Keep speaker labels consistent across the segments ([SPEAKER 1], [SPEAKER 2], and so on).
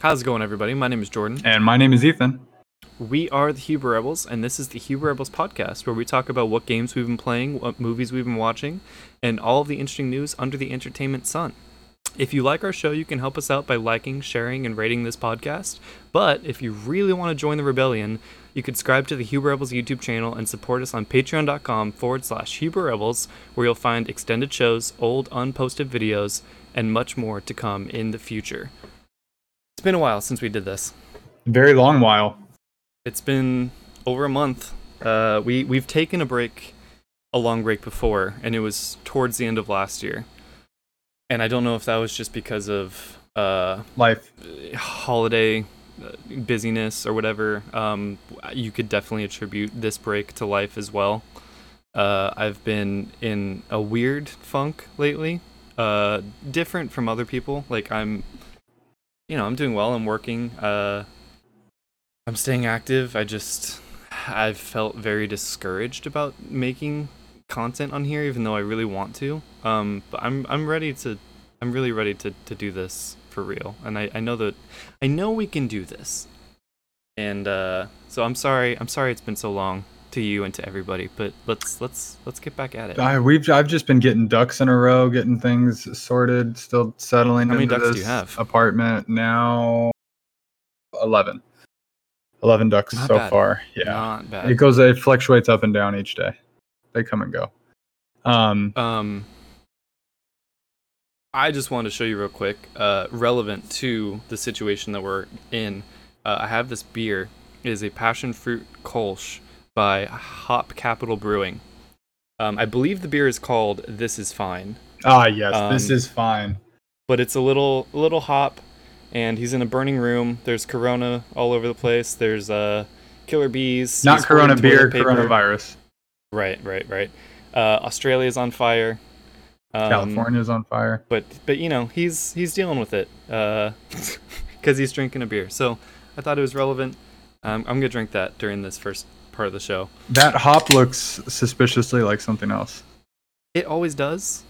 [SPEAKER 1] How's it going, everybody? My name is Jordan.
[SPEAKER 2] And my name is Ethan.
[SPEAKER 1] We are the Huber Rebels, and this is the Huber Rebels podcast, where we talk about what games we've been playing, what movies we've been watching, and all of the interesting news under the entertainment sun. If you like our show, you can help us out by liking, sharing, and rating this podcast. But if you really want to join the rebellion, you can subscribe to the Huber Rebels YouTube channel and support us on patreon.com forward slash Huber Rebels, where you'll find extended shows, old unposted videos, and much more to come in the future. It's been a while since we did this.
[SPEAKER 2] Very long while.
[SPEAKER 1] It's been over a month. Uh, we we've taken a break, a long break before, and it was towards the end of last year. And I don't know if that was just because of uh,
[SPEAKER 2] Life.
[SPEAKER 1] holiday uh, busyness or whatever. Um, you could definitely attribute this break to life as well. Uh, I've been in a weird funk lately, uh, different from other people. Like I'm, you know, I'm doing well. I'm working. Uh, I'm staying active. I just I've felt very discouraged about making content on here, even though I really want to. Um, but I'm I'm ready to I'm really ready to, to do this for real. And I, I know that I know we can do this. And uh, so I'm sorry I'm sorry it's been so long to you and to everybody, but let's let's let's get back at it.
[SPEAKER 2] I, we've I've just been getting ducks in a row, getting things sorted, still settling
[SPEAKER 1] How many
[SPEAKER 2] into
[SPEAKER 1] ducks do
[SPEAKER 2] this
[SPEAKER 1] you have?
[SPEAKER 2] apartment now. Eleven. Eleven ducks
[SPEAKER 1] Not
[SPEAKER 2] so
[SPEAKER 1] bad.
[SPEAKER 2] far. Yeah.
[SPEAKER 1] Not
[SPEAKER 2] It
[SPEAKER 1] bad.
[SPEAKER 2] goes it fluctuates up and down each day. They come and go. Um
[SPEAKER 1] Um I just wanted to show you real quick, uh, relevant to the situation that we're in. Uh, I have this beer. It is a passion fruit kolsch by Hop Capital Brewing. Um, I believe the beer is called This Is Fine.
[SPEAKER 2] Ah yes, this
[SPEAKER 1] um,
[SPEAKER 2] is fine.
[SPEAKER 1] but it's a little a little hop and he's in a burning room there's corona all over the place there's uh killer bees
[SPEAKER 2] Not
[SPEAKER 1] He's holding
[SPEAKER 2] corona beer,
[SPEAKER 1] toilet paper.
[SPEAKER 2] coronavirus.
[SPEAKER 1] right right right uh australia's on fire um,
[SPEAKER 2] California's on fire.
[SPEAKER 1] but but you know he's he's dealing with it uh because he's drinking a beer so i thought it was relevant um, i'm gonna drink that during this first part of the show
[SPEAKER 2] That hop looks suspiciously like something else.
[SPEAKER 1] it always does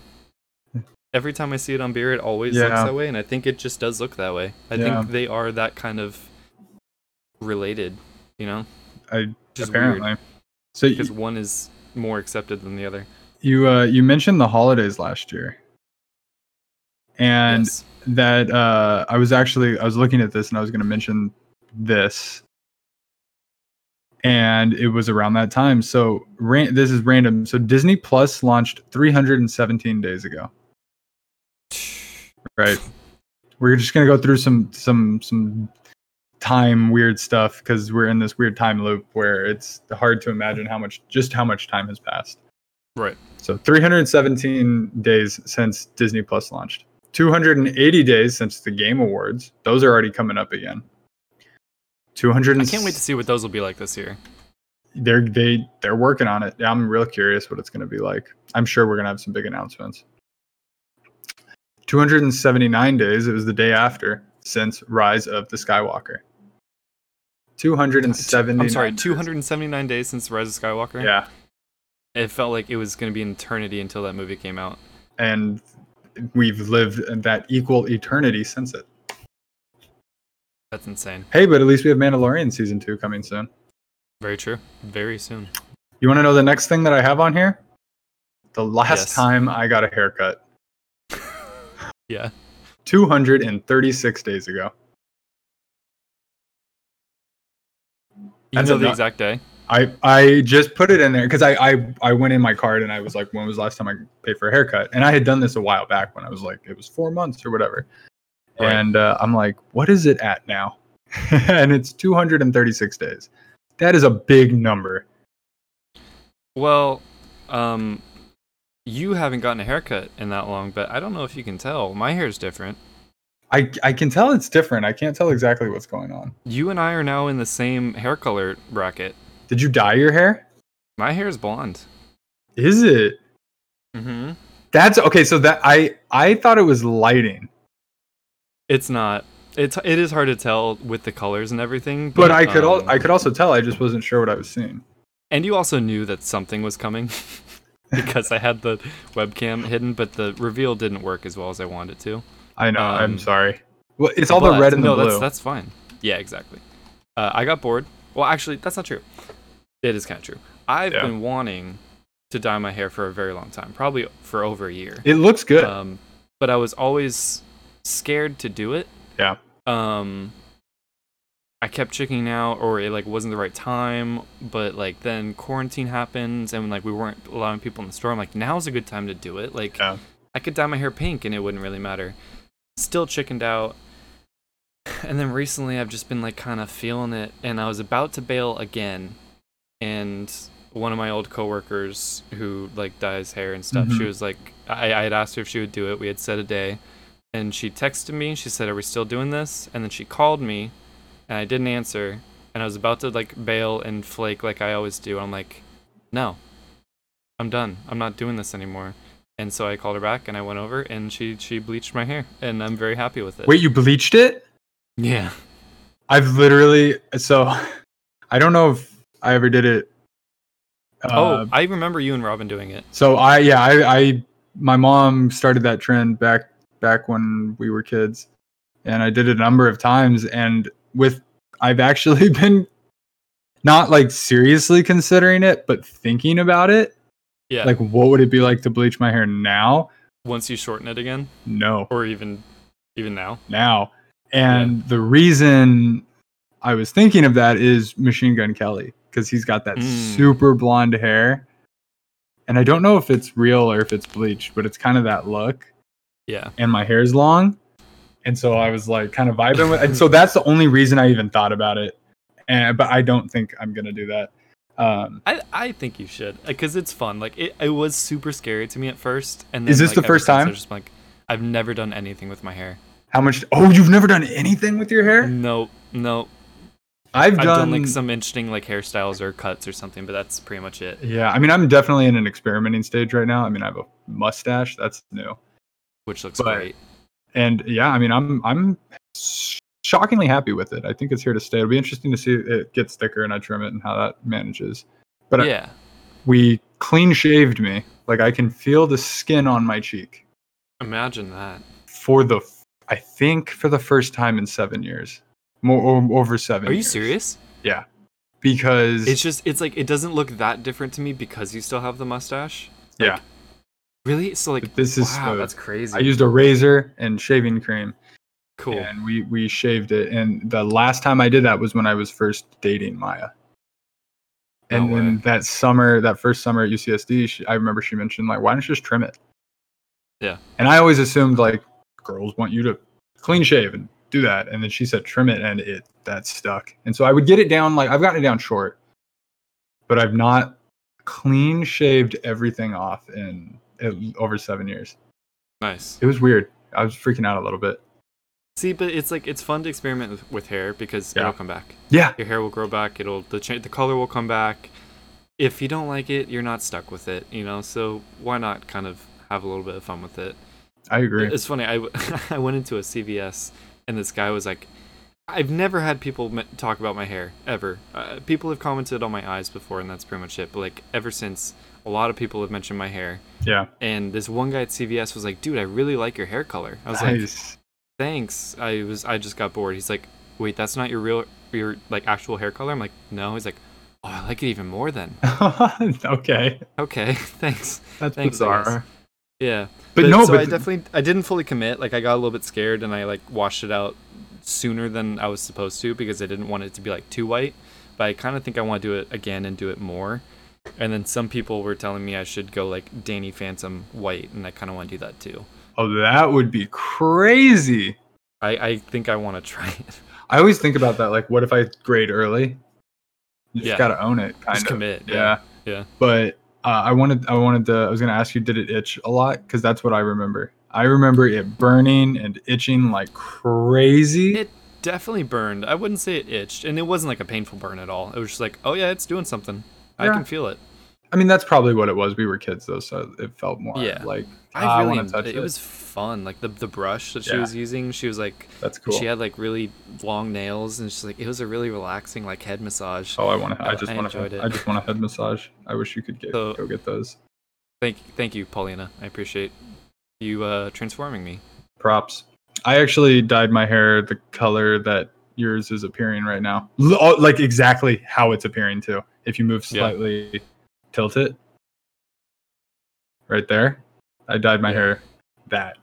[SPEAKER 1] every time i see it on beer it always looks
[SPEAKER 2] Yeah.
[SPEAKER 1] that way and i think it just does look that way i
[SPEAKER 2] Yeah.
[SPEAKER 1] think they are that kind of related you know
[SPEAKER 2] I
[SPEAKER 1] just
[SPEAKER 2] apparently. So
[SPEAKER 1] because one is more accepted than the other
[SPEAKER 2] You uh, you mentioned the holidays last year, and
[SPEAKER 1] yes.
[SPEAKER 2] that uh, I was actually I was looking at this and I was going to mention this, and it was around that time. So ran- this is random. So Disney Plus launched 317 days ago. Right. We're just gonna go through some some some time weird stuff because we're in this weird time loop where it's hard to imagine how much just how much time has passed.
[SPEAKER 1] Right.
[SPEAKER 2] So 317 days since Disney Plus launched. 280 days since the Game Awards. Those are already coming up again. 200.
[SPEAKER 1] i can't wait to see what those will be like this year
[SPEAKER 2] They're they they're working on it. I'm real curious what it's going to be like. I'm sure we're going to have some big announcements. 279 days. It was the day after since Rise of the Skywalker. 279.
[SPEAKER 1] i'm sorry
[SPEAKER 2] days.
[SPEAKER 1] 279 days since rise of skywalker
[SPEAKER 2] Yeah.
[SPEAKER 1] it felt like it was going to be an eternity until that movie came out
[SPEAKER 2] and we've lived that equal eternity since it.
[SPEAKER 1] that's insane
[SPEAKER 2] Hey, but at least we have Mandalorian season two coming soon.
[SPEAKER 1] very true very soon
[SPEAKER 2] You want to know the next thing that I have on here? The last
[SPEAKER 1] Yes.
[SPEAKER 2] time I got a haircut.
[SPEAKER 1] Yeah.
[SPEAKER 2] 236 days ago.
[SPEAKER 1] you
[SPEAKER 2] That's
[SPEAKER 1] know
[SPEAKER 2] a
[SPEAKER 1] the
[SPEAKER 2] nut.
[SPEAKER 1] exact day
[SPEAKER 2] I, I just put it in there because I, I, I went in my card and I was like, when was the last time I paid for a haircut? And I had done this a while back when I was like, it was four months or whatever.
[SPEAKER 1] Right.
[SPEAKER 2] And uh, I'm like, what is it at now? and it's 236 days. That is a big number.
[SPEAKER 1] Well, um, you haven't gotten a haircut in that long, but I don't know if you can tell. My hair's different.
[SPEAKER 2] I, I can tell it's different. I can't tell exactly what's going on.
[SPEAKER 1] You and I are now in the same hair color bracket.
[SPEAKER 2] Did you dye your hair?
[SPEAKER 1] My hair is blonde.
[SPEAKER 2] Is it?
[SPEAKER 1] Mm-hmm.
[SPEAKER 2] That's okay. So that I I thought it was lighting,
[SPEAKER 1] It's not. It's it is hard to tell with the colors and everything.
[SPEAKER 2] but I could al-
[SPEAKER 1] um,
[SPEAKER 2] I could also tell. I just wasn't sure what I was seeing.
[SPEAKER 1] And you also knew that something was coming because I had the webcam hidden, but the reveal didn't work as well as I wanted it to.
[SPEAKER 2] I know.
[SPEAKER 1] Um,
[SPEAKER 2] I'm sorry. Well, it's all the
[SPEAKER 1] But-
[SPEAKER 2] red and the
[SPEAKER 1] no,
[SPEAKER 2] blue.
[SPEAKER 1] that's that's fine. Yeah, exactly. Uh, I got bored. Well, actually, that's not true. It is kind of true. I've
[SPEAKER 2] Yeah.
[SPEAKER 1] been wanting to dye my hair for a very long time, probably for over a year.
[SPEAKER 2] it looks good.
[SPEAKER 1] Um, but I was always scared to do it.
[SPEAKER 2] Yeah.
[SPEAKER 1] Um, I kept chickening out, or it like wasn't the right time. But like then quarantine happens, and like we weren't allowing people in the store. I'm like, now's a good time to do it. Like,
[SPEAKER 2] Yeah.
[SPEAKER 1] I could dye my hair pink, and it wouldn't really matter. Still chickened out. And then recently, I've just been like kind of feeling it, and I was about to bail again, and one of my old coworkers who like dyes hair and stuff. She
[SPEAKER 2] Mhm.
[SPEAKER 1] was like, I, I had asked her if she would do it. We had set a day, and she texted me. She said, "Are we still doing this?" And then she called me, and I didn't answer. And I was about to like bail and flake like I always do. I'm like, no, I'm done. I'm not doing this anymore. And so I called her back, and I went over, and she she bleached my hair, and I'm very happy with it.
[SPEAKER 2] Wait, you bleached it?
[SPEAKER 1] yeah,
[SPEAKER 2] I've literally so I don't know if I ever did it. Uh,
[SPEAKER 1] oh, I remember you and Robin doing it.
[SPEAKER 2] So I yeah I, I my mom started that trend back back when we were kids, and I did it a number of times. And with I've actually been not like seriously considering it, but thinking about it.
[SPEAKER 1] Yeah,
[SPEAKER 2] Like, what would it be like to bleach my hair now?
[SPEAKER 1] once you shorten it again,
[SPEAKER 2] No,
[SPEAKER 1] or even even now.
[SPEAKER 2] now. And the reason I was thinking of that is Machine Gun Kelly because he's got that
[SPEAKER 1] Mm.
[SPEAKER 2] super blonde hair. And I don't know if it's real or if it's bleached, but it's kind of that look.
[SPEAKER 1] Yeah.
[SPEAKER 2] And my hair's long. And so I was like kind of vibing with and so that's the only reason I even thought about it. And but I don't think I'm gonna do that. Um
[SPEAKER 1] I, I think you should because it's fun. Like it, it was super scary to me at first, and then,
[SPEAKER 2] Is this
[SPEAKER 1] like,
[SPEAKER 2] the
[SPEAKER 1] ever
[SPEAKER 2] first
[SPEAKER 1] since, I've
[SPEAKER 2] time?
[SPEAKER 1] just been like I've never done anything with my hair.
[SPEAKER 2] how much oh you've never done anything with your hair?
[SPEAKER 1] No, no.
[SPEAKER 2] I've
[SPEAKER 1] Mm, I've
[SPEAKER 2] done,
[SPEAKER 1] done like some interesting like hairstyles or cuts or something, but that's pretty much it.
[SPEAKER 2] Yeah, I mean I'm definitely in an experimenting stage right now. I mean I have a mustache, that's new.
[SPEAKER 1] Which looks
[SPEAKER 2] But-
[SPEAKER 1] great.
[SPEAKER 2] and yeah, I mean, I'm I'm shockingly happy with it. I think it's here to stay. It'll be interesting to see if it gets thicker and I trim it and how that manages. But I-
[SPEAKER 1] yeah,
[SPEAKER 2] We clean shaved me. Like I can feel the skin on my cheek
[SPEAKER 1] imagine that.
[SPEAKER 2] for the f- I think for the first time in seven years, more or, over seven.
[SPEAKER 1] Are you
[SPEAKER 2] years.
[SPEAKER 1] serious?
[SPEAKER 2] Because
[SPEAKER 1] It's just it's like it doesn't look that different to me because you still have the mustache.
[SPEAKER 2] yeah,
[SPEAKER 1] Really? So like
[SPEAKER 2] this is
[SPEAKER 1] wow,
[SPEAKER 2] smooth.
[SPEAKER 1] that's crazy.
[SPEAKER 2] I used a razor and shaving cream,
[SPEAKER 1] cool.
[SPEAKER 2] and we we shaved it. And the last time I did that was when I was first dating Maya.
[SPEAKER 1] No
[SPEAKER 2] And then
[SPEAKER 1] way.
[SPEAKER 2] that summer, that first summer at UCSD, she, I remember she mentioned like, "Why don't you just trim it?"
[SPEAKER 1] Yeah.
[SPEAKER 2] And I always assumed like girls want you to clean shave and do that, and then she said trim it, and it that stuck. And so I would get it down like I've gotten it down short, but I've not clean shaved everything off in, in over seven years.
[SPEAKER 1] Nice.
[SPEAKER 2] It was weird. I was freaking out a little bit.
[SPEAKER 1] See, but it's like it's fun to experiment with, with hair because
[SPEAKER 2] Yeah.
[SPEAKER 1] it'll come back.
[SPEAKER 2] Yeah.
[SPEAKER 1] your hair will grow back it'll the cha- the color will come back if you don't like it you're not stuck with it you know so why not kind of have a little bit of fun with it
[SPEAKER 2] I agree.
[SPEAKER 1] it's funny I, w- I went into a cvs and this guy was like i've never had people m- talk about my hair ever uh, people have commented on my eyes before and that's pretty much it but like ever since a lot of people have mentioned my hair
[SPEAKER 2] Yeah.
[SPEAKER 1] and this one guy at cvs was like dude i really like your hair color i was like
[SPEAKER 2] Nice.
[SPEAKER 1] thanks i was i just got bored he's like wait that's not your real your like actual hair color i'm like no he's like oh i like it even more then
[SPEAKER 2] okay.
[SPEAKER 1] okay thanks
[SPEAKER 2] That's
[SPEAKER 1] Thanks, I
[SPEAKER 2] bizarre.
[SPEAKER 1] yeah
[SPEAKER 2] But, no,
[SPEAKER 1] so
[SPEAKER 2] but
[SPEAKER 1] i definitely i didn't fully commit like i got a little bit scared and i like washed it out sooner than i was supposed to because i didn't want it to be like too white but i kind of think i want to do it again and do it more and then some people were telling me i should go like danny phantom white and i kind of want to do that too
[SPEAKER 2] oh, that would be crazy.
[SPEAKER 1] i i think i want to try it
[SPEAKER 2] I always think about that. Like, what if I grade early? You just
[SPEAKER 1] Yeah.
[SPEAKER 2] gotta own it, kind
[SPEAKER 1] just
[SPEAKER 2] of.
[SPEAKER 1] commit
[SPEAKER 2] Yeah.
[SPEAKER 1] yeah.
[SPEAKER 2] But uh, I wanted, I wanted to, I was gonna ask you, did it itch a lot? Because that's what I remember. I remember it burning and itching like crazy.
[SPEAKER 1] It definitely burned. I wouldn't say it itched, and it wasn't like a painful burn at all. It was just like, oh yeah, it's doing something. I
[SPEAKER 2] Yeah.
[SPEAKER 1] can feel it.
[SPEAKER 2] I mean, that's probably what it was. We were kids though, so it felt more
[SPEAKER 1] Yeah.
[SPEAKER 2] like
[SPEAKER 1] I really,
[SPEAKER 2] want to touch
[SPEAKER 1] it,
[SPEAKER 2] it.
[SPEAKER 1] was fun. Like the the brush that she
[SPEAKER 2] Yeah.
[SPEAKER 1] was using, she was like,
[SPEAKER 2] that's cool.
[SPEAKER 1] she had like really long nails, and she's like, it was a really relaxing like head massage.
[SPEAKER 2] Oh, I want to.
[SPEAKER 1] I-
[SPEAKER 2] I just
[SPEAKER 1] I
[SPEAKER 2] want
[SPEAKER 1] enjoyed
[SPEAKER 2] to.
[SPEAKER 1] it.
[SPEAKER 2] I just want a head massage. I wish you could get
[SPEAKER 1] So-
[SPEAKER 2] go get those
[SPEAKER 1] Thank thank you, Paulina. I appreciate you uh transforming me.
[SPEAKER 2] props. I actually dyed my hair the color that yours is appearing right now. L- all- Like exactly how it's appearing too. If you move
[SPEAKER 1] Yeah.
[SPEAKER 2] slightly, tilt it. Right there. I dyed my
[SPEAKER 1] Yeah.
[SPEAKER 2] hair that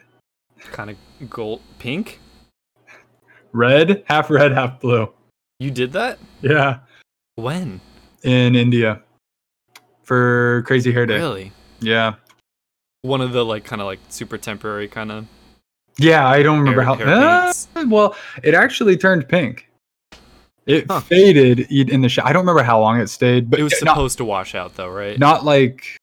[SPEAKER 1] Kind of gold pink.
[SPEAKER 2] red, half red, half blue.
[SPEAKER 1] You did that
[SPEAKER 2] Yeah.
[SPEAKER 1] when?
[SPEAKER 2] In India for Crazy Hair Day.
[SPEAKER 1] Really?
[SPEAKER 2] Yeah.
[SPEAKER 1] One of the like kind of like super temporary kind of.
[SPEAKER 2] Yeah. I don't remember
[SPEAKER 1] Hair-
[SPEAKER 2] how.
[SPEAKER 1] hair
[SPEAKER 2] Ah,
[SPEAKER 1] paints.
[SPEAKER 2] well, it actually turned pink. It
[SPEAKER 1] Huh.
[SPEAKER 2] faded e- in the shower. I don't remember how long it stayed, but
[SPEAKER 1] It was
[SPEAKER 2] yeah, not-
[SPEAKER 1] supposed to wash out though, right?
[SPEAKER 2] not like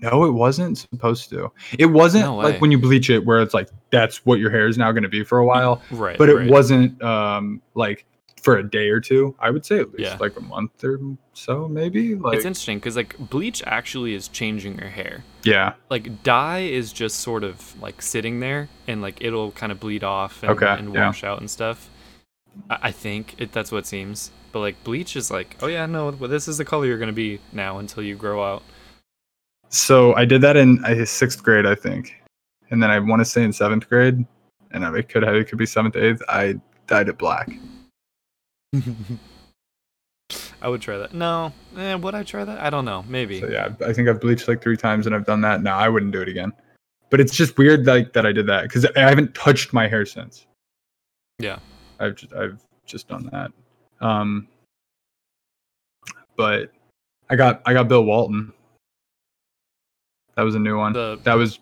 [SPEAKER 2] no it wasn't supposed to it wasn't
[SPEAKER 1] No way.
[SPEAKER 2] like when you bleach it where it's like that's what your hair is now going to be for a while
[SPEAKER 1] Right.
[SPEAKER 2] but it
[SPEAKER 1] right.
[SPEAKER 2] wasn't um like for a day or two i would say at least
[SPEAKER 1] Yeah.
[SPEAKER 2] like a month or so maybe like
[SPEAKER 1] it's interesting because like bleach actually is changing your hair.
[SPEAKER 2] yeah
[SPEAKER 1] Like dye is just sort of like sitting there and like it'll kind of bleed off and,
[SPEAKER 2] Okay,
[SPEAKER 1] and
[SPEAKER 2] yeah.
[SPEAKER 1] wash out and stuff. I, I think it, that's what it seems. But like bleach is like, oh yeah, no, well, this is the color you're gonna be now until you grow out.
[SPEAKER 2] so i did that in uh, sixth grade i think and then i want to say in seventh grade and I, it could have it could be seventh eighth i dyed it black
[SPEAKER 1] I would try that. No, eh, would I try that? I don't know. Maybe.
[SPEAKER 2] so yeah i think i've bleached like three times and i've done that no i wouldn't do it again but it's just weird like that i did that because i haven't touched my hair since
[SPEAKER 1] Yeah.
[SPEAKER 2] I've just, I've just done that. Um, but I got I got Bill Walton. That was a new one.
[SPEAKER 1] The-
[SPEAKER 2] that was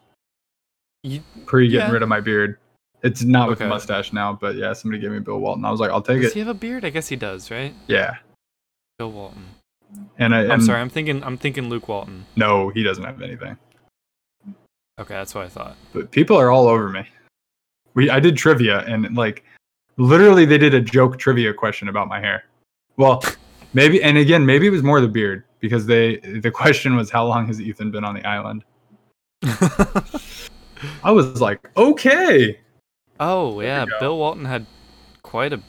[SPEAKER 1] You-
[SPEAKER 2] pre getting
[SPEAKER 1] yeah.
[SPEAKER 2] rid of my beard. It's not with the
[SPEAKER 1] Okay.
[SPEAKER 2] mustache now, but yeah, somebody gave me Bill Walton. I was like, I'll take
[SPEAKER 1] Does
[SPEAKER 2] it.
[SPEAKER 1] he have a beard? I guess he does, right?
[SPEAKER 2] Yeah.
[SPEAKER 1] Bill Walton.
[SPEAKER 2] And I,
[SPEAKER 1] I'm
[SPEAKER 2] and-
[SPEAKER 1] sorry. I'm thinking. I'm thinking Luke Walton.
[SPEAKER 2] No, he doesn't have anything.
[SPEAKER 1] Okay, that's what I thought.
[SPEAKER 2] But people are all over me. We I did trivia and like literally they did a joke trivia question about my hair. Well, maybe and again, maybe it was more the beard because they the question was how long has Ethan been on the island? I was like, "Okay."
[SPEAKER 1] oh yeah,
[SPEAKER 2] go.
[SPEAKER 1] Bill Walton had quite a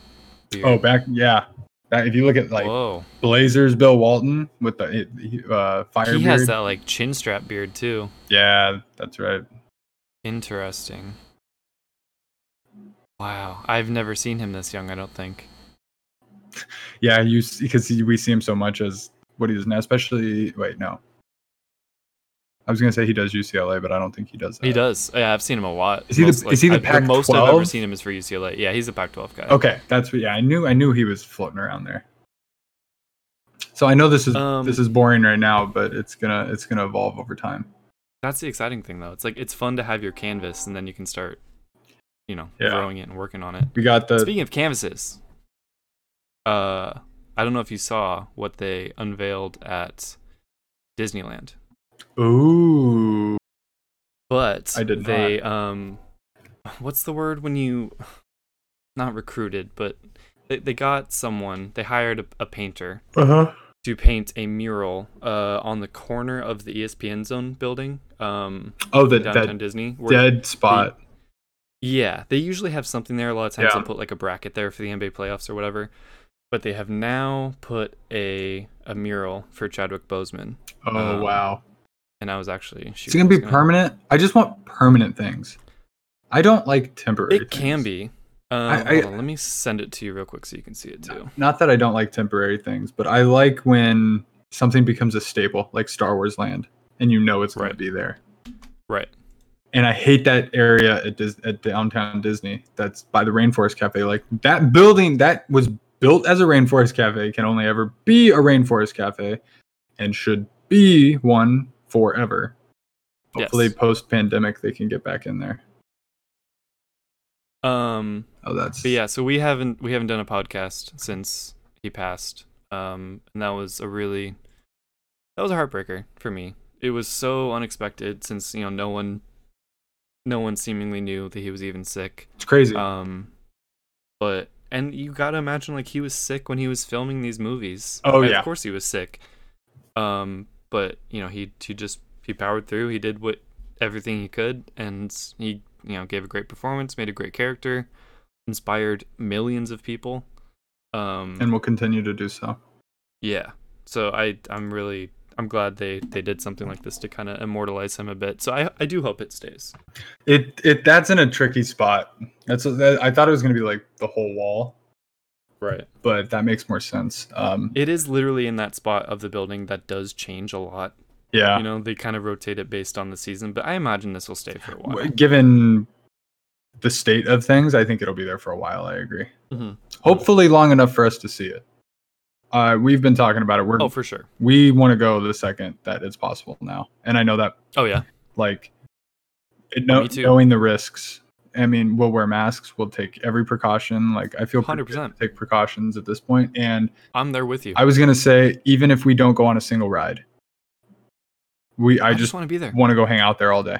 [SPEAKER 1] beard.
[SPEAKER 2] Oh, back yeah. That- if you look at like
[SPEAKER 1] Whoa,
[SPEAKER 2] Blazers Bill Walton with the uh, fire
[SPEAKER 1] he
[SPEAKER 2] beard.
[SPEAKER 1] has that like chin strap beard too.
[SPEAKER 2] Yeah, that's right.
[SPEAKER 1] Interesting. Wow, I've never seen him this young. I don't think.
[SPEAKER 2] Yeah, you because we see him so much as what he does now, especially. Wait, no. I was gonna say he does UCLA, but I don't think he does. That.
[SPEAKER 1] He does. Yeah, I've seen him a lot.
[SPEAKER 2] Is he the-
[SPEAKER 1] Most-
[SPEAKER 2] is he the
[SPEAKER 1] I- Most I've ever
[SPEAKER 2] Pac-12?
[SPEAKER 1] seen him is for UCLA. Yeah, he's a Pac-12 guy.
[SPEAKER 2] Okay, that's what. Yeah, I knew. I knew he was floating around there. So I know this is
[SPEAKER 1] Um,
[SPEAKER 2] this is boring right now, but it's gonna it's gonna evolve over time.
[SPEAKER 1] That's the exciting thing, though. It's like it's fun to have your canvas, and then you can start, you know,
[SPEAKER 2] Yeah.
[SPEAKER 1] growing it and working on it.
[SPEAKER 2] We got the
[SPEAKER 1] Speaking of canvases, uh, I don't know if you saw what they unveiled at Disneyland,
[SPEAKER 2] ooh.
[SPEAKER 1] but
[SPEAKER 2] I did
[SPEAKER 1] they um, what's the word when you, not recruited, but they, they got someone. They hired a, a painter
[SPEAKER 2] Uh huh.
[SPEAKER 1] to paint a mural uh, on the corner of the E ESPN Zone building um,
[SPEAKER 2] Oh, the
[SPEAKER 1] downtown
[SPEAKER 2] that
[SPEAKER 1] Disney. where-
[SPEAKER 2] dead spot.
[SPEAKER 1] Yeah, they usually have something there. A lot of times
[SPEAKER 2] Yeah.
[SPEAKER 1] they'll put like a bracket there for the NBA playoffs or whatever. But they have now put a a mural for Chadwick Boseman,
[SPEAKER 2] Oh
[SPEAKER 1] um,
[SPEAKER 2] wow.
[SPEAKER 1] and I was actually
[SPEAKER 2] It's gonna be permanent. I just want permanent things. I don't like temporary.
[SPEAKER 1] It can be.
[SPEAKER 2] things.
[SPEAKER 1] Um,
[SPEAKER 2] I-
[SPEAKER 1] hold on, let me send it to you real quick so you can see it too.
[SPEAKER 2] Not that I don't like temporary things, but I like when something becomes a staple, like Star Wars Land, and you know it's going
[SPEAKER 1] Right.
[SPEAKER 2] to be there.
[SPEAKER 1] Right.
[SPEAKER 2] And I hate that area at, Dis- at downtown Disney. That's by the Rainforest Cafe. Like that building that was built as a Rainforest Cafe can only ever be a Rainforest Cafe, and should be one forever.
[SPEAKER 1] Yes.
[SPEAKER 2] Hopefully, post pandemic, they can get back in there.
[SPEAKER 1] Um.
[SPEAKER 2] Oh, that's
[SPEAKER 1] But yeah, so we haven't we haven't done a podcast since he passed. Um, and that was a really that was a heartbreaker for me. It was so unexpected since you know no one no one seemingly knew that he was even sick.
[SPEAKER 2] it's crazy.
[SPEAKER 1] Um, but and you gotta imagine like he was sick when he was filming these movies.
[SPEAKER 2] Oh,
[SPEAKER 1] And
[SPEAKER 2] yeah.
[SPEAKER 1] of course he was sick. Um, but you know he he just he powered through. He did what everything he could, and he you know gave a great performance, made a great character, inspired millions of people. Um,
[SPEAKER 2] and we'll continue to do so.
[SPEAKER 1] yeah. So I I'm really I'm glad they they did something like this to kind of immortalize him a bit. So I I do hope it stays.
[SPEAKER 2] It it that's in a tricky spot. That's that, I thought it was gonna be like the whole wall,
[SPEAKER 1] Right.
[SPEAKER 2] but that makes more sense. Um,
[SPEAKER 1] It is literally in that spot of the building that does change a lot.
[SPEAKER 2] yeah,
[SPEAKER 1] You know, they kind of rotate it based on the season, but I imagine this will stay for a while.
[SPEAKER 2] W- given the state of things, I think it'll be there for a while. I agree.
[SPEAKER 1] Mhm.
[SPEAKER 2] Hopefully, long enough for us to see it. Uh, we've been talking about it. We're
[SPEAKER 1] Oh, for sure.
[SPEAKER 2] we want to go the second that it's possible now, and I know that
[SPEAKER 1] Oh yeah.
[SPEAKER 2] like it- no,
[SPEAKER 1] Oh, me too.
[SPEAKER 2] knowing the risks. I mean, we'll wear masks. We'll take every precaution. Like I feel pretty good
[SPEAKER 1] 100%.
[SPEAKER 2] to take precautions at this point. And
[SPEAKER 1] I'm there with you.
[SPEAKER 2] I was gonna say, even if we don't go on a single ride, we I,
[SPEAKER 1] I
[SPEAKER 2] just
[SPEAKER 1] want to be there.
[SPEAKER 2] want to go hang out there all day.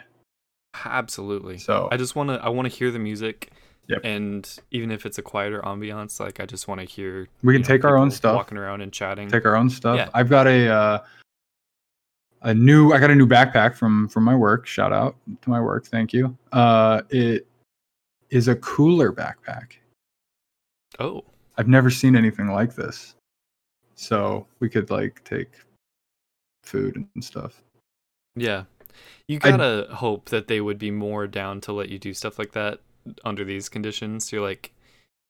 [SPEAKER 1] Absolutely.
[SPEAKER 2] So
[SPEAKER 1] I just want to I want to hear the music.
[SPEAKER 2] Yep.
[SPEAKER 1] And even if it's a quieter ambiance, like I just want to hear
[SPEAKER 2] we can
[SPEAKER 1] you know,
[SPEAKER 2] take our own
[SPEAKER 1] people
[SPEAKER 2] stuff.
[SPEAKER 1] walking around and chatting.
[SPEAKER 2] take our own stuff.
[SPEAKER 1] Mm-hmm. Yeah.
[SPEAKER 2] I've got a uh, a new I got a new backpack from from my work. Shout out to my work. Thank you. Uh, it is a cooler backpack.
[SPEAKER 1] oh,
[SPEAKER 2] I've never seen anything like this. So we could like take food and stuff.
[SPEAKER 1] yeah. You
[SPEAKER 2] I-
[SPEAKER 1] gotta hope that they would be more down to let you do stuff like that under these conditions. You're like,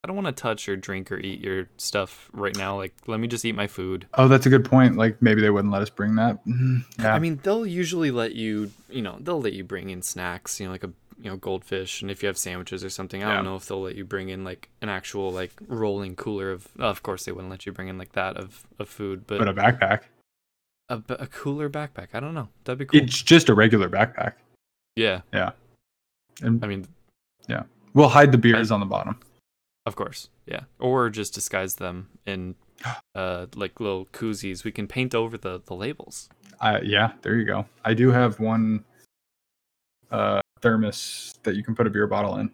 [SPEAKER 1] I don't want to touch or drink or eat your stuff right now. Like, let me just eat my food.
[SPEAKER 2] Oh, that's a good point. Like maybe they wouldn't let us bring that. Mhm. Yeah.
[SPEAKER 1] I mean, they'll usually let you, you know, they'll let you bring in snacks, you know, like a, you know, goldfish, and if you have sandwiches or something. I
[SPEAKER 2] Yeah.
[SPEAKER 1] don't know if they'll let you bring in like an actual like rolling cooler of. Of course, they wouldn't let you bring in like that of of food, but,
[SPEAKER 2] but a backpack.
[SPEAKER 1] a, b- a cooler backpack. I don't know. That'd be cool.
[SPEAKER 2] It's just a regular backpack.
[SPEAKER 1] yeah,
[SPEAKER 2] And
[SPEAKER 1] I mean,
[SPEAKER 2] we'll hide the beers on the bottom.
[SPEAKER 1] of course, yeah, or just disguise them in. Uh, like little koozies, we can paint over the the labels.
[SPEAKER 2] Uh, yeah, there you go. I do have one uh, thermos that you can put a beer bottle in.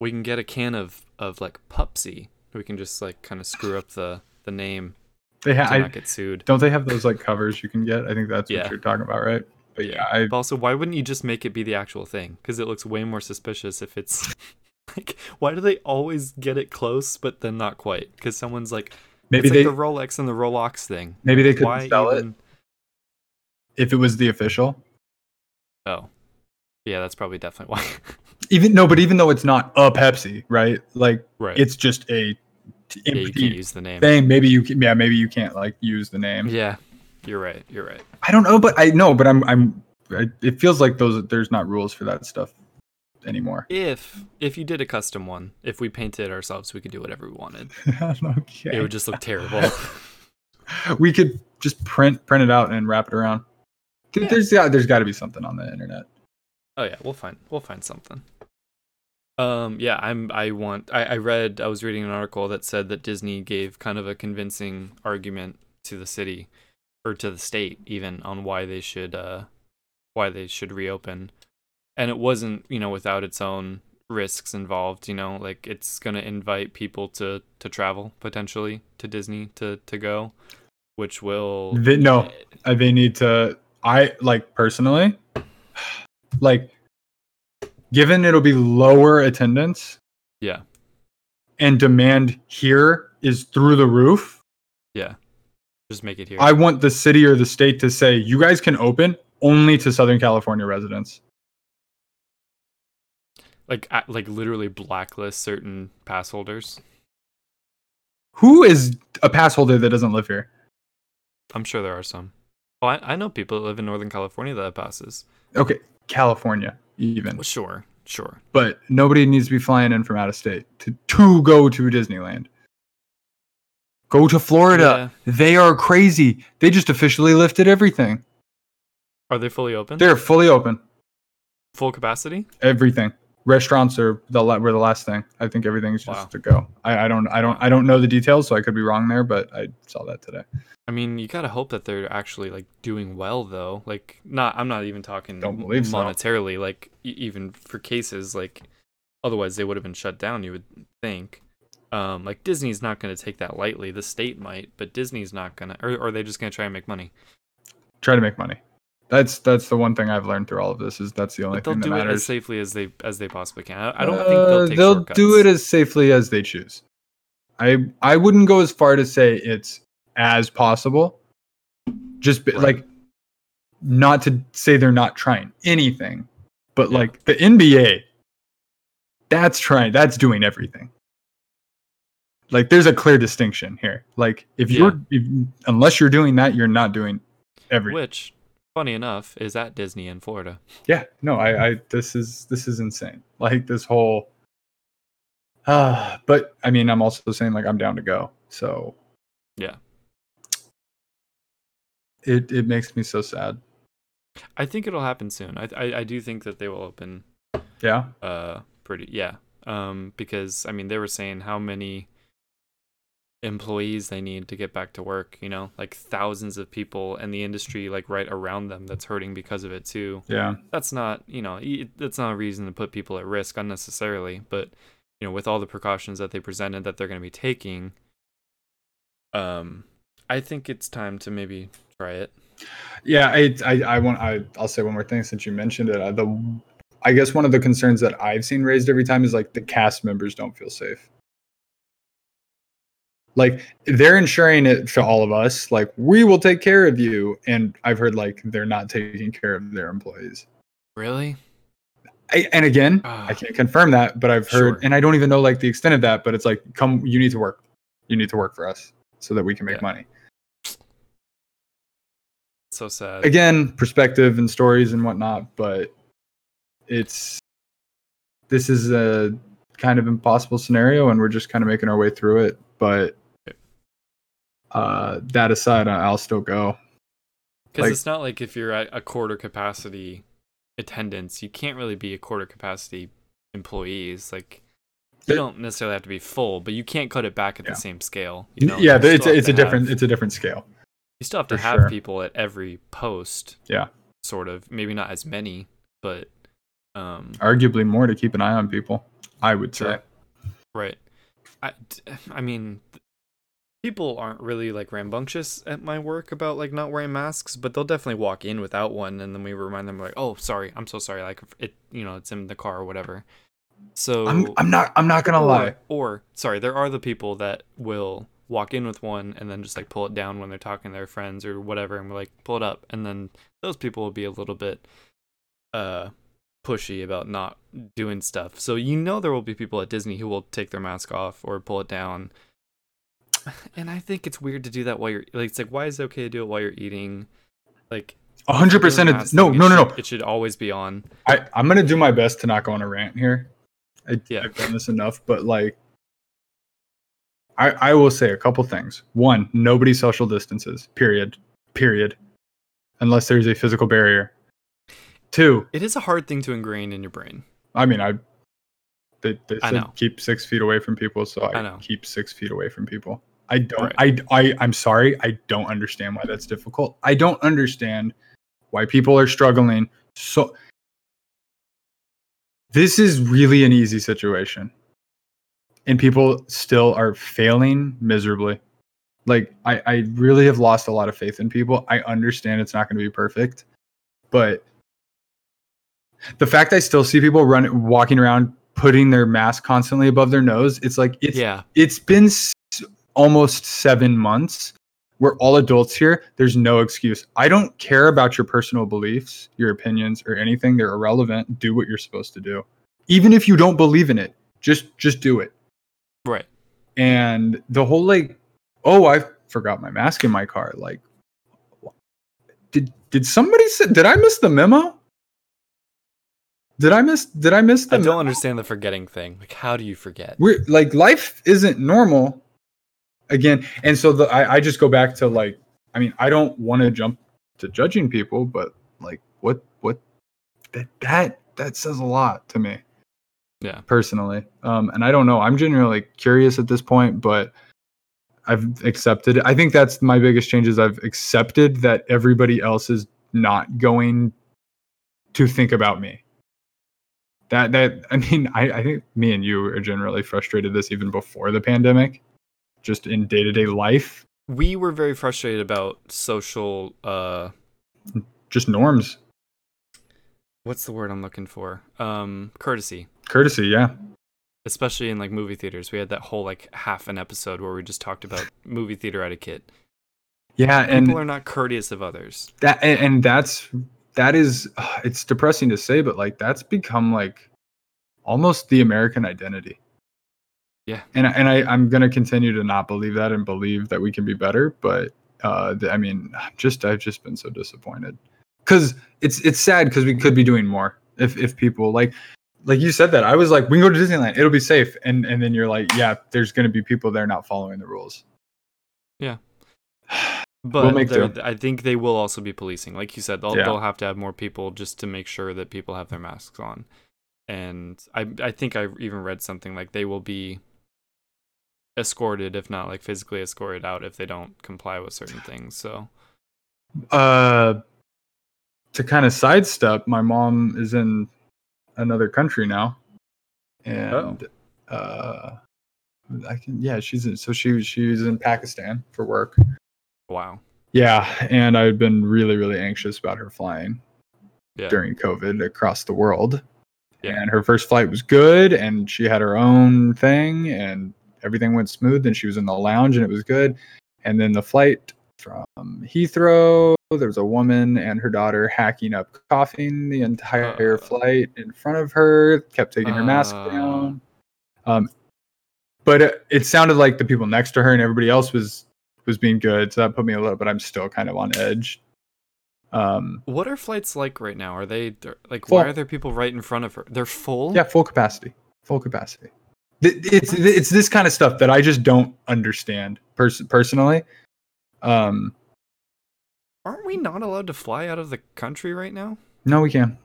[SPEAKER 1] We can get a can of of like Pupsy. We can just like kind of screw up the the name
[SPEAKER 2] They
[SPEAKER 1] to
[SPEAKER 2] ha- I,
[SPEAKER 1] not get sued.
[SPEAKER 2] don't they have those like covers you can get? I think that's
[SPEAKER 1] Yeah.
[SPEAKER 2] what you're talking about, right? But yeah, I
[SPEAKER 1] But also, why wouldn't you just make it be the actual thing? Because it looks way more suspicious if it's like, why do they always get it close but then not quite? Because someone's like,
[SPEAKER 2] maybe
[SPEAKER 1] it's
[SPEAKER 2] they
[SPEAKER 1] like the Rolex and the Rolex thing.
[SPEAKER 2] maybe they
[SPEAKER 1] why
[SPEAKER 2] could sell
[SPEAKER 1] even-
[SPEAKER 2] it if it was the official.
[SPEAKER 1] Oh, yeah, that's probably definitely why.
[SPEAKER 2] Even no, but even though it's not a Pepsi, right? Like
[SPEAKER 1] right.
[SPEAKER 2] it's just a t-
[SPEAKER 1] yeah, you can't
[SPEAKER 2] empty
[SPEAKER 1] use the name.
[SPEAKER 2] thing. Maybe you can, yeah, maybe you can't like use the name.
[SPEAKER 1] Yeah, you're right. You're right.
[SPEAKER 2] I don't know, but I know, but I'm I'm. I, it feels like those there's not rules for that stuff anymore.
[SPEAKER 1] If if you did a custom one, if we painted ourselves, we could do whatever we wanted.
[SPEAKER 2] okay.
[SPEAKER 1] It would just look terrible.
[SPEAKER 2] we could just print print it out and wrap it around. Dude,
[SPEAKER 1] Yeah.
[SPEAKER 2] There's yeah, there's got to be something on the internet.
[SPEAKER 1] Oh yeah, we'll find we'll find something. Um yeah, I'm I want I, I read I was reading an article that said that Disney gave kind of a convincing argument to the city or to the state even on why they should uh why they should reopen. And it wasn't, you know, without its own risks involved, you know, like it's going to invite people to to travel potentially to Disney to to go, which will
[SPEAKER 2] They, no, uh, they need to. I like personally, like, given it'll be lower attendance.
[SPEAKER 1] Yeah.
[SPEAKER 2] And demand here is through the roof.
[SPEAKER 1] just make it here.
[SPEAKER 2] I want the city or the state to say you guys can open only to Southern California residents.
[SPEAKER 1] like a- like literally blacklist certain pass holders.
[SPEAKER 2] Who is a pass holder that doesn't live here?
[SPEAKER 1] I'm sure there are some. Oh, I, I know people that live in Northern California that have passes.
[SPEAKER 2] Okay, California even.
[SPEAKER 1] Well, sure, sure.
[SPEAKER 2] but nobody needs to be flying in from out of state to, to go to Disneyland. Go to Florida. They are crazy. They just officially lifted everything.
[SPEAKER 1] Are they fully open?
[SPEAKER 2] They're fully open.
[SPEAKER 1] full capacity.
[SPEAKER 2] Everything. Restaurants are the la- were the last thing. I think everything's just
[SPEAKER 1] Wow.
[SPEAKER 2] to go. I, I don't I don't I don't know the details, so I could be wrong there, but I saw that today.
[SPEAKER 1] I mean, you gotta hope that they're actually like doing well though. Like, not. I'm not even talking
[SPEAKER 2] Don't believe so.
[SPEAKER 1] monetarily. Like, e- even for cases like, otherwise they would have been shut down. You would think. Um, like Disney's not gonna take that lightly. The state might, but Disney's not gonna. Or, or are they just gonna try and make money?
[SPEAKER 2] Try to make money. That's that's the one thing I've learned through all of this is that's the only
[SPEAKER 1] But they'll
[SPEAKER 2] thing that
[SPEAKER 1] do it as
[SPEAKER 2] matters.
[SPEAKER 1] safely as they as they possibly can. I, I don't think they'll
[SPEAKER 2] Uh,
[SPEAKER 1] take
[SPEAKER 2] they'll
[SPEAKER 1] shortcuts.
[SPEAKER 2] do it as safely as they choose. I I wouldn't go as far to say it's as possible. Just be,
[SPEAKER 1] Right.
[SPEAKER 2] like not to say they're not trying anything, but
[SPEAKER 1] Yeah.
[SPEAKER 2] like the NBA, that's trying, that's doing everything. Like there's a clear distinction here. Like if
[SPEAKER 1] Yeah.
[SPEAKER 2] you're, if, unless you're doing that, you're not doing everything.
[SPEAKER 1] which, funny enough, is at Disney in Florida.
[SPEAKER 2] yeah no i i this is this is insane like this whole uh but i mean i'm also saying like i'm down to go so
[SPEAKER 1] Yeah.
[SPEAKER 2] it it makes me so sad
[SPEAKER 1] I think it'll happen soon. I I, I do think that they will open.
[SPEAKER 2] yeah
[SPEAKER 1] Uh, pretty yeah. Um, because I mean they were saying how many employees they need to get back to work. You know, like thousands of people and the industry like right around them that's hurting because of it too.
[SPEAKER 2] yeah
[SPEAKER 1] that's not you know y- that's not a reason to put people at risk unnecessarily but you know with all the precautions that they presented that they're going to be taking um i think it's time to maybe try it
[SPEAKER 2] yeah i i, I want i i'll say one more thing since you mentioned it I, the i guess one of the concerns that i've seen raised every time is like the cast members don't feel safe like they're ensuring it to all of us like we will take care of you and i've heard like they're not taking care of their employees
[SPEAKER 1] really
[SPEAKER 2] I, and again, I
[SPEAKER 1] Ah.
[SPEAKER 2] can't confirm that, but I've heard,
[SPEAKER 1] Sure.
[SPEAKER 2] and I don't even know like the extent of that, but it's like, come, you need to work, you need to work for us so that we can make
[SPEAKER 1] Yeah.
[SPEAKER 2] money.
[SPEAKER 1] so sad
[SPEAKER 2] Again, perspective and stories and whatnot, but it's this is a kind of impossible scenario, and we're just kind of making our way through it. But uh, that aside, I- I'll still go.
[SPEAKER 1] because
[SPEAKER 2] like-
[SPEAKER 1] it's not like if you're at a quarter capacity attendance you can't really be a quarter capacity employees like you
[SPEAKER 2] It-
[SPEAKER 1] don't necessarily have to be full but you can't cut it back at
[SPEAKER 2] Yeah.
[SPEAKER 1] the same scale you know
[SPEAKER 2] yeah,
[SPEAKER 1] You
[SPEAKER 2] it's
[SPEAKER 1] still have
[SPEAKER 2] it's a
[SPEAKER 1] to have-
[SPEAKER 2] different it's a different scale.
[SPEAKER 1] You still have to
[SPEAKER 2] For
[SPEAKER 1] have
[SPEAKER 2] sure.
[SPEAKER 1] people at every post.
[SPEAKER 2] Yeah.
[SPEAKER 1] Sort of. Maybe not as many, but um
[SPEAKER 2] Arguably more to keep an eye on people. I would say.
[SPEAKER 1] sure. right. I, d- I mean th- people aren't really like rambunctious at my work about like not wearing masks, but they'll definitely walk in without one and then we remind them like, "Oh, sorry. I'm so sorry. Like it, you know, it's in the car or whatever." So
[SPEAKER 2] I'm I'm not I'm not gonna
[SPEAKER 1] or,
[SPEAKER 2] lie.
[SPEAKER 1] Or sorry, there are the people that will walk in with one and then just like pull it down when they're talking to their friends or whatever, and we're like pull it up, and then those people will be a little bit uh pushy about not doing stuff. So you know there will be people at Disney who will take their mask off or pull it down. And I think it's weird to do that while you're like it's like why is it okay to do it while you're eating? Like
[SPEAKER 2] A hundred
[SPEAKER 1] if you're
[SPEAKER 2] percent.
[SPEAKER 1] wearing a
[SPEAKER 2] of
[SPEAKER 1] mask,
[SPEAKER 2] No,
[SPEAKER 1] like, it
[SPEAKER 2] no, no,
[SPEAKER 1] should-
[SPEAKER 2] no.
[SPEAKER 1] It should always be on.
[SPEAKER 2] I, I'm gonna do my best to not go on a rant here. I,
[SPEAKER 1] Yeah.
[SPEAKER 2] I've done this enough, but like, I I will say a couple things. One, nobody social distances. Period. Period. Unless there's a physical barrier. Two,
[SPEAKER 1] It is a hard thing to ingrain in your brain.
[SPEAKER 2] I mean, I they, they
[SPEAKER 1] I
[SPEAKER 2] said
[SPEAKER 1] know.
[SPEAKER 2] keep six feet away from people, so I,
[SPEAKER 1] I know.
[SPEAKER 2] keep six feet away from people. I don't. I I I'm sorry. I don't understand why that's difficult. I don't understand why people are struggling. So this is really an easy situation, and people still are failing miserably. Like I I really have lost a lot of faith in people. I understand it's not going to be perfect, but the fact I still see people run walking around putting their mask constantly above their nose, it's like it's
[SPEAKER 1] yeah.
[SPEAKER 2] it's been s- almost 7 months. We're all adults here. There's no excuse. I don't care about your personal beliefs, your opinions or anything. They're irrelevant. Do what you're supposed to do. Even if you don't believe in it, just just do it.
[SPEAKER 1] Right.
[SPEAKER 2] And the whole like oh, I forgot my mask in my car. Like did did somebody say, did I miss the memo? Did I miss did I miss the
[SPEAKER 1] I
[SPEAKER 2] memo?
[SPEAKER 1] don't understand the forgetting thing. Like, how do you forget?
[SPEAKER 2] we're like life isn't normal again and so the i, I just go back to like i mean i don't want to jump to judging people but like what what that that that says a lot to me
[SPEAKER 1] Yeah.
[SPEAKER 2] personally um and i don't know i'm genuinely curious at this point but i've accepted it. i think that's my biggest change is i've accepted that everybody else is not going to think about me that that i mean i, I think me and you are generally frustrated this even before the pandemic just in day-to-day life
[SPEAKER 1] we were very frustrated about social uh
[SPEAKER 2] just norms
[SPEAKER 1] what's the word i'm looking for um courtesy
[SPEAKER 2] courtesy yeah
[SPEAKER 1] especially in like movie theaters we had that whole like half an episode where we just talked about movie theater etiquette
[SPEAKER 2] Yeah, and
[SPEAKER 1] people are not courteous of others.
[SPEAKER 2] that and, and that's that is it's depressing to say but like that's become like almost the american identity
[SPEAKER 1] Yeah.
[SPEAKER 2] and I- and i i'm going to continue to not believe that and believe that we can be better but uh th- i mean I'm just i've just been so disappointed cuz it's it's sad cuz we could be doing more if if people like like you said that i was like we can go to disneyland it'll be safe and and then you're like yeah there's going to be people there not following the rules
[SPEAKER 1] But
[SPEAKER 2] make
[SPEAKER 1] they're-
[SPEAKER 2] do.
[SPEAKER 1] I think they will also be policing, like you said. They'll,
[SPEAKER 2] Yeah.
[SPEAKER 1] they'll have to have more people just to make sure that people have their masks on. And I, I think I even read something like they will be escorted, if not like physically escorted out, if they don't comply with certain things. So
[SPEAKER 2] uh to kind of sidestep my mom is in another country now and uh i can yeah she's in so she she's in pakistan for work
[SPEAKER 1] wow,
[SPEAKER 2] yeah and i had been really really anxious about her flying
[SPEAKER 1] Yeah.
[SPEAKER 2] during covid across the world
[SPEAKER 1] Yeah.
[SPEAKER 2] and her first flight was good and she had her own thing and everything went smooth and she was in the lounge and it was good and then the flight from Heathrow, there was a woman and her daughter hacking up, coughing the entire
[SPEAKER 1] Uh.
[SPEAKER 2] flight in front of her, kept taking her mask
[SPEAKER 1] Uh.
[SPEAKER 2] down. Um, but it, it sounded like the people next to her and everybody else was was being good, so that put me a little. But I'm still kind of on edge. Um,
[SPEAKER 1] what are flights like right now? Are they they're- like
[SPEAKER 2] Full.
[SPEAKER 1] why are there people right in front of her? They're full.
[SPEAKER 2] yeah, full capacity, full capacity. Th- It's it's this kind of stuff that I just don't understand pers- personally. Um,
[SPEAKER 1] Aren't we not allowed to fly out of the country right now?
[SPEAKER 2] no, we can.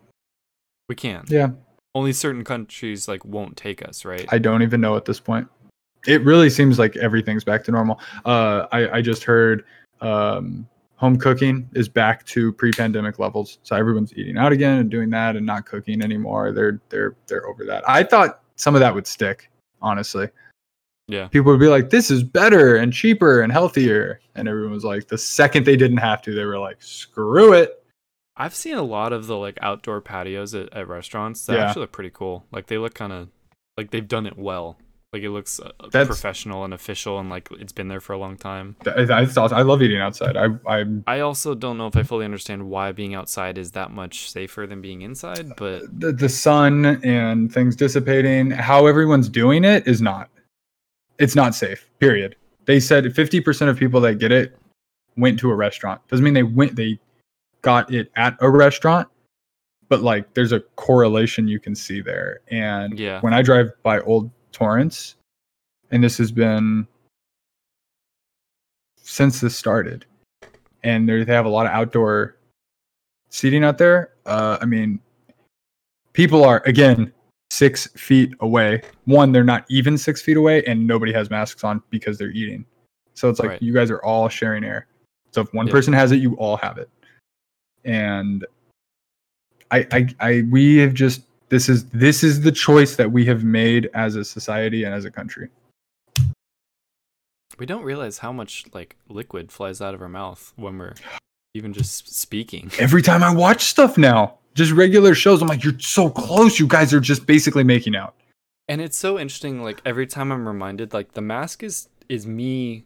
[SPEAKER 1] We can.
[SPEAKER 2] Yeah.
[SPEAKER 1] Only certain countries like won't take us, right?
[SPEAKER 2] I don't even know at this point. It really seems like everything's back to normal. Uh, I, I just heard um, home cooking is back to pre-pandemic levels, so everyone's eating out again and doing that and not cooking anymore. They're they're they're over that. I thought some of that would stick, honestly.
[SPEAKER 1] Yeah.
[SPEAKER 2] people would be like, "This is better and cheaper and healthier," and everyone was like, the second they didn't have to, they were like, "Screw it."
[SPEAKER 1] I've seen a lot of the like outdoor patios at, at restaurants that
[SPEAKER 2] Yeah.
[SPEAKER 1] actually look pretty cool. Like they look kind of like they've done it well. Like it looks uh,
[SPEAKER 2] That's-
[SPEAKER 1] professional and official and like it's been there for a long time.
[SPEAKER 2] Th- It's awesome. I love eating outside. I I'm
[SPEAKER 1] I also don't know if I fully understand why being outside is that much safer than being inside, but
[SPEAKER 2] the, the sun and things dissipating how everyone's doing it is not it's not safe period they said 50% of people that get it went to a restaurant doesn't mean they went they got it at a restaurant but like there's a correlation you can see there and
[SPEAKER 1] Yeah.
[SPEAKER 2] when i drive by old torrance and this has been since this started and there, they have a lot of outdoor seating out there uh, i mean people are again six feet away one they're not even six feet away and nobody has masks on because they're eating so it's like
[SPEAKER 1] Right.
[SPEAKER 2] you guys are all sharing air so if one
[SPEAKER 1] Yeah.
[SPEAKER 2] person has it you all have it and I, I i we have just this is this is the choice that we have made as a society and as a country
[SPEAKER 1] we don't realize how much like liquid flies out of our mouth when we're even just speaking.
[SPEAKER 2] every time i watch stuff now just regular shows i'm like you're so close you guys are just basically making out
[SPEAKER 1] And it's so interesting. Like every time I'm reminded, like the mask is is me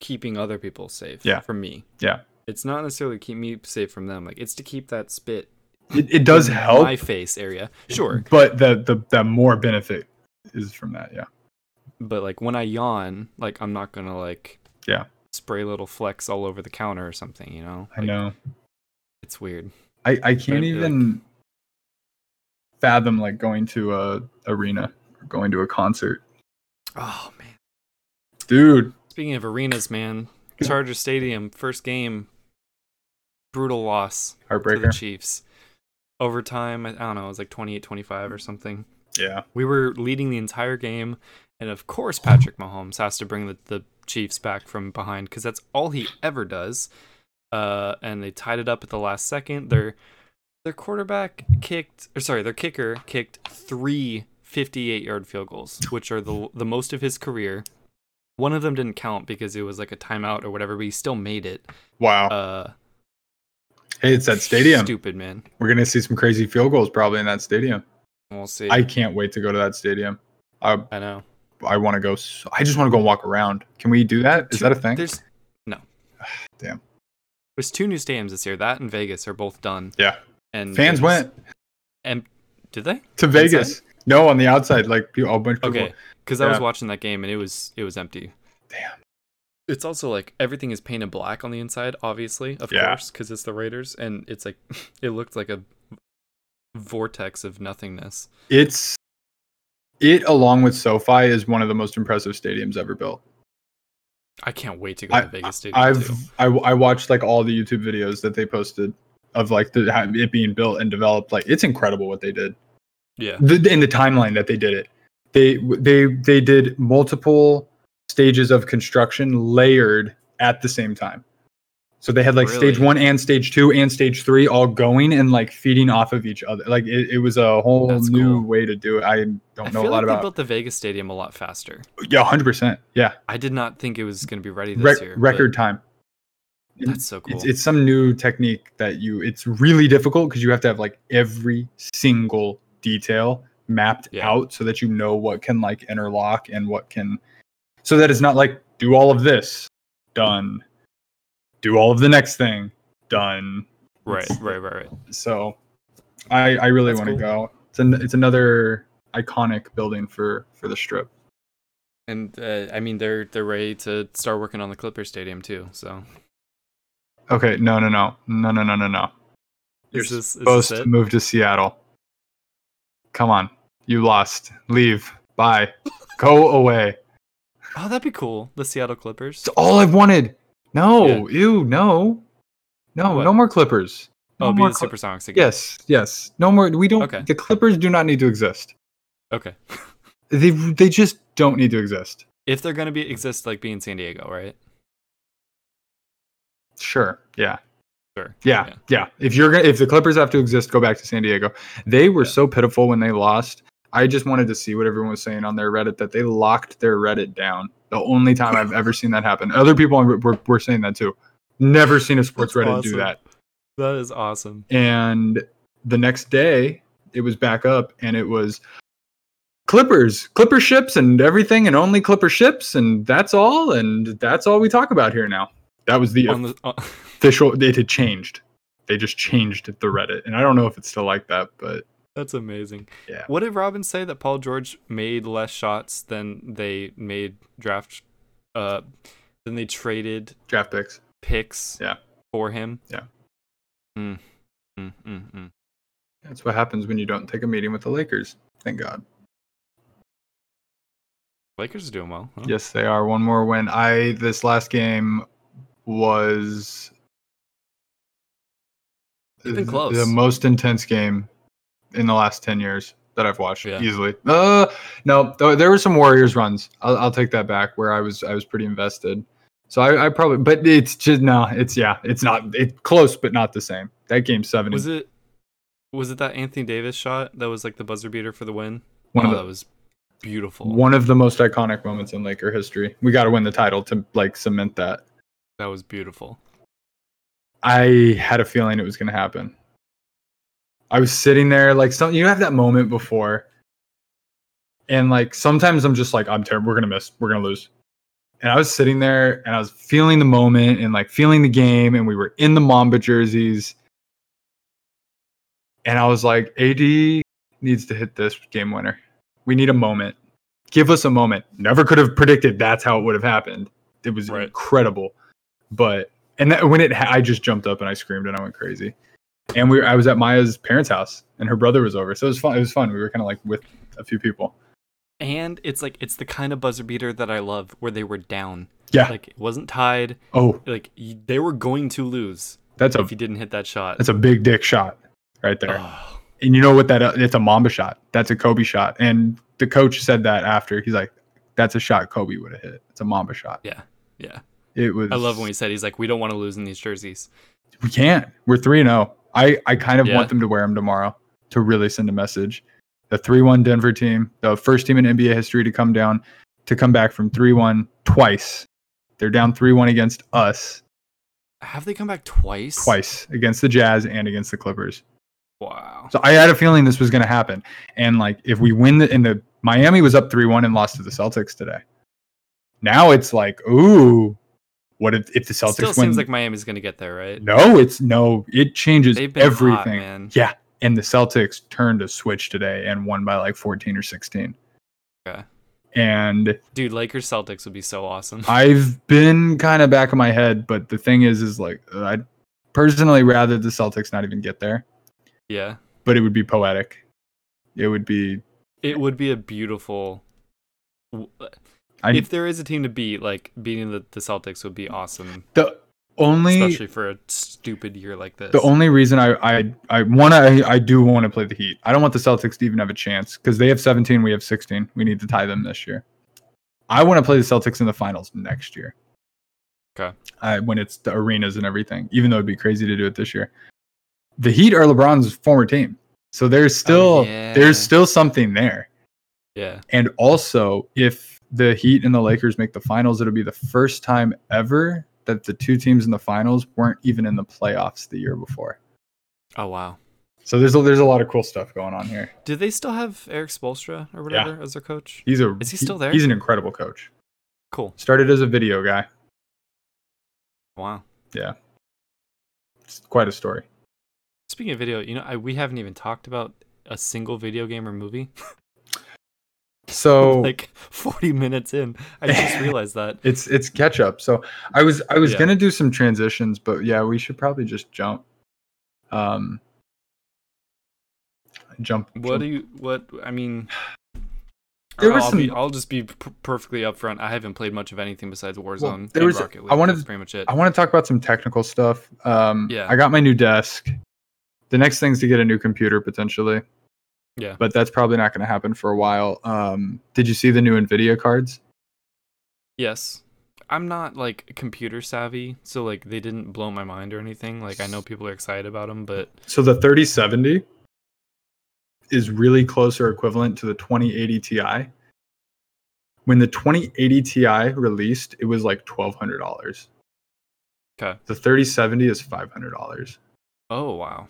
[SPEAKER 1] keeping other people safe.
[SPEAKER 2] Yeah.
[SPEAKER 1] From me.
[SPEAKER 2] Yeah.
[SPEAKER 1] It's not necessarily keep me safe from them. Like it's to keep that spit
[SPEAKER 2] it, it does
[SPEAKER 1] in
[SPEAKER 2] help
[SPEAKER 1] my face area. Sure.
[SPEAKER 2] but the the the more benefit is from that yeah
[SPEAKER 1] But like when I yawn, like I'm not gonna like
[SPEAKER 2] Yeah.
[SPEAKER 1] spray little flecks all over the counter or something. You know.
[SPEAKER 2] i
[SPEAKER 1] Like,
[SPEAKER 2] know
[SPEAKER 1] It's weird.
[SPEAKER 2] I, I can't
[SPEAKER 1] be like-
[SPEAKER 2] even fathom like going to a arena or going to a concert.
[SPEAKER 1] Oh man.
[SPEAKER 2] Dude,
[SPEAKER 1] Speaking of arenas, man, Charger Stadium first game, brutal loss. to the
[SPEAKER 2] heartbreaker.
[SPEAKER 1] Chiefs. Overtime, I I don't know, it was like 28 25 or something.
[SPEAKER 2] Yeah.
[SPEAKER 1] We were leading the entire game. And of course, Patrick Mahomes has to bring the, the Chiefs back from behind because that's all he ever does. Uh, and they tied it up at the last second. Their their quarterback kicked, or sorry, their kicker kicked three 58 yard field goals, which are the, the most of his career. One of them didn't count because it was like a timeout or whatever, but he still made it.
[SPEAKER 2] Wow.
[SPEAKER 1] Uh,
[SPEAKER 2] hey, Oh, it's that stadium.
[SPEAKER 1] Stupid, man.
[SPEAKER 2] We're gonna see some crazy field goals probably in that stadium.
[SPEAKER 1] We'll see.
[SPEAKER 2] I can't wait to go to that stadium. I
[SPEAKER 1] I know.
[SPEAKER 2] I want to go. So, I just want to go walk around. Can we do that? Is
[SPEAKER 1] Two-
[SPEAKER 2] that a thing?
[SPEAKER 1] There's no.
[SPEAKER 2] Damn.
[SPEAKER 1] There's two new stadiums this year. That and Vegas are both done.
[SPEAKER 2] Yeah.
[SPEAKER 1] And
[SPEAKER 2] Fans
[SPEAKER 1] there's-
[SPEAKER 2] went
[SPEAKER 1] And did they?
[SPEAKER 2] to Vegas. No, on the outside, like people, a bunch of people.
[SPEAKER 1] Okay, because I was
[SPEAKER 2] Yeah.
[SPEAKER 1] watching that game and it was it was empty.
[SPEAKER 2] Damn.
[SPEAKER 1] It's also like everything is painted black on the inside, obviously, of course, 'cause
[SPEAKER 2] Yeah.
[SPEAKER 1] course, because it's the Raiders, and it's like it looked like a vortex of nothingness.
[SPEAKER 2] It's it along with SoFi is one of the most impressive stadiums ever built.
[SPEAKER 1] I can't wait to go
[SPEAKER 2] I-
[SPEAKER 1] to Vegas Stadium.
[SPEAKER 2] I've
[SPEAKER 1] too.
[SPEAKER 2] I, I watched like all the YouTube videos that they posted of like the, how it being built and developed. Like it's incredible what they did.
[SPEAKER 1] yeah,
[SPEAKER 2] the, in the timeline that they did it. They they they did multiple stages of construction layered at the same time. So they had like stage
[SPEAKER 1] Really?
[SPEAKER 2] one and stage two and stage three all going and like feeding off of each other. Like it, it was a whole
[SPEAKER 1] That's
[SPEAKER 2] new
[SPEAKER 1] cool.
[SPEAKER 2] way to do it. I
[SPEAKER 1] I
[SPEAKER 2] don't
[SPEAKER 1] feel
[SPEAKER 2] know a lot
[SPEAKER 1] like they
[SPEAKER 2] about.
[SPEAKER 1] built the Vegas Stadium a lot faster.
[SPEAKER 2] yeah, hundred percent. Yeah,
[SPEAKER 1] I did not think it was going to be ready
[SPEAKER 2] Re-
[SPEAKER 1] this year. but
[SPEAKER 2] record time.
[SPEAKER 1] That's so cool.
[SPEAKER 2] It's it's some new technique that you. It's really difficult because you have to have like every single detail mapped
[SPEAKER 1] Yeah.
[SPEAKER 2] out so that you know what can like interlock and what can, so that it's not like do all of this, done, do all of the next thing, done.
[SPEAKER 1] right, right, right, right.
[SPEAKER 2] So, I I really
[SPEAKER 1] That's
[SPEAKER 2] want to
[SPEAKER 1] cool.
[SPEAKER 2] go. It's an, it's another iconic building for for the strip.
[SPEAKER 1] And uh, I mean, they're they're ready to start working on the Clipper Stadium too. So
[SPEAKER 2] Okay, no no no no no no no no. You're
[SPEAKER 1] is this, is
[SPEAKER 2] supposed
[SPEAKER 1] this
[SPEAKER 2] to
[SPEAKER 1] it?
[SPEAKER 2] move to Seattle. Come on. You lost. Leave. Bye. Go away.
[SPEAKER 1] Oh, that'd be cool. The Seattle Clippers.
[SPEAKER 2] It's all I've wanted. No. Ew, no. No,
[SPEAKER 1] What?
[SPEAKER 2] no more Clippers. No
[SPEAKER 1] oh, be
[SPEAKER 2] more
[SPEAKER 1] the
[SPEAKER 2] Cl-
[SPEAKER 1] Supersonics again.
[SPEAKER 2] Yes, yes. No more we don't
[SPEAKER 1] Okay.
[SPEAKER 2] the Clippers do not need to exist.
[SPEAKER 1] Okay.
[SPEAKER 2] They they just don't need to exist.
[SPEAKER 1] If they're gonna be exist, like be in San Diego, right?
[SPEAKER 2] Sure. Yeah.
[SPEAKER 1] Sure.
[SPEAKER 2] Yeah,
[SPEAKER 1] Yeah.
[SPEAKER 2] yeah. If you're gonna, if the Clippers have to exist, go back to San Diego. They were
[SPEAKER 1] Yeah.
[SPEAKER 2] so pitiful when they lost. I just wanted to see what everyone was saying on their Reddit that they locked their Reddit down. The only time I've ever seen that happen. Other people were, were, were saying that too. Never seen a sports
[SPEAKER 1] That's
[SPEAKER 2] Reddit do
[SPEAKER 1] awesome.
[SPEAKER 2] that.
[SPEAKER 1] That is awesome.
[SPEAKER 2] And the next day, it was back up, and it was Clippers, Clipper ships, and everything, and only Clipper ships, and that's all, and that's all we talk about here now. That was the
[SPEAKER 1] On the, uh, on-
[SPEAKER 2] official it had changed they just changed the reddit and i don't know if it's still like that but
[SPEAKER 1] that's amazing.
[SPEAKER 2] Yeah.
[SPEAKER 1] What did Robin say that Paul George made less shots than they made draft? Uh, than they traded
[SPEAKER 2] draft picks
[SPEAKER 1] picks.
[SPEAKER 2] Yeah.
[SPEAKER 1] For him.
[SPEAKER 2] Yeah.
[SPEAKER 1] Mm. Mm, mm, mm.
[SPEAKER 2] that's what happens when you don't take a meeting with the lakers thank god
[SPEAKER 1] Lakers are doing well. Huh?
[SPEAKER 2] yes they are one more win i this last game was
[SPEAKER 1] They've been
[SPEAKER 2] th-
[SPEAKER 1] close.
[SPEAKER 2] the most intense game in the last 10 years that i've watched
[SPEAKER 1] Yeah.
[SPEAKER 2] easily uh no th- there were some warriors runs I'll, I'll take that back where i was i was pretty invested so I, I probably, but it's just no. It's yeah. It's not. It's close, but not the same. That game seven
[SPEAKER 1] Was it? Was it that Anthony Davis shot that was like the buzzer beater for the win?
[SPEAKER 2] one
[SPEAKER 1] oh,
[SPEAKER 2] of the
[SPEAKER 1] that was beautiful.
[SPEAKER 2] one of the most iconic moments in Laker history. We got to win the title to like cement that.
[SPEAKER 1] That was beautiful.
[SPEAKER 2] I had a feeling it was going to happen. I was sitting there like some you have that moment before. And like sometimes I'm just like I'm terrible. We're going to miss. We're going to lose. And I was sitting there and I was feeling the moment and like feeling the game and we were in the Mamba jerseys. And I was like AD needs to hit this game winner. We need a moment. Give us a moment. Never could have predicted that's how it would have happened. It was
[SPEAKER 1] Right.
[SPEAKER 2] incredible. But and that, when it, ha- I just jumped up and I screamed and I went crazy. And we, I was at Maya's parents' house, and her brother was over, so it was fun. It was fun. We were kind of like with a few people.
[SPEAKER 1] And it's like it's the kind of buzzer beater that I love, where they were down.
[SPEAKER 2] Yeah.
[SPEAKER 1] Like it wasn't tied.
[SPEAKER 2] Oh,
[SPEAKER 1] Like y- they were going to lose
[SPEAKER 2] that's a
[SPEAKER 1] if you didn't hit that shot.
[SPEAKER 2] that's a big dick shot right there.
[SPEAKER 1] Oh,
[SPEAKER 2] And you know what? That uh, it's a Mamba shot. That's a Kobe shot. And the coach said that after he's like, "That's a shot Kobe would have hit. It's a Mamba shot."
[SPEAKER 1] yeah, yeah.
[SPEAKER 2] It was.
[SPEAKER 1] I love when he said he's like, we don't want to lose in these jerseys.
[SPEAKER 2] we can't. We're three and zero. I I kind of
[SPEAKER 1] Yeah.
[SPEAKER 2] want them to wear them tomorrow to really send a message. The three one Denver team, the first team in NBA history to come down, to come back from three one twice. They're down three one against us
[SPEAKER 1] Have they come back twice?
[SPEAKER 2] twice against the Jazz and against the Clippers.
[SPEAKER 1] Wow.
[SPEAKER 2] So I had a feeling this was going to happen. And like if we win the in the Miami was up three one and lost to the Celtics today. Now it's like ooh, What if, if the Celtics
[SPEAKER 1] Still
[SPEAKER 2] win?
[SPEAKER 1] seems like Miami's gonna get there, right?
[SPEAKER 2] no, it's no. It changes
[SPEAKER 1] They've been
[SPEAKER 2] everything.
[SPEAKER 1] hot, man.
[SPEAKER 2] Yeah. And the Celtics turned a switch today and won by like 14 or 16.
[SPEAKER 1] Okay.
[SPEAKER 2] And
[SPEAKER 1] Dude, Lakers Celtics would be so awesome.
[SPEAKER 2] I've been kind of back of my head, but the thing is, is like, I'd personally rather the Celtics not even get there,
[SPEAKER 1] yeah.
[SPEAKER 2] but it would be poetic. It would be,
[SPEAKER 1] It would be a beautiful w-
[SPEAKER 2] I,
[SPEAKER 1] if there is a team to beat, like beating the, the Celtics would be awesome,
[SPEAKER 2] the only,
[SPEAKER 1] especially for a stupid year like this.
[SPEAKER 2] the only reason I, I, I want to, I, I do want to play the Heat. I don't want the Celtics to even have a chance because they have 17, we have 16. We need to tie them this year. I want to play the Celtics in the finals next year.
[SPEAKER 1] Okay.
[SPEAKER 2] Uh, when it's the arenas and everything, even though it'd be crazy to do it this year. The Heat are LeBron's former team. So there's still
[SPEAKER 1] Oh, yeah.
[SPEAKER 2] there's still something there.
[SPEAKER 1] yeah.
[SPEAKER 2] And also, if the Heat and the Lakers make the finals, it'll be the first time ever that the two teams in the finals weren't even in the playoffs the year before.
[SPEAKER 1] Oh wow.
[SPEAKER 2] So there's a, there's a lot of cool stuff going on here.
[SPEAKER 1] Do they still have Eric Spolstra or
[SPEAKER 2] Yeah.
[SPEAKER 1] whatever as their coach?
[SPEAKER 2] He's a
[SPEAKER 1] Is he still there?
[SPEAKER 2] He's an incredible coach.
[SPEAKER 1] Cool.
[SPEAKER 2] Started as a video guy.
[SPEAKER 1] Wow.
[SPEAKER 2] It's quite a story.
[SPEAKER 1] Speaking of video, you know, I, we haven't even talked about a single video game or movie.
[SPEAKER 2] So
[SPEAKER 1] like 40 minutes in, I just realized that.
[SPEAKER 2] it's it's catch up. So I was I was
[SPEAKER 1] Yeah.
[SPEAKER 2] gonna do some transitions, but yeah, we should probably just jump. Um, jump.
[SPEAKER 1] What
[SPEAKER 2] jump.
[SPEAKER 1] do you? What I mean?
[SPEAKER 2] There
[SPEAKER 1] I'll,
[SPEAKER 2] was
[SPEAKER 1] be,
[SPEAKER 2] some-
[SPEAKER 1] I'll just be p- perfectly upfront. I haven't played much of anything besides Warzone.
[SPEAKER 2] there
[SPEAKER 1] and
[SPEAKER 2] was-
[SPEAKER 1] Rocket League.
[SPEAKER 2] I wanted-
[SPEAKER 1] That's pretty much it.
[SPEAKER 2] I want to talk about some technical stuff. Um,
[SPEAKER 1] Yeah.
[SPEAKER 2] I got my new desk. The next thing's to get a new computer potentially.
[SPEAKER 1] Yeah.
[SPEAKER 2] But that's probably not going to happen for a while. Um, did you see the new Nvidia cards?
[SPEAKER 1] yes, I'm not like computer savvy, so like they didn't blow my mind or anything. Like I know people are excited about them, but
[SPEAKER 2] So the 3070 is really close or equivalent to the 2080 Ti. When the 2080 Ti released, it was like $1,200.
[SPEAKER 1] Okay.
[SPEAKER 2] The 3070 is $500.
[SPEAKER 1] oh wow,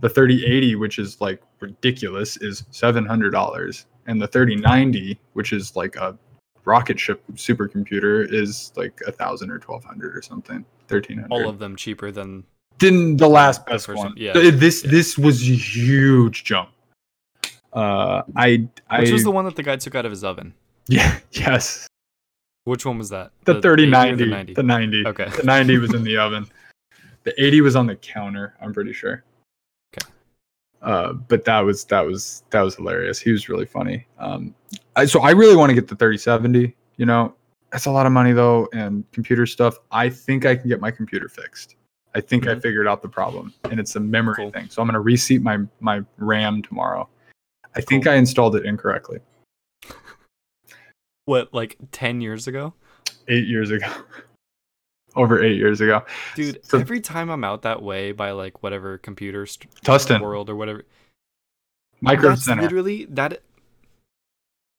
[SPEAKER 2] The 3080, which is like ridiculous, is $700. And the 3090, which is like a rocket ship supercomputer, is like a thousand or 1200 or something. 1300
[SPEAKER 1] all of them cheaper than
[SPEAKER 2] didn't the last
[SPEAKER 1] the
[SPEAKER 2] best
[SPEAKER 1] first
[SPEAKER 2] one.
[SPEAKER 1] one, yeah.
[SPEAKER 2] Th- This
[SPEAKER 1] Yeah.
[SPEAKER 2] this was a huge jump. Uh, I I
[SPEAKER 1] which was the one that the guy took out of his oven.
[SPEAKER 2] yeah yes
[SPEAKER 1] Which one was that?
[SPEAKER 2] the, 30
[SPEAKER 1] 80 or
[SPEAKER 2] 90
[SPEAKER 1] the
[SPEAKER 2] the 90 the 90,
[SPEAKER 1] Okay.
[SPEAKER 2] was in the oven. The 80 was on the counter. I'm pretty sure.
[SPEAKER 1] Okay.
[SPEAKER 2] Uh, but that was that was that was hilarious. He was really funny. Um, I, so I really want to get the 3070. You know, that's a lot of money though, and computer stuff. I think I can get my computer fixed. I think I
[SPEAKER 1] Mhm.
[SPEAKER 2] figured out the problem, and it's a memory
[SPEAKER 1] Cool.
[SPEAKER 2] thing. So I'm gonna reseat my my RAM tomorrow. I think
[SPEAKER 1] Cool.
[SPEAKER 2] I installed it incorrectly
[SPEAKER 1] What like 10 years ago?
[SPEAKER 2] eight years ago, over eight years ago.
[SPEAKER 1] Dude,
[SPEAKER 2] So-
[SPEAKER 1] every time I'm out that way by like whatever computer st-
[SPEAKER 2] Tustin,
[SPEAKER 1] world or whatever,
[SPEAKER 2] Micro
[SPEAKER 1] that's
[SPEAKER 2] Center.
[SPEAKER 1] literally that.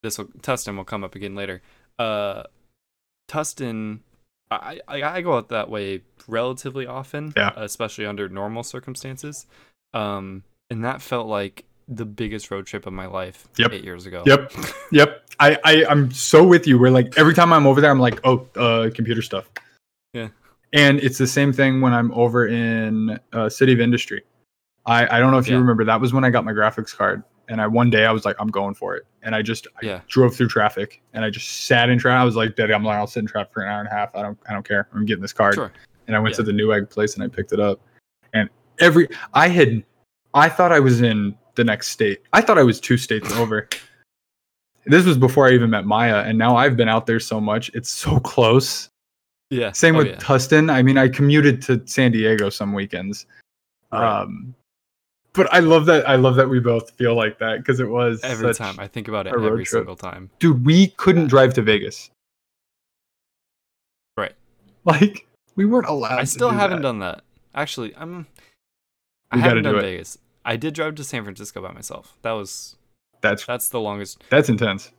[SPEAKER 1] This will Tustin will come up again later. Uh, Tustin, I, I I go out that way relatively often,
[SPEAKER 2] Yeah.
[SPEAKER 1] especially under normal circumstances. Um, and that felt like the biggest road trip of my life
[SPEAKER 2] Yep.
[SPEAKER 1] eight years ago.
[SPEAKER 2] Yep. Yep. I, I I'm so with you. Where like every time I'm over there, I'm like, oh, uh, computer stuff.
[SPEAKER 1] Yeah.
[SPEAKER 2] And it's the same thing when I'm over in uh, City of Industry. I I don't know if you
[SPEAKER 1] Yeah.
[SPEAKER 2] remember that was when I got my graphics card, and I one day I was like, I'm going for it, and I just I
[SPEAKER 1] Yeah.
[SPEAKER 2] drove through traffic, and I just sat in traffic. I was like, Daddy, I'm like, I'll sit in traffic for an hour and a half. I don't I don't care. I'm getting this card
[SPEAKER 1] Sure.
[SPEAKER 2] and I went
[SPEAKER 1] Yeah.
[SPEAKER 2] to the Newegg place and I picked it up. And every I had, I thought I was in the next state. I thought I was two states over. This was before I even met Maya, and now I've been out there so much. It's so close.
[SPEAKER 1] Yeah.
[SPEAKER 2] Same
[SPEAKER 1] Oh,
[SPEAKER 2] with
[SPEAKER 1] yeah.
[SPEAKER 2] Tustin. I mean, I commuted to San Diego some weekends.
[SPEAKER 1] Right.
[SPEAKER 2] Um, but I love that. I love that we both feel like that because it was
[SPEAKER 1] every
[SPEAKER 2] such-
[SPEAKER 1] time I think about it
[SPEAKER 2] a road
[SPEAKER 1] every
[SPEAKER 2] trip.
[SPEAKER 1] single time.
[SPEAKER 2] Dude, we couldn't drive to Vegas.
[SPEAKER 1] Right.
[SPEAKER 2] Like we weren't allowed.
[SPEAKER 1] I
[SPEAKER 2] to
[SPEAKER 1] still
[SPEAKER 2] do
[SPEAKER 1] haven't
[SPEAKER 2] that.
[SPEAKER 1] done that. Actually, I'm. I
[SPEAKER 2] We gotta
[SPEAKER 1] haven't
[SPEAKER 2] do
[SPEAKER 1] done
[SPEAKER 2] it.
[SPEAKER 1] Vegas. I did drive to San Francisco by myself. That was
[SPEAKER 2] That's
[SPEAKER 1] that's the longest.
[SPEAKER 2] that's intense.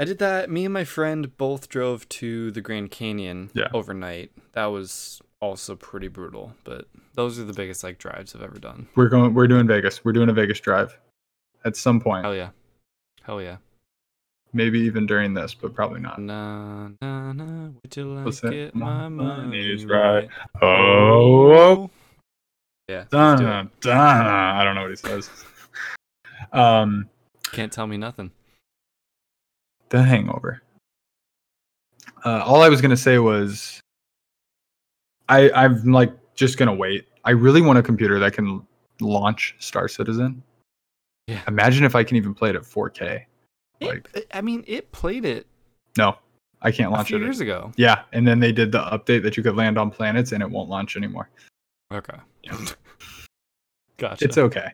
[SPEAKER 1] I did that. Me and my friend both drove to the Grand Canyon
[SPEAKER 2] Yeah.
[SPEAKER 1] overnight. That was also pretty brutal. But those are the biggest like drives I've ever done.
[SPEAKER 2] We're going. We're doing Vegas. We're doing a Vegas drive at some point.
[SPEAKER 1] Hell yeah, hell yeah.
[SPEAKER 2] Maybe even during this, but probably not.
[SPEAKER 1] Na na na. Would you like
[SPEAKER 2] What's that?
[SPEAKER 1] it? My
[SPEAKER 2] My money's
[SPEAKER 1] money's
[SPEAKER 2] right.
[SPEAKER 1] right.
[SPEAKER 2] Oh,
[SPEAKER 1] Yeah. let's do it.
[SPEAKER 2] dun, dun. I don't know what he says. um,
[SPEAKER 1] Can't tell me nothing.
[SPEAKER 2] The Hangover. Uh, all I was gonna say was, I I'm like just gonna wait. I really want a computer that can launch Star Citizen.
[SPEAKER 1] Yeah.
[SPEAKER 2] Imagine if I can even play it at 4K. Like-
[SPEAKER 1] It, I mean, it played it
[SPEAKER 2] No, I can't
[SPEAKER 1] a
[SPEAKER 2] launch
[SPEAKER 1] few
[SPEAKER 2] it. at-
[SPEAKER 1] years ago.
[SPEAKER 2] yeah, and then they did the update that you could land on planets and it won't launch anymore.
[SPEAKER 1] Okay.
[SPEAKER 2] Yeah.
[SPEAKER 1] gotcha.
[SPEAKER 2] It's okay.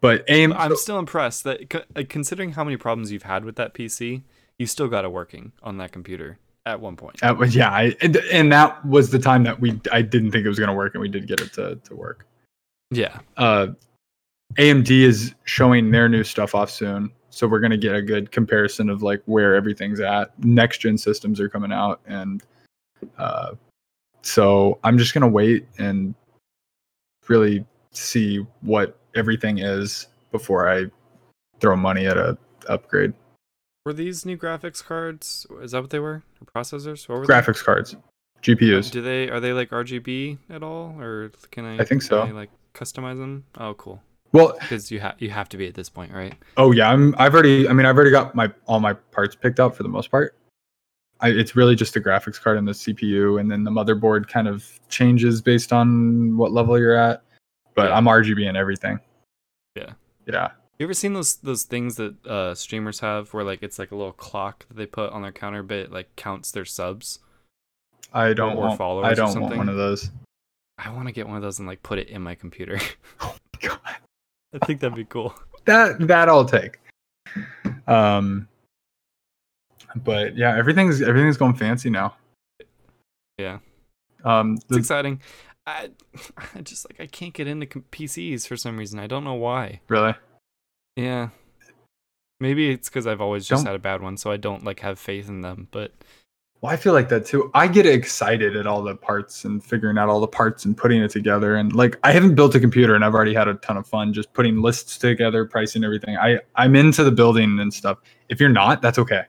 [SPEAKER 2] But aim.
[SPEAKER 1] But I'm still impressed that co- uh, considering how many problems you've had with that PC, you still got it working on that computer at one point.
[SPEAKER 2] That was yeah, I, and, and that was the time that we I didn't think it was going to work, and we did get it to to work.
[SPEAKER 1] Yeah.
[SPEAKER 2] Uh, AMD is showing their new stuff off soon, so we're going to get a good comparison of like where everything's at. Next gen systems are coming out, and uh, so I'm just going to wait and really see what everything is before I throw money at a upgrade.
[SPEAKER 1] Were these new graphics cards? Is that what they were? Or processors? What were
[SPEAKER 2] Graphics cards,
[SPEAKER 1] they?
[SPEAKER 2] GPUs.
[SPEAKER 1] Do they are they like RGB at all, or can I?
[SPEAKER 2] I think so.
[SPEAKER 1] Can I, like customize them. Oh, cool.
[SPEAKER 2] Well,
[SPEAKER 1] Because you have you have to be at this point, right?
[SPEAKER 2] Oh yeah, I'm. I've already. I mean, I've already got my all my parts picked up for the most part. I, it's really just the graphics card and the CPU, and then the motherboard kind of changes based on what level you're at. But
[SPEAKER 1] Yeah.
[SPEAKER 2] I'm RGB and everything.
[SPEAKER 1] Yeah.
[SPEAKER 2] Yeah.
[SPEAKER 1] You ever seen those those things that uh, streamers have, where like it's like a little clock that they put on their counter, but it, like counts their subs?
[SPEAKER 2] I don't
[SPEAKER 1] or
[SPEAKER 2] want.
[SPEAKER 1] followers
[SPEAKER 2] I
[SPEAKER 1] or
[SPEAKER 2] don't want
[SPEAKER 1] something?
[SPEAKER 2] one of those.
[SPEAKER 1] I want to get one of those and like put it in my computer.
[SPEAKER 2] Oh God,
[SPEAKER 1] I think that'd be cool.
[SPEAKER 2] that that I'll take. Um. But yeah, everything's everything's going fancy now.
[SPEAKER 1] Yeah.
[SPEAKER 2] Um.
[SPEAKER 1] It's
[SPEAKER 2] the-
[SPEAKER 1] exciting. I, I just like I can't get into com- PCs for some reason. I don't know why.
[SPEAKER 2] really.
[SPEAKER 1] Yeah. Maybe it's because I've always just
[SPEAKER 2] Don't-
[SPEAKER 1] had a bad one, so I don't like have faith in them. But
[SPEAKER 2] Well, I feel like that too. I get excited at all the parts and figuring out all the parts and putting it together. And like, I haven't built a computer, and I've already had a ton of fun just putting lists together, pricing everything. I I'm into the building and stuff. If you're not, that's okay.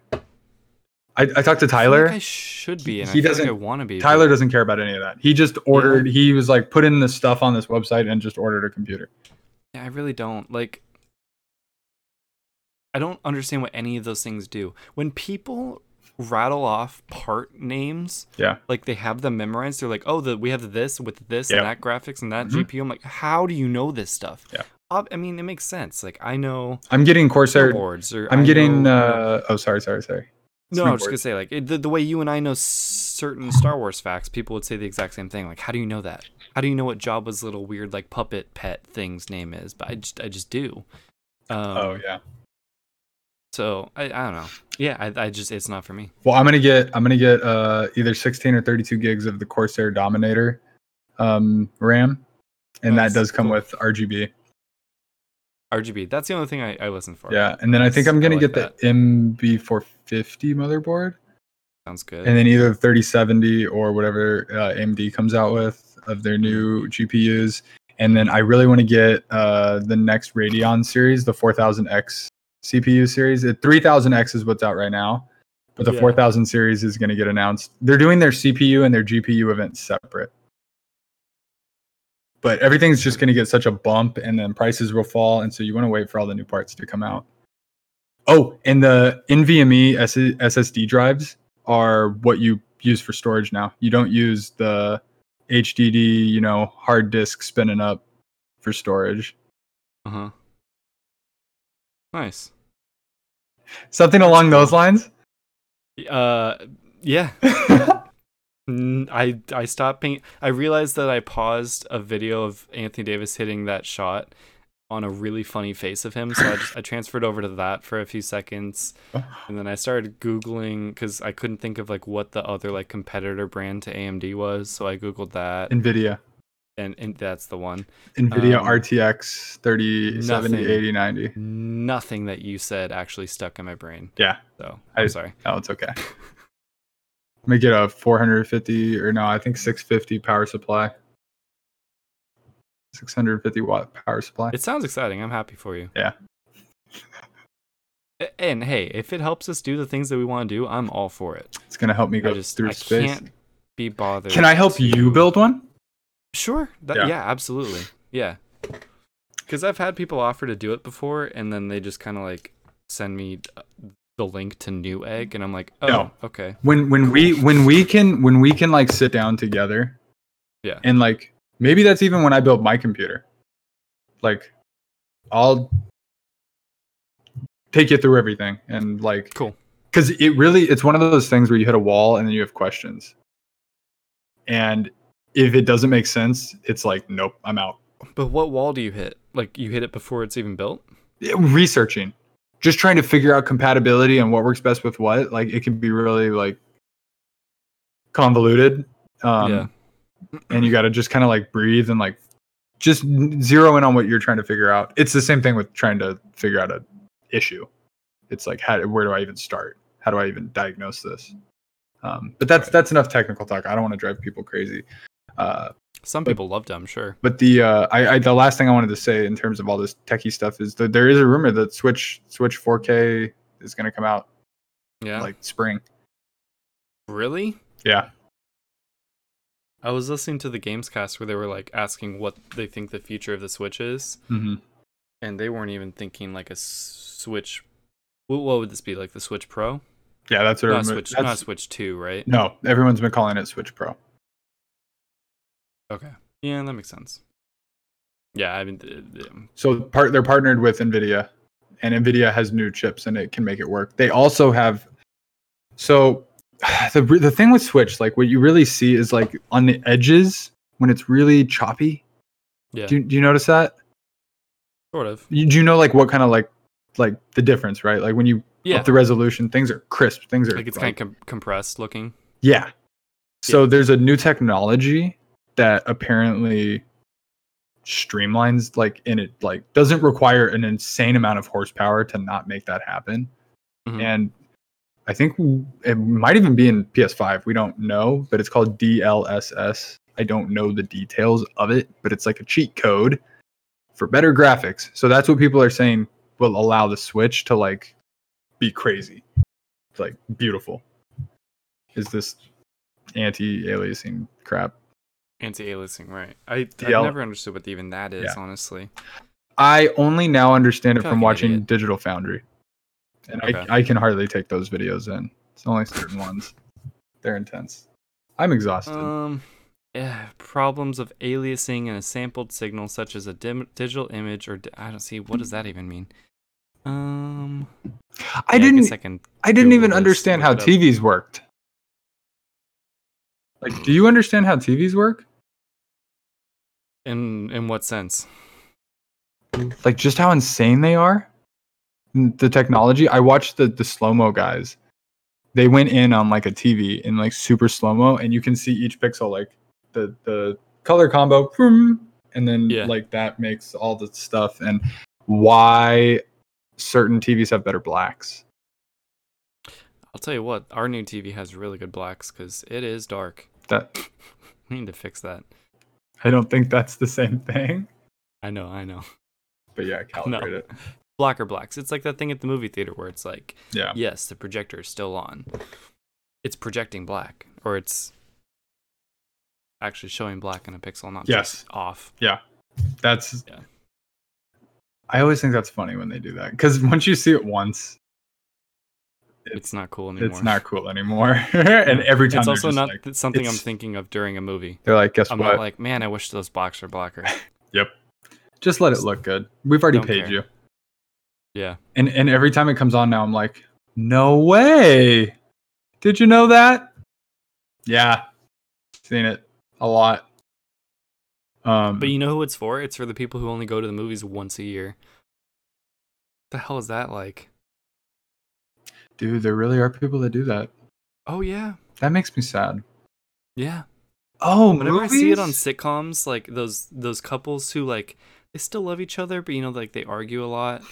[SPEAKER 2] I, I talked to
[SPEAKER 1] I feel like
[SPEAKER 2] Tyler.
[SPEAKER 1] I should be. And
[SPEAKER 2] he
[SPEAKER 1] I feel like
[SPEAKER 2] doesn't-
[SPEAKER 1] I want to be. but
[SPEAKER 2] Tyler doesn't care about any of that. He just ordered. He was like, put in this stuff on this website and just ordered a computer.
[SPEAKER 1] Yeah, I really don't like. I don't understand what any of those things do. When people rattle off part names,
[SPEAKER 2] Yeah.
[SPEAKER 1] like they have them memorized. They're like, "Oh, the we have this with this
[SPEAKER 2] Yeah.
[SPEAKER 1] and that graphics and that
[SPEAKER 2] Mhm.
[SPEAKER 1] GPU." I'm like, "How do you know this stuff?"
[SPEAKER 2] Yeah.
[SPEAKER 1] Ob- I mean, it makes sense. Like, I know
[SPEAKER 2] I'm getting Corsair.
[SPEAKER 1] boards, or I
[SPEAKER 2] I'm getting.
[SPEAKER 1] know-
[SPEAKER 2] uh Oh, sorry, sorry, sorry.
[SPEAKER 1] no, I was
[SPEAKER 2] Springboard.
[SPEAKER 1] just gonna say like it, the, the way you and I know certain Star Wars facts, people would say the exact same thing. Like, how do you know that? How do you know what Jabba's little weird like puppet pet thing's name is? But I just I just do. Um,
[SPEAKER 2] Oh yeah.
[SPEAKER 1] So I, I don't know. Yeah, I, I just it's not for me.
[SPEAKER 2] Well, I'm gonna get I'm gonna get uh, either 16 or 32 gigs of the Corsair Dominator um, RAM, and
[SPEAKER 1] Nice.
[SPEAKER 2] that does come
[SPEAKER 1] Cool.
[SPEAKER 2] with RGB.
[SPEAKER 1] RGB. That's the only thing I, I listen for.
[SPEAKER 2] Yeah, and then I think
[SPEAKER 1] Nice.
[SPEAKER 2] I'm
[SPEAKER 1] I
[SPEAKER 2] gonna
[SPEAKER 1] like
[SPEAKER 2] get the MB450 motherboard,
[SPEAKER 1] sounds good.
[SPEAKER 2] and then either the 3070 or whatever uh, AMD comes out with of their new GPUs. And then I really want to get uh, the next Radeon series, the 4000X CPU series. The 3000X is what's out right now. but the
[SPEAKER 1] Yeah.
[SPEAKER 2] 4000 series is going to get announced. They're doing their CPU and their GPU events separate. But everything's just going to get such a bump and then prices will fall. And so you want to wait for all the new parts to come out. Oh, and the NVMe S- SSD drives are what you use for storage now. You don't use the HDD, you know, hard disk spinning up for storage.
[SPEAKER 1] uh huh. Nice.
[SPEAKER 2] Something along those lines.
[SPEAKER 1] Uh, yeah. Mm, I I stopped paying. I realized that I paused a video of Anthony Davis hitting that shot on a really funny face of him, so I just I transferred over to that for a few seconds, and then I started googling because I couldn't think of like what the other like competitor brand to AMD was, so I googled that,
[SPEAKER 2] NVIDIA.
[SPEAKER 1] and and that's the one.
[SPEAKER 2] NVIDIA
[SPEAKER 1] Um,
[SPEAKER 2] RTX 30, 70,
[SPEAKER 1] nothing.
[SPEAKER 2] 80, 90.
[SPEAKER 1] Nothing that you said actually stuck in my brain.
[SPEAKER 2] Yeah.
[SPEAKER 1] So
[SPEAKER 2] I-
[SPEAKER 1] I'm sorry.
[SPEAKER 2] Oh, it's okay. I'm gonna get a 450 or no, I think 650 power supply. 650 watt power supply.
[SPEAKER 1] It sounds exciting. I'm happy for you. A- And hey, if it helps us do the things that we want to do, I'm all for it.
[SPEAKER 2] It's gonna help me
[SPEAKER 1] I
[SPEAKER 2] go
[SPEAKER 1] just
[SPEAKER 2] through
[SPEAKER 1] I
[SPEAKER 2] space.
[SPEAKER 1] can't be bothered.
[SPEAKER 2] Can I help you build one?
[SPEAKER 1] Sure. That,
[SPEAKER 2] Yeah.
[SPEAKER 1] yeah. absolutely. Yeah. Because I've had people offer to do it before, and then they just kind of like send me uh, the link to New Egg, and I'm like, oh,
[SPEAKER 2] No.
[SPEAKER 1] okay.
[SPEAKER 2] When when we when we can when we can like sit down together.
[SPEAKER 1] Yeah.
[SPEAKER 2] And like maybe that's even when I build my computer. Like I'll take you through everything and like
[SPEAKER 1] Cool.
[SPEAKER 2] Cuz it really it's one of those things where you hit a wall and then you have questions. And if it doesn't make sense, it's like nope, I'm out.
[SPEAKER 1] But what wall do you hit? Like, you hit it before it's even built?
[SPEAKER 2] Eh, researching just trying to figure out compatibility and what works best with what like it can be really like convoluted um
[SPEAKER 1] yeah.
[SPEAKER 2] and you got to just kind of like breathe and like just n- zero in on what you're trying to figure out it's the same thing with trying to figure out a issue it's like how where do i even start how do i even diagnose this um but that's
[SPEAKER 1] Right.
[SPEAKER 2] that's enough technical talk i don't want to drive people crazy uh
[SPEAKER 1] Some
[SPEAKER 2] but-
[SPEAKER 1] people loved it, I'm sure.
[SPEAKER 2] but the uh, I, I the last thing I wanted to say in terms of all this techie stuff is that there is a rumor that Switch Switch 4K is going to come out
[SPEAKER 1] Yeah.
[SPEAKER 2] like spring.
[SPEAKER 1] really?
[SPEAKER 2] Yeah,
[SPEAKER 1] I was listening to the Gamescast where they were like asking what they think the future of the Switch is,
[SPEAKER 2] hmm
[SPEAKER 1] and they weren't even thinking like a s- Switch. What, what would this be like the Switch Pro?
[SPEAKER 2] yeah, that's a rumor.
[SPEAKER 1] Not Switch.
[SPEAKER 2] that's-
[SPEAKER 1] Not Switch Two, right?
[SPEAKER 2] no, everyone's been calling it Switch Pro.
[SPEAKER 1] Okay. Yeah, that makes sense. Yeah, I mean, th- th-
[SPEAKER 2] So part they're partnered with Nvidia, and Nvidia has new chips and it can make it work. They also have so the re- the thing with Switch, like what you really see is like on the edges when it's really choppy.
[SPEAKER 1] Yeah.
[SPEAKER 2] Do, do you notice that?
[SPEAKER 1] sort of.
[SPEAKER 2] You, do you know like what kind of like like the difference, right? Like when you
[SPEAKER 1] Yeah,
[SPEAKER 2] up the resolution. Things are crisp. Things are
[SPEAKER 1] like it's kind
[SPEAKER 2] like-
[SPEAKER 1] of com- compressed looking.
[SPEAKER 2] yeah. So there's a new technology that apparently streamlines like and it like doesn't require an insane amount of horsepower to not make that happen.
[SPEAKER 1] Mhm.
[SPEAKER 2] And I think w- it might even be in PS5. We don't know, but it's called DLSS. I don't know the details of it, but it's like a cheat code for better graphics. So that's what people are saying will allow the Switch to like be crazy, like beautiful. Is this anti-aliasing crap?
[SPEAKER 1] Anti-aliasing, right? I I've
[SPEAKER 2] DL.
[SPEAKER 1] never understood what even that is,
[SPEAKER 2] Yeah.
[SPEAKER 1] honestly.
[SPEAKER 2] I only now understand it
[SPEAKER 1] Fucking
[SPEAKER 2] from watching
[SPEAKER 1] idiot.
[SPEAKER 2] Digital Foundry, and
[SPEAKER 1] Okay.
[SPEAKER 2] I, I can hardly take those videos in. It's only certain ones. They're intense. I'm exhausted.
[SPEAKER 1] Um, yeah, problems of aliasing in a sampled signal, such as a dim- digital image or di- I don't see what does that even mean. Um,
[SPEAKER 2] I
[SPEAKER 1] yeah, I,
[SPEAKER 2] didn't.
[SPEAKER 1] guess I can.
[SPEAKER 2] I, didn't
[SPEAKER 1] Google
[SPEAKER 2] even
[SPEAKER 1] this,
[SPEAKER 2] understand
[SPEAKER 1] look
[SPEAKER 2] how
[SPEAKER 1] it up.
[SPEAKER 2] TVs worked. Like, do you understand how TVs work?
[SPEAKER 1] In in what sense?
[SPEAKER 2] Like, just how insane they are. The technology. I watched the the slow mo guys. They went in on like a TV in like super slow mo, and you can see each pixel like the the color combo, vroom, and then
[SPEAKER 1] Yeah.
[SPEAKER 2] like that makes all the stuff and why certain TVs have better blacks.
[SPEAKER 1] I'll tell you what. Our new TV has really good blacks because it is dark.
[SPEAKER 2] That
[SPEAKER 1] We need to fix that.
[SPEAKER 2] I don't think that's the same thing.
[SPEAKER 1] I know. I know.
[SPEAKER 2] But yeah,
[SPEAKER 1] No.
[SPEAKER 2] calibrate it.
[SPEAKER 1] Blacker blacks. It's like that thing at the movie theater where it's like,
[SPEAKER 2] Yeah.
[SPEAKER 1] yes, the projector is still on. It's projecting black, or it's actually showing black in a pixel, not
[SPEAKER 2] Yes.
[SPEAKER 1] just off.
[SPEAKER 2] That's.
[SPEAKER 1] Yeah.
[SPEAKER 2] I always think that's funny when they do that because once you see it once,
[SPEAKER 1] It's,
[SPEAKER 2] It's-
[SPEAKER 1] not cool anymore.
[SPEAKER 2] it's not cool anymore. and every time
[SPEAKER 1] It's
[SPEAKER 2] they're
[SPEAKER 1] also
[SPEAKER 2] just
[SPEAKER 1] not
[SPEAKER 2] like-
[SPEAKER 1] th- something I'm
[SPEAKER 2] it's-
[SPEAKER 1] thinking of during a movie.
[SPEAKER 2] they're like, guess
[SPEAKER 1] I'm
[SPEAKER 2] what?
[SPEAKER 1] not like, man, I wish those blocks were blacker.
[SPEAKER 2] just let it look good. We've already
[SPEAKER 1] Don't
[SPEAKER 2] paid
[SPEAKER 1] care.
[SPEAKER 2] you.
[SPEAKER 1] Yeah.
[SPEAKER 2] And and every time it comes on now, I'm like, no way. Did you know that? Yeah, seen it a lot. Um,
[SPEAKER 1] But you know who it's for? It's for the people who only go to the movies once a year. The hell is that like?
[SPEAKER 2] dude, there really are people that do that.
[SPEAKER 1] Oh yeah,
[SPEAKER 2] That makes me sad.
[SPEAKER 1] yeah.
[SPEAKER 2] Oh,
[SPEAKER 1] Whenever I see it on
[SPEAKER 2] movies?
[SPEAKER 1] sitcoms, like those those couples who like they still love each other, but you know, like they argue a lot.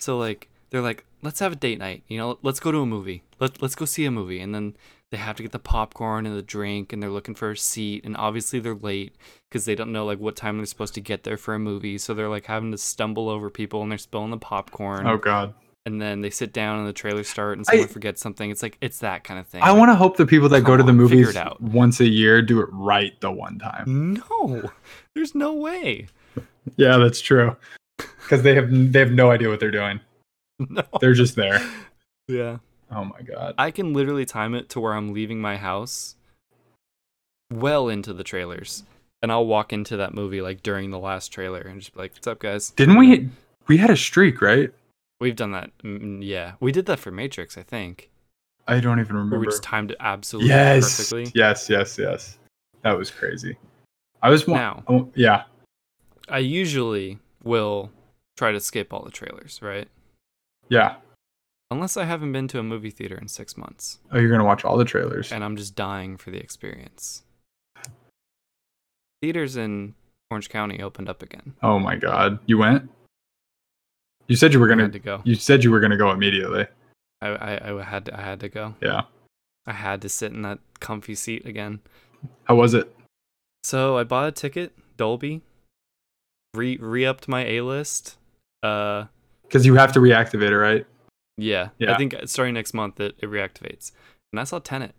[SPEAKER 1] So like they're like, let's have a date night. You know, let's go to a movie. Let let's go see a movie, and then they have to get the popcorn and the drink, and they're looking for a seat, and obviously they're late because they don't know like what time they're supposed to get there for a movie. So they're like having to stumble over people, and they're spilling the popcorn,
[SPEAKER 2] Oh God.
[SPEAKER 1] and then they sit down and the trailers start and someone
[SPEAKER 2] I-
[SPEAKER 1] forgets something. It's like it's that kind of thing.
[SPEAKER 2] I want to hope the people that go
[SPEAKER 1] Come
[SPEAKER 2] to the
[SPEAKER 1] on, figure it
[SPEAKER 2] movies
[SPEAKER 1] out.
[SPEAKER 2] once a year do it right the one time.
[SPEAKER 1] No, there's no way.
[SPEAKER 2] Yeah, that's true. Because they have they have no idea what they're doing.
[SPEAKER 1] No.
[SPEAKER 2] They're just there.
[SPEAKER 1] Yeah.
[SPEAKER 2] Oh my god.
[SPEAKER 1] I can literally time it to where I'm leaving my house well into the trailers. And I'll walk into that movie like during the last trailer and just be like, what's up, guys?
[SPEAKER 2] Didn't we? We had a streak, right?
[SPEAKER 1] We've done that. Mm, yeah. We did that for Matrix, I think.
[SPEAKER 2] I don't even
[SPEAKER 1] Where we
[SPEAKER 2] remember.
[SPEAKER 1] just timed it absolutely
[SPEAKER 2] Yes.
[SPEAKER 1] perfectly.
[SPEAKER 2] Yes. Yes. Yes. That was crazy. I was one.
[SPEAKER 1] Now,
[SPEAKER 2] Oh, yeah.
[SPEAKER 1] I usually will try to skip all the trailers, right?
[SPEAKER 2] Yeah.
[SPEAKER 1] Unless I haven't been to a movie theater in six months
[SPEAKER 2] Oh, you're gonna watch all the trailers.
[SPEAKER 1] and I'm just dying for the experience. Theaters in Orange County opened up again.
[SPEAKER 2] Oh my god. You went. You said you were
[SPEAKER 1] I
[SPEAKER 2] gonna.
[SPEAKER 1] had to go.
[SPEAKER 2] You said you were gonna go immediately.
[SPEAKER 1] I, I, I had to, I had to go.
[SPEAKER 2] Yeah.
[SPEAKER 1] I had to sit in that comfy seat again.
[SPEAKER 2] How was it?
[SPEAKER 1] So I bought a ticket, Dolby. Re re upped my A list. Uh,
[SPEAKER 2] Because you have to reactivate it, right?
[SPEAKER 1] yeah. I
[SPEAKER 2] Yeah.
[SPEAKER 1] think starting next month it, it reactivates. And I saw Tenet.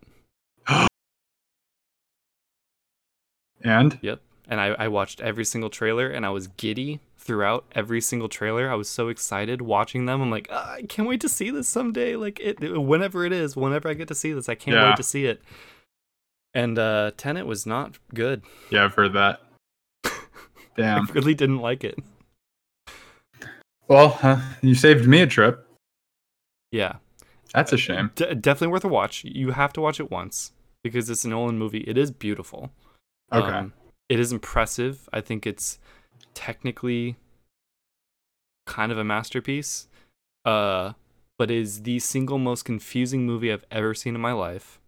[SPEAKER 2] And
[SPEAKER 1] and I, I watched every single trailer and I was giddy throughout every single trailer. I was so excited watching them. I'm like, "Ah, I can't wait to see this someday. Like it, it- whenever it is, whenever I get to see this, I can't
[SPEAKER 2] Yeah.
[SPEAKER 1] wait to see it. And uh Tenet was not good.
[SPEAKER 2] yeah, I've heard that. Damn.
[SPEAKER 1] I really didn't like it.
[SPEAKER 2] Well, huh, you saved me a trip.
[SPEAKER 1] Yeah.
[SPEAKER 2] That's a shame.
[SPEAKER 1] De- definitely worth a watch. You have to watch it once because it's a Nolan movie. It is beautiful.
[SPEAKER 2] Okay.
[SPEAKER 1] Um, it is impressive. I think it's technically kind of a masterpiece, uh, but is the single most confusing movie I've ever seen in my life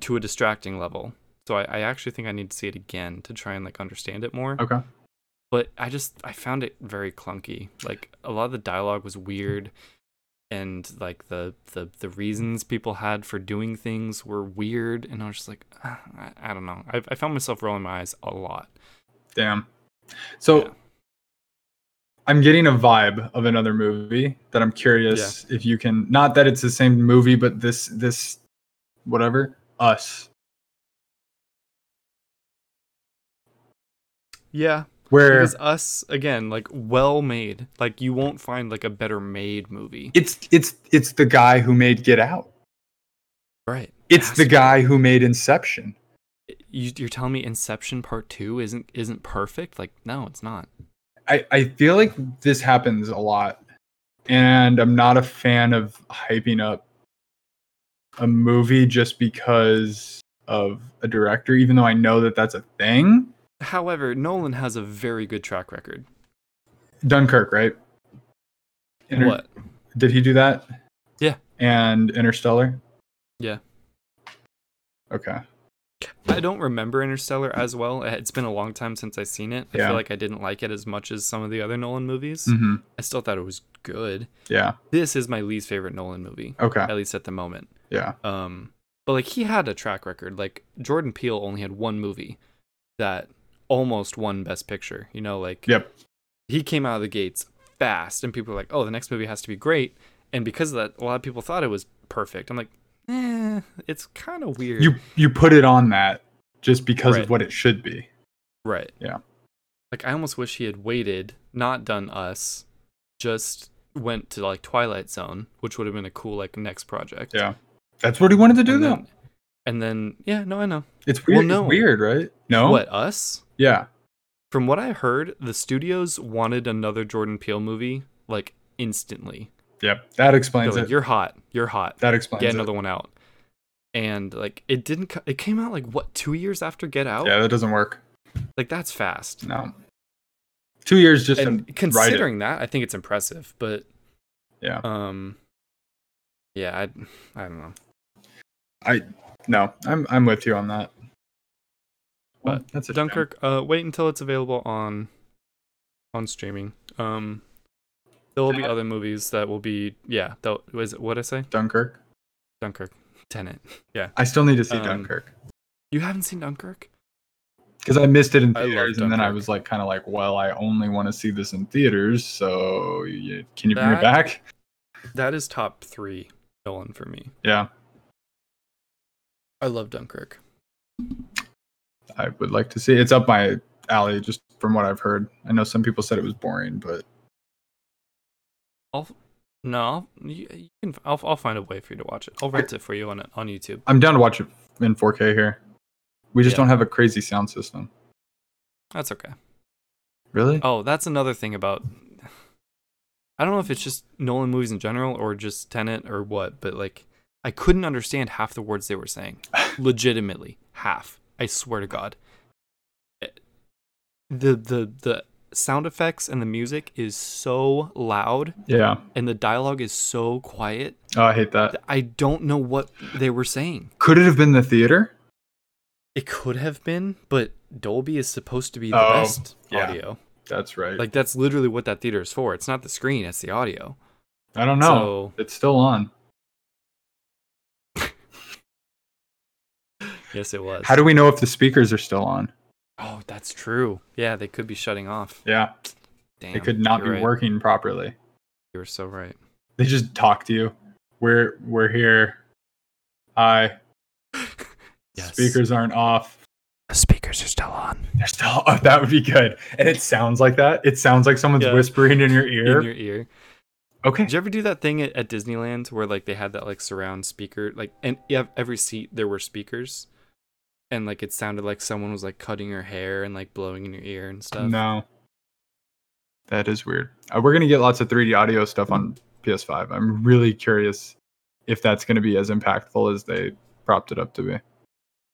[SPEAKER 1] to a distracting level. So I, I actually think I need to see it again to try and like understand it more.
[SPEAKER 2] okay.
[SPEAKER 1] But I just I found it very clunky. Like a lot of the dialogue was weird and like the the, the reasons people had for doing things were weird and I was just like "Ah, I, I don't know. I, I found myself rolling my eyes a lot.
[SPEAKER 2] Damn. So
[SPEAKER 1] Yeah.
[SPEAKER 2] I'm getting a vibe of another movie that I'm curious if you can not that it's the same movie, but this this whatever. Us.
[SPEAKER 1] Yeah.
[SPEAKER 2] Where
[SPEAKER 1] Because Us again, like well made. Like you won't find like a better made movie.
[SPEAKER 2] it's it's it's the guy who made Get Out.
[SPEAKER 1] Right.
[SPEAKER 2] It's
[SPEAKER 1] Has
[SPEAKER 2] the
[SPEAKER 1] to be.
[SPEAKER 2] guy who made Inception.
[SPEAKER 1] You, you're telling me Inception Part Two isn't isn't perfect? Like no, it's not.
[SPEAKER 2] I, I feel like this happens a lot, and I'm not a fan of hyping up a movie just because of a director, even though I know that that's a thing.
[SPEAKER 1] However, Nolan has a very good track record.
[SPEAKER 2] Dunkirk, right? Inter-
[SPEAKER 1] what?
[SPEAKER 2] Did he do that?
[SPEAKER 1] Yeah.
[SPEAKER 2] And Interstellar?
[SPEAKER 1] Yeah.
[SPEAKER 2] Okay.
[SPEAKER 1] I don't remember Interstellar as well. Eh, It's been a long time since I've seen it. I
[SPEAKER 2] Yeah.
[SPEAKER 1] feel like I didn't like it as much as some of the other Nolan movies.
[SPEAKER 2] hmm
[SPEAKER 1] I still thought it was good.
[SPEAKER 2] Yeah.
[SPEAKER 1] This is my least favorite Nolan movie,
[SPEAKER 2] Okay.
[SPEAKER 1] at least at the moment.
[SPEAKER 2] Yeah.
[SPEAKER 1] Um, but like he had a track record. Like Jordan Peele only had one movie that almost won Best Picture. You know, like
[SPEAKER 2] Yep.
[SPEAKER 1] he came out of the gates fast, and people were like, "Oh, the next movie has to be great." And because of that, a lot of people thought it was perfect. I'm like, eh, it's kind of weird.
[SPEAKER 2] You you put it on that just because
[SPEAKER 1] Right.
[SPEAKER 2] of what it should be.
[SPEAKER 1] Right.
[SPEAKER 2] Yeah.
[SPEAKER 1] Like I almost wish he had waited, not done us, just went to like Twilight Zone, which would have been a cool like next project.
[SPEAKER 2] Yeah. That's what he wanted to do
[SPEAKER 1] and
[SPEAKER 2] though.
[SPEAKER 1] then, and then yeah, no, I know.
[SPEAKER 2] It's
[SPEAKER 1] Well,
[SPEAKER 2] weird.
[SPEAKER 1] no.
[SPEAKER 2] It's weird, right? No.
[SPEAKER 1] What us?
[SPEAKER 2] Yeah.
[SPEAKER 1] From what I heard, the studios wanted another Jordan Peele movie like instantly.
[SPEAKER 2] Yep. That
[SPEAKER 1] They're
[SPEAKER 2] explains
[SPEAKER 1] like,
[SPEAKER 2] it.
[SPEAKER 1] you're hot, you're hot.
[SPEAKER 2] That explains
[SPEAKER 1] Get
[SPEAKER 2] it.
[SPEAKER 1] another one out. And like it didn't. co- It came out like what two years after Get Out.
[SPEAKER 2] Yeah, that doesn't work.
[SPEAKER 1] Like that's fast.
[SPEAKER 2] No. Two years just to
[SPEAKER 1] and
[SPEAKER 2] write it.
[SPEAKER 1] considering that, I think it's impressive. But
[SPEAKER 2] Yeah.
[SPEAKER 1] um, yeah, I, I don't know.
[SPEAKER 2] No, I'm I'm with you on that. Well,
[SPEAKER 1] But
[SPEAKER 2] that's a shame.
[SPEAKER 1] Dunkirk. Uh, wait until it's available on, on streaming. Um, there will be
[SPEAKER 2] That-
[SPEAKER 1] other movies that will be. Yeah, that was what I say.
[SPEAKER 2] Dunkirk.
[SPEAKER 1] Dunkirk, Tenet.
[SPEAKER 2] I still need to see
[SPEAKER 1] Um,
[SPEAKER 2] Dunkirk.
[SPEAKER 1] You haven't seen Dunkirk?
[SPEAKER 2] because I missed it in
[SPEAKER 3] I love
[SPEAKER 2] theaters, and then I
[SPEAKER 3] Dunkirk.
[SPEAKER 2] was like, kind of like, well, I only want to see this in theaters, so you, can you bring
[SPEAKER 1] That-
[SPEAKER 2] it back?
[SPEAKER 1] That is top three Nolan for me.
[SPEAKER 2] Yeah,
[SPEAKER 1] I love Dunkirk.
[SPEAKER 2] I would like to see. It's up my alley, just from what I've heard. I know some people said it was boring, but
[SPEAKER 1] No, you, you can, I'll, I'll find a way for you to watch it. I'll rent it for you on on YouTube.
[SPEAKER 2] I'm down to watch it in 4K here. We just
[SPEAKER 1] Yeah.
[SPEAKER 2] don't have a crazy sound system.
[SPEAKER 1] That's okay.
[SPEAKER 2] Really?
[SPEAKER 1] Oh, that's another thing about. I don't know if it's just Nolan movies in general or just Tenet or what, but like I couldn't understand half the words they were saying. Legitimately, half. I swear to God. It- The the the sound effects and the music is so loud
[SPEAKER 2] Yeah.
[SPEAKER 1] and the dialogue is so quiet.
[SPEAKER 2] Oh, I hate that.
[SPEAKER 1] that I don't know what they were saying.
[SPEAKER 2] Could it have been the theater?
[SPEAKER 1] It could have been, but Dolby is supposed to be the
[SPEAKER 2] Oh,
[SPEAKER 1] best
[SPEAKER 2] yeah.
[SPEAKER 1] audio.
[SPEAKER 2] That's right.
[SPEAKER 1] Like that's literally what that theater is for. It's not the screen, it's the audio.
[SPEAKER 2] I don't
[SPEAKER 1] So
[SPEAKER 2] know. it's still on.
[SPEAKER 1] yes, it was.
[SPEAKER 2] How do we know if the speakers are still on?
[SPEAKER 1] oh, that's true. Yeah, they could be shutting off.
[SPEAKER 2] Yeah.
[SPEAKER 1] Damn,
[SPEAKER 2] It could not
[SPEAKER 1] you're
[SPEAKER 2] be
[SPEAKER 1] right.
[SPEAKER 2] working properly.
[SPEAKER 1] You were so right.
[SPEAKER 2] They just talk to you. We're we're here. Hi.
[SPEAKER 1] Yes.
[SPEAKER 2] Speakers aren't off.
[SPEAKER 1] The speakers are still on
[SPEAKER 2] They're still off. That would be good. And it sounds like that. It sounds like someone's
[SPEAKER 1] Yeah.
[SPEAKER 2] whispering in your
[SPEAKER 1] in
[SPEAKER 2] ear.
[SPEAKER 1] your ear.
[SPEAKER 2] okay.
[SPEAKER 1] Did you ever do that thing at, at Disneyland where like they had that like surround speaker, like and you have every seat there were speakers, and like it sounded like someone was like cutting your hair and like blowing in your ear and stuff.
[SPEAKER 2] No. That is weird. Uh, we're going to get lots of 3D audio stuff on PS5. I'm really curious if that's going to be as impactful as they propped it up to be.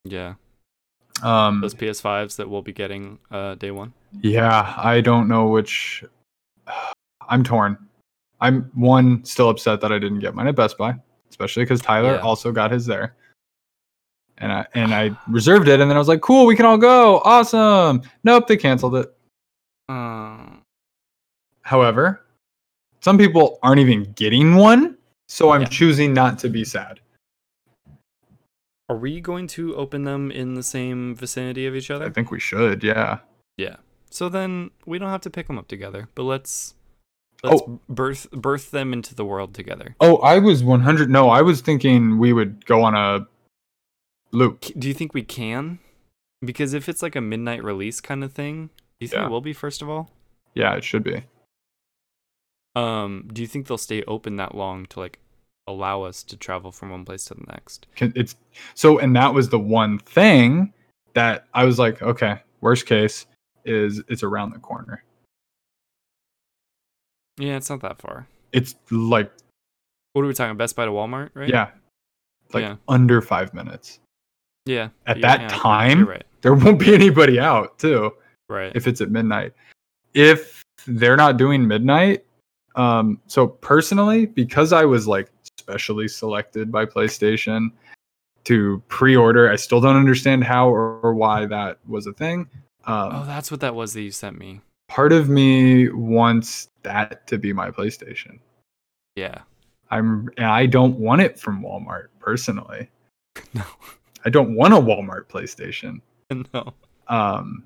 [SPEAKER 1] Yeah,
[SPEAKER 2] Um,
[SPEAKER 1] those PS5s that we'll be getting uh day one.
[SPEAKER 2] yeah, I don't know which. I'm torn. I'm one still upset that I didn't get mine at Best Buy, especially because Tyler
[SPEAKER 1] Yeah.
[SPEAKER 2] also got his there. And I and I reserved it, and then I was like, "Cool, we can all go, awesome." Nope, they canceled it.
[SPEAKER 1] Um,
[SPEAKER 2] However, some people aren't even getting one, so I'm
[SPEAKER 1] Yeah.
[SPEAKER 2] choosing not to be sad.
[SPEAKER 1] are we going to open them in the same vicinity of each
[SPEAKER 2] I
[SPEAKER 1] other?
[SPEAKER 2] think we should, yeah.
[SPEAKER 1] So then we don't have to pick them up together, but let's let's birth birth them into the world together.
[SPEAKER 2] Oh, I was 100. No, I was thinking we would go on a loop.
[SPEAKER 1] C- Do you think we can? Because if it's like a midnight release kind of thing, do you think
[SPEAKER 2] Yeah.
[SPEAKER 1] it will be first of all?
[SPEAKER 2] Yeah, it should be.
[SPEAKER 1] Um, do you think they'll stay open that long to like allow us to travel from one place to the next?
[SPEAKER 2] Can- It's so, and that was the one thing that I was like, okay, worst case is it's around the corner.
[SPEAKER 1] Yeah, it's not that far.
[SPEAKER 2] It's like,
[SPEAKER 1] What are we talking? Best Buy to Walmart, right?
[SPEAKER 2] yeah, like
[SPEAKER 1] Yeah.
[SPEAKER 2] under five minutes.
[SPEAKER 1] Yeah.
[SPEAKER 2] At
[SPEAKER 1] you're-
[SPEAKER 2] that
[SPEAKER 1] yeah, you're
[SPEAKER 2] time,
[SPEAKER 1] Right.
[SPEAKER 2] there won't be anybody out, too.
[SPEAKER 1] Right.
[SPEAKER 2] if it's at midnight. If they're not doing midnight, um, so personally, because I was like specially selected by PlayStation to pre-order, I still don't understand how or, or why that was a thing. Um,
[SPEAKER 1] oh, that's what that was that you sent me.
[SPEAKER 2] Part of me wants that to be my PlayStation.
[SPEAKER 1] Yeah.
[SPEAKER 2] I'm and I don't want it from Walmart personally.
[SPEAKER 1] No.
[SPEAKER 2] I don't want a Walmart PlayStation.
[SPEAKER 1] no.
[SPEAKER 2] Um,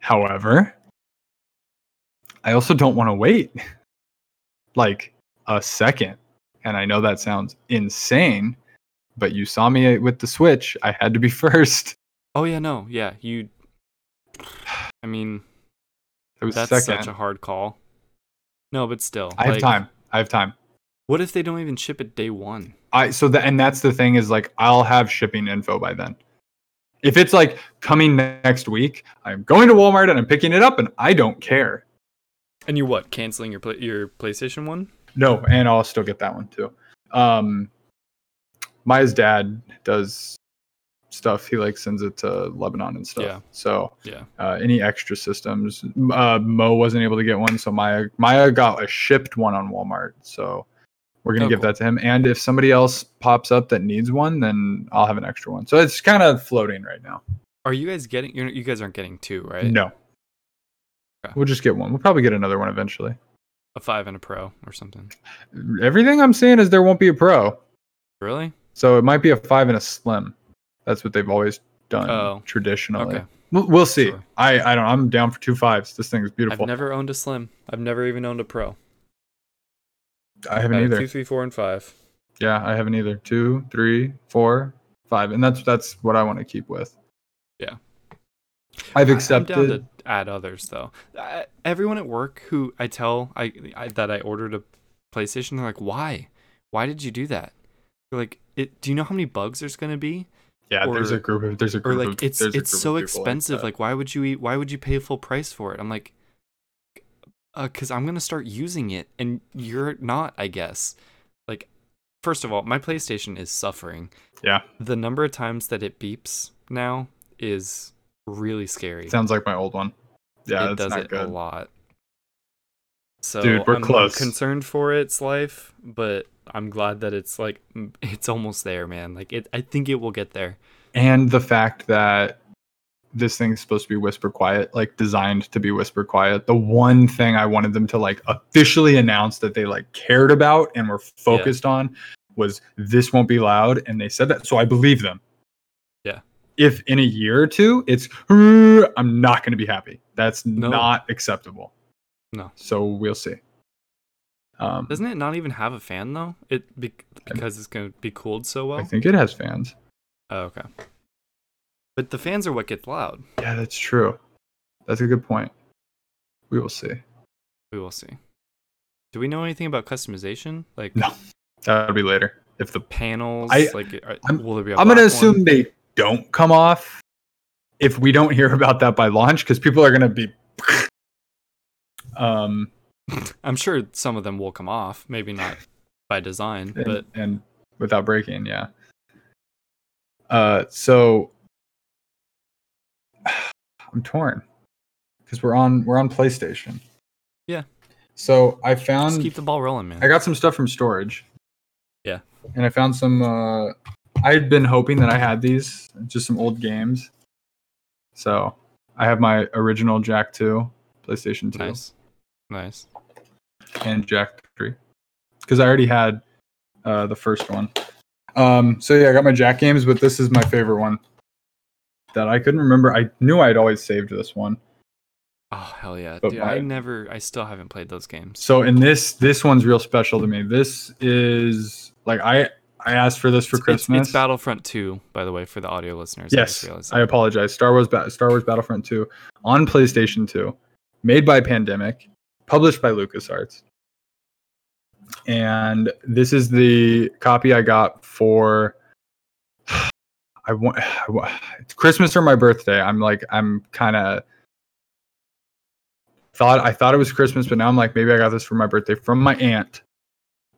[SPEAKER 2] however, I also don't want to wait like a second. And I know that sounds insane, but you saw me uh, with the Switch. I had to be first.
[SPEAKER 1] Oh yeah, no. Yeah, you. I mean,
[SPEAKER 2] It was
[SPEAKER 1] that's
[SPEAKER 2] second.
[SPEAKER 1] such a hard call. No, but still,
[SPEAKER 2] I have
[SPEAKER 1] like,
[SPEAKER 2] time. I have time.
[SPEAKER 1] What if they don't even ship it day one?
[SPEAKER 2] I so that and that's the thing is like I'll have shipping info by then. If it's like coming next week, I'm going to Walmart and I'm picking it up and I don't care.
[SPEAKER 1] And you what? Canceling your play- your PlayStation one?
[SPEAKER 2] No, and I'll still get that one too. Um, Maya's dad does stuff. He like sends it to Lebanon and stuff.
[SPEAKER 1] Yeah.
[SPEAKER 2] So
[SPEAKER 1] Yeah.
[SPEAKER 2] uh, any extra systems? Uh, Mo wasn't able to get one, so Maya Maya got a shipped one on Walmart. So we're gonna
[SPEAKER 1] Oh,
[SPEAKER 2] give
[SPEAKER 1] cool.
[SPEAKER 2] that to him. And if somebody else pops up that needs one, then I'll have an extra one. So it's kind of floating right now.
[SPEAKER 1] Are you guys getting? You're, you guys aren't getting two, right?
[SPEAKER 2] No.
[SPEAKER 1] Okay.
[SPEAKER 2] We'll just get one. We'll probably get another one eventually.
[SPEAKER 1] A five and a pro or something.
[SPEAKER 2] Everything I'm seeing is there won't be a pro.
[SPEAKER 1] Really?
[SPEAKER 2] So it might be a five and a slim. That's what they've always done
[SPEAKER 1] Oh,
[SPEAKER 2] traditionally.
[SPEAKER 1] Okay.
[SPEAKER 2] We'll, we'll see.
[SPEAKER 1] Sure.
[SPEAKER 2] I I don't. I'm down for two fives. This thing is beautiful.
[SPEAKER 1] I've never owned a slim. I've never even owned a pro.
[SPEAKER 2] I haven't
[SPEAKER 1] I have
[SPEAKER 2] either.
[SPEAKER 1] Two, three, four, and five.
[SPEAKER 2] Yeah, I haven't either. Two, three, four, five, and that's that's what I want to keep with.
[SPEAKER 1] Yeah.
[SPEAKER 2] I've
[SPEAKER 1] I-
[SPEAKER 2] accepted.
[SPEAKER 1] I'm down to add others though. Uh, everyone at work who I tell I, I that I ordered a PlayStation, they're like, "Why? Why did you do that?" They're like, it, "Do you know how many bugs there's gonna be?"
[SPEAKER 2] yeah, there's
[SPEAKER 1] or-
[SPEAKER 2] a group of there's a
[SPEAKER 1] Or
[SPEAKER 2] group
[SPEAKER 1] like,
[SPEAKER 2] of
[SPEAKER 1] "It's
[SPEAKER 2] Mm-hmm. there's a
[SPEAKER 1] it's
[SPEAKER 2] group
[SPEAKER 1] so
[SPEAKER 2] of people
[SPEAKER 1] expensive.
[SPEAKER 2] that.
[SPEAKER 1] Like, why would you eat? Why would you pay full price for it?" I'm like, uh, "Cause I'm gonna start using it, and you're not, I guess." Like, first of all, my PlayStation is suffering.
[SPEAKER 2] Yeah.
[SPEAKER 1] The number of times that it beeps now is really scary
[SPEAKER 2] sounds like my old one. Yeah,
[SPEAKER 1] it
[SPEAKER 2] that's
[SPEAKER 1] does
[SPEAKER 2] not
[SPEAKER 1] it a
[SPEAKER 2] good.
[SPEAKER 1] lot. So
[SPEAKER 2] Dude, we're
[SPEAKER 1] I'm, I'm
[SPEAKER 2] close.
[SPEAKER 1] concerned for its life, but I'm glad that it's like m- it's almost there, man. Like it, I think it will get there.
[SPEAKER 2] and the fact that this thing's supposed to be whisper quiet like designed to be whisper quiet the one thing i wanted them to like officially announce that they like cared about and were focused on was this won't be loud and they said that so i believe them
[SPEAKER 1] Yeah.
[SPEAKER 2] if in a year or two it's "Rrr," i'm not going to be happy that's
[SPEAKER 1] No.
[SPEAKER 2] not acceptable
[SPEAKER 1] No.
[SPEAKER 2] so we'll see um
[SPEAKER 1] Doesn't it not even have a fan though? It be- because it's gonna be cooled so
[SPEAKER 2] i
[SPEAKER 1] well.
[SPEAKER 2] think it has fans
[SPEAKER 1] Oh, okay. But the fans are what gets loud.
[SPEAKER 2] yeah that's true that's a good point we will see
[SPEAKER 1] We will see. Do we know anything about customization, like
[SPEAKER 2] No. that'll be later if the
[SPEAKER 1] panels?
[SPEAKER 2] I-
[SPEAKER 1] like, are,
[SPEAKER 2] I'm-
[SPEAKER 1] will there be? i
[SPEAKER 2] I'm gonna assume they don't come off if we don't hear about that by launch because people are gonna be. um
[SPEAKER 1] I'm sure some of them will come off. Maybe not by design,
[SPEAKER 2] and,
[SPEAKER 1] but
[SPEAKER 2] and without breaking, yeah. Uh, so I'm torn because we're on we're on PlayStation.
[SPEAKER 1] Yeah.
[SPEAKER 2] So I found
[SPEAKER 1] just keep the ball rolling, man.
[SPEAKER 2] I got some stuff from storage.
[SPEAKER 1] Yeah.
[SPEAKER 2] And I found some uh I had been hoping that I had these, just some old games. So I have my original Jack 2, PlayStation 2,
[SPEAKER 1] Nice. Nice.
[SPEAKER 2] and Jack 3. Because I already had uh the first one. Um so yeah, I got my Jack games, but this is my favorite one. That I couldn't remember. I knew I'd always saved this one.
[SPEAKER 1] Oh hell yeah.
[SPEAKER 2] But
[SPEAKER 1] Dude,
[SPEAKER 2] my-
[SPEAKER 1] I never I still haven't played those games.
[SPEAKER 2] So and this this one's real special to me. This is like I I asked for this for
[SPEAKER 1] It's- it's-
[SPEAKER 2] Christmas.
[SPEAKER 1] It's, Battlefront 2, by the way, for the audio listeners.
[SPEAKER 2] Yes,
[SPEAKER 1] I, just realized
[SPEAKER 2] I
[SPEAKER 1] that.
[SPEAKER 2] apologize. Star Wars, ba- Star Wars Battlefront 2 on PlayStation 2, made by Pandemic, published by LucasArts. And this is the copy I got for I want it's Christmas or my birthday. I'm like I'm kind of thought I thought it was Christmas, but now I'm like maybe I got this for my birthday from my aunt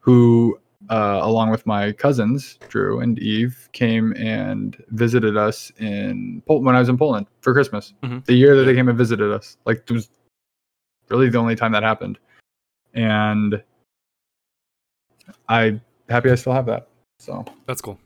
[SPEAKER 2] who uh, along with my cousins Drew and Eve, came and visited us in Pol- when I was in Poland for Christmas.
[SPEAKER 1] Mhm.
[SPEAKER 2] The year that they came and visited us, like it was really the only time that happened. And I'm happy I still have that. So
[SPEAKER 1] That's cool.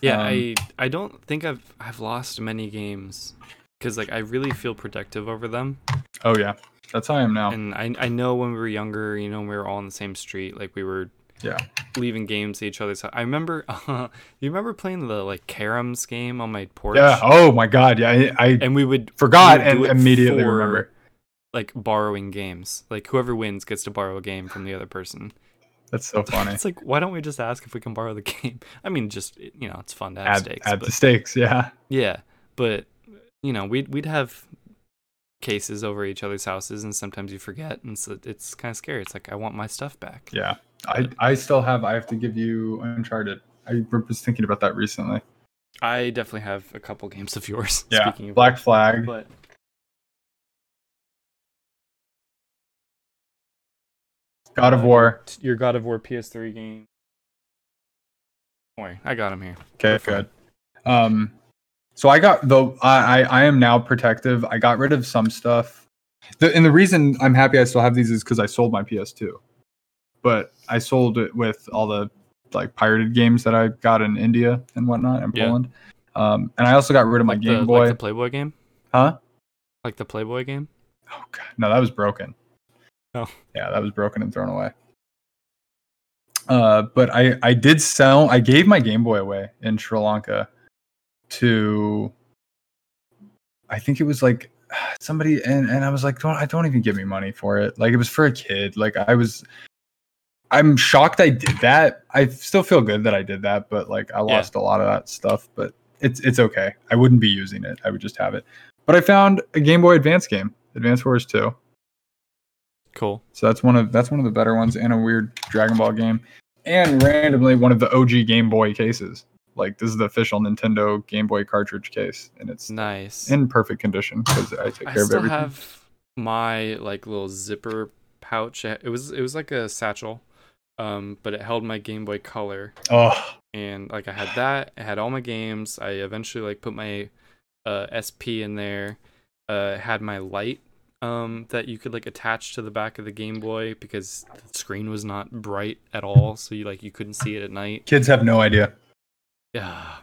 [SPEAKER 1] Yeah,
[SPEAKER 2] Um,
[SPEAKER 1] I I don't think I've I've lost many games cuz like I really feel protective over them.
[SPEAKER 2] oh yeah, that's how I am now.
[SPEAKER 1] And I I know when we were younger, you know, when we were all on the same street, like we were
[SPEAKER 2] Yeah.
[SPEAKER 1] leaving games to each other's house. I remember uh, you remember playing the like caroms game on my porch?
[SPEAKER 2] yeah. Oh my god. Yeah, I, I
[SPEAKER 1] And we would
[SPEAKER 2] forgot
[SPEAKER 1] we would
[SPEAKER 2] and
[SPEAKER 1] do it
[SPEAKER 2] immediately
[SPEAKER 1] for-
[SPEAKER 2] remember.
[SPEAKER 1] like borrowing games. Like whoever wins gets to borrow a game from the other person.
[SPEAKER 2] That's so funny.
[SPEAKER 1] It's like why don't we just ask if we can borrow the game? I mean, just you know, it's fun to have
[SPEAKER 2] Add,
[SPEAKER 1] stakes.
[SPEAKER 2] add
[SPEAKER 1] but,
[SPEAKER 2] the stakes. Yeah.
[SPEAKER 1] yeah, but you know, we'd we'd have cases over each other's houses, and sometimes you forget, and so it's kind of scary. It's like I want my stuff back.
[SPEAKER 2] Yeah. I, I still have. I have to give you Uncharted. I was thinking about that recently.
[SPEAKER 1] I definitely have a couple games of yours.
[SPEAKER 2] Yeah.
[SPEAKER 1] Speaking of
[SPEAKER 2] Black Flag.
[SPEAKER 1] but
[SPEAKER 2] God of War.
[SPEAKER 1] your God of War PS3 game. Don't worry, I got him here.
[SPEAKER 2] Okay,
[SPEAKER 1] We're fine.
[SPEAKER 2] good. Um, so I got the I, I I am now protective. I got rid of some stuff, the, and the reason I'm happy I still have these is because I sold my PS2, but I sold it with all the like pirated games that I got in India and whatnot and
[SPEAKER 1] Yeah.
[SPEAKER 2] Poland. Um, and I also got rid of my
[SPEAKER 1] Like
[SPEAKER 2] Game
[SPEAKER 1] the,
[SPEAKER 2] Boy.
[SPEAKER 1] like the Playboy game,
[SPEAKER 2] huh?
[SPEAKER 1] like the Playboy game.
[SPEAKER 2] Oh god, no, that was broken.
[SPEAKER 1] Oh.
[SPEAKER 2] yeah, that was broken and thrown away. Uh, but I I did sell. I gave my Game Boy away in Sri Lanka to I think it was like somebody and and I was like, don't I don't even give me money for it. Like it was for a kid. Like I was I'm shocked I did that. I still feel good that I did that, but like I
[SPEAKER 1] Yeah.
[SPEAKER 2] lost a lot of that stuff, but it's it's okay. I wouldn't be using it. I would just have it. But I found a Game Boy Advance game, Advance Wars 2.
[SPEAKER 1] Cool.
[SPEAKER 2] So that's one of that's one of the better ones and a weird Dragon Ball game. And randomly one of the OG Game Boy cases. Like this is the official Nintendo Game Boy cartridge case and it's
[SPEAKER 1] Nice.
[SPEAKER 2] in perfect condition because I take
[SPEAKER 1] I
[SPEAKER 2] care of
[SPEAKER 1] still
[SPEAKER 2] everything.
[SPEAKER 1] have my like little zipper pouch. It was it was like a satchel, um, but it held my Game Boy Color,
[SPEAKER 2] oh,
[SPEAKER 1] and like I had that. I had all my games. I eventually like put my uh, SP in there. Uh, it had my light um, that you could like attach to the back of the Game Boy because the screen was not bright at all, so you like you couldn't see it at night.
[SPEAKER 2] kids have no idea.
[SPEAKER 1] Yeah.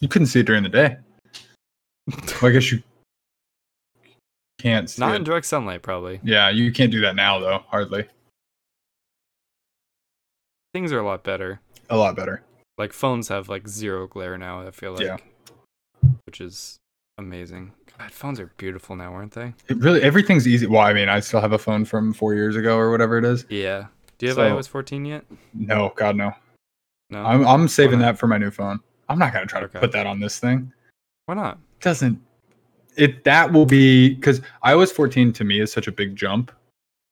[SPEAKER 2] You couldn't see it during the day. Well, I guess you can't see
[SPEAKER 1] Not
[SPEAKER 2] it.
[SPEAKER 1] in direct sunlight, probably.
[SPEAKER 2] yeah, you can't do that now though. Hardly.
[SPEAKER 1] Things are a lot better.
[SPEAKER 2] A lot better.
[SPEAKER 1] Like phones have like zero glare now. I feel like,
[SPEAKER 2] Yeah.
[SPEAKER 1] which is amazing. God, phones are beautiful now, aren't they?
[SPEAKER 2] It really everything's easy. Well, I mean, I still have a phone from four years ago or whatever it is.
[SPEAKER 1] Yeah. Do you have
[SPEAKER 2] So-
[SPEAKER 1] iOS 14 yet?
[SPEAKER 2] No, God no.
[SPEAKER 1] No.
[SPEAKER 2] I'm I'm saving
[SPEAKER 1] not?
[SPEAKER 2] that for my new phone. I'm not gonna try to
[SPEAKER 1] Okay.
[SPEAKER 2] put that on this thing.
[SPEAKER 1] Why not?
[SPEAKER 2] doesn't it that will be because iOS 14 to me is such a big jump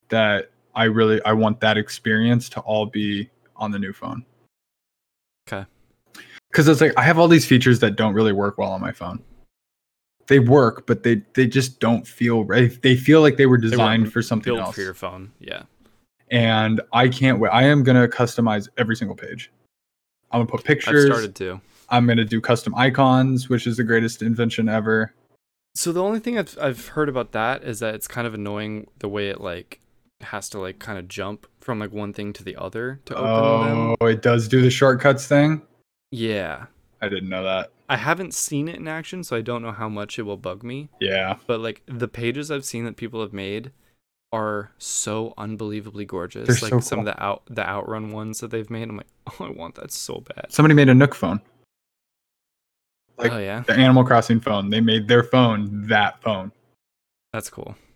[SPEAKER 2] that I really I want that experience to all be on the new phone.
[SPEAKER 1] 'Kay.
[SPEAKER 2] Cause it's like I have all these features that don't really work well on my phone. They work, but they they just don't feel right. They feel like they were designed for something
[SPEAKER 1] Built
[SPEAKER 2] else.
[SPEAKER 1] for your phone. Yeah.
[SPEAKER 2] And I can't wait. I am gonna customize every single page. I'm gonna put pictures.
[SPEAKER 1] I've started to.
[SPEAKER 2] I'm gonna do custom icons, which is the greatest invention ever.
[SPEAKER 1] So the only thing I've I've heard about that is that it's kind of annoying the way it like has to like kind of jump from like one thing to the other to open them.
[SPEAKER 2] Oh, it does do the shortcuts thing.
[SPEAKER 1] Yeah.
[SPEAKER 2] I didn't know that.
[SPEAKER 1] I haven't seen it in action, so I don't know how much it will bug me.
[SPEAKER 2] Yeah,
[SPEAKER 1] but like the pages I've seen that people have made are so unbelievably gorgeous.
[SPEAKER 2] They're
[SPEAKER 1] like
[SPEAKER 2] so
[SPEAKER 1] some of the out the outrun ones that they've made. I'm like, oh, I want that so bad.
[SPEAKER 2] somebody made a Nook phone, Like-
[SPEAKER 1] oh yeah,
[SPEAKER 2] the Animal Crossing phone. They made their phone that phone.
[SPEAKER 1] that's cool.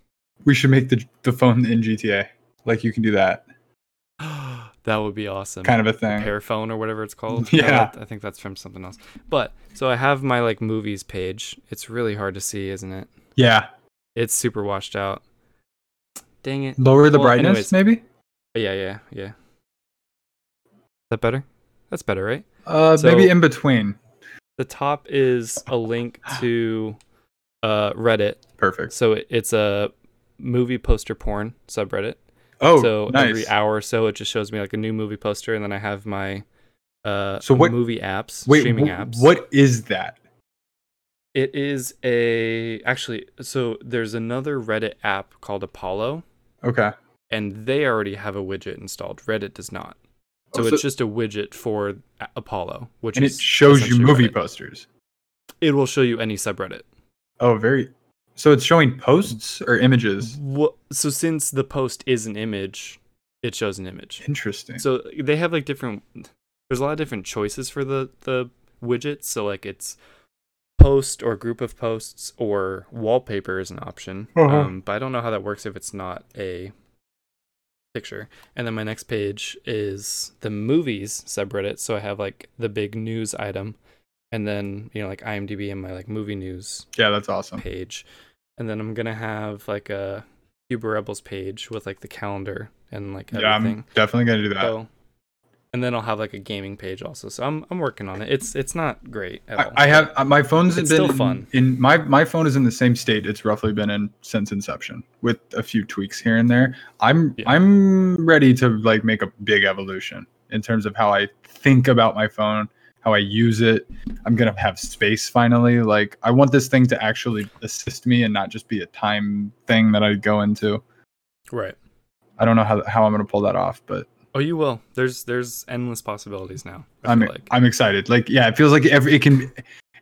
[SPEAKER 2] We should make the the phone in GTA. Like you can do that
[SPEAKER 1] that would be awesome.
[SPEAKER 2] kind of a
[SPEAKER 1] The
[SPEAKER 2] thing.
[SPEAKER 1] Pear phone or whatever it's called.
[SPEAKER 2] Yeah.
[SPEAKER 1] No, that- I think that's from something else. But so I have my like movies page. It's really hard to see, isn't it?
[SPEAKER 2] Yeah,
[SPEAKER 1] It's super washed out. Dang it.
[SPEAKER 2] lower the
[SPEAKER 1] Well,
[SPEAKER 2] brightness
[SPEAKER 1] anyways.
[SPEAKER 2] maybe.
[SPEAKER 1] Yeah, yeah, yeah. Is that better? That's better, right?
[SPEAKER 2] Uh,
[SPEAKER 1] So-
[SPEAKER 2] maybe in between.
[SPEAKER 1] The top is a link to uh, Reddit.
[SPEAKER 2] Perfect.
[SPEAKER 1] So it, it's a movie poster porn subreddit.
[SPEAKER 2] Oh,
[SPEAKER 1] so
[SPEAKER 2] nice.
[SPEAKER 1] every hour or so, it just shows me like a new movie poster, and then I have my uh,
[SPEAKER 2] So what-
[SPEAKER 1] movie apps,
[SPEAKER 2] Wait,
[SPEAKER 1] streaming
[SPEAKER 2] wh-
[SPEAKER 1] apps.
[SPEAKER 2] what is that?
[SPEAKER 1] It is a actually. So there's another Reddit app called Apollo,
[SPEAKER 2] Okay.
[SPEAKER 1] and they already have a widget installed. Reddit does not. So
[SPEAKER 2] Oh,
[SPEAKER 1] it's just a widget for A- Apollo, which
[SPEAKER 2] and it
[SPEAKER 1] is
[SPEAKER 2] shows you
[SPEAKER 1] essentially
[SPEAKER 2] movie
[SPEAKER 1] Reddit.
[SPEAKER 2] posters.
[SPEAKER 1] It will show you any subreddit.
[SPEAKER 2] Oh, very. So it's showing posts or images.
[SPEAKER 1] Wha- so since the post is an image, it shows an image.
[SPEAKER 2] Interesting.
[SPEAKER 1] So they have like different. There's a lot of different choices for the the widgets. So like it's post or group of posts or wallpaper is an option.
[SPEAKER 2] Uh-huh.
[SPEAKER 1] Um, but I don't know how that works if it's not a picture. And then my next page is the movies subreddit. So I have like the big news item, and then you know like IMDb and my like movie news
[SPEAKER 2] yeah, that's awesome.
[SPEAKER 1] page, and then I'm gonna have like a Cuba Rebels page with like the calendar and like
[SPEAKER 2] Yeah,
[SPEAKER 1] everything.
[SPEAKER 2] I'm definitely gonna do that.
[SPEAKER 1] so, and then I'll have like a gaming page also. So I'm I'm working on it. It's it's not great at
[SPEAKER 2] I,
[SPEAKER 1] all.
[SPEAKER 2] I have uh, my phone's
[SPEAKER 1] It's
[SPEAKER 2] been
[SPEAKER 1] still
[SPEAKER 2] in-
[SPEAKER 1] fun.
[SPEAKER 2] In, my my phone is in the same state it's roughly been in since inception with a few tweaks here and there. I'm
[SPEAKER 1] Yeah.
[SPEAKER 2] I'm ready to like make a big evolution in terms of how I think about my phone, how I use it. I'm gonna have space finally. Like I want this thing to actually assist me and not just be a time thing that I go into.
[SPEAKER 1] right.
[SPEAKER 2] I don't know how how I'm gonna pull that off, but
[SPEAKER 1] Oh, you will. There's there's endless possibilities now. I
[SPEAKER 2] I'm
[SPEAKER 1] feel like
[SPEAKER 2] I'm excited. Like yeah, it feels like every it can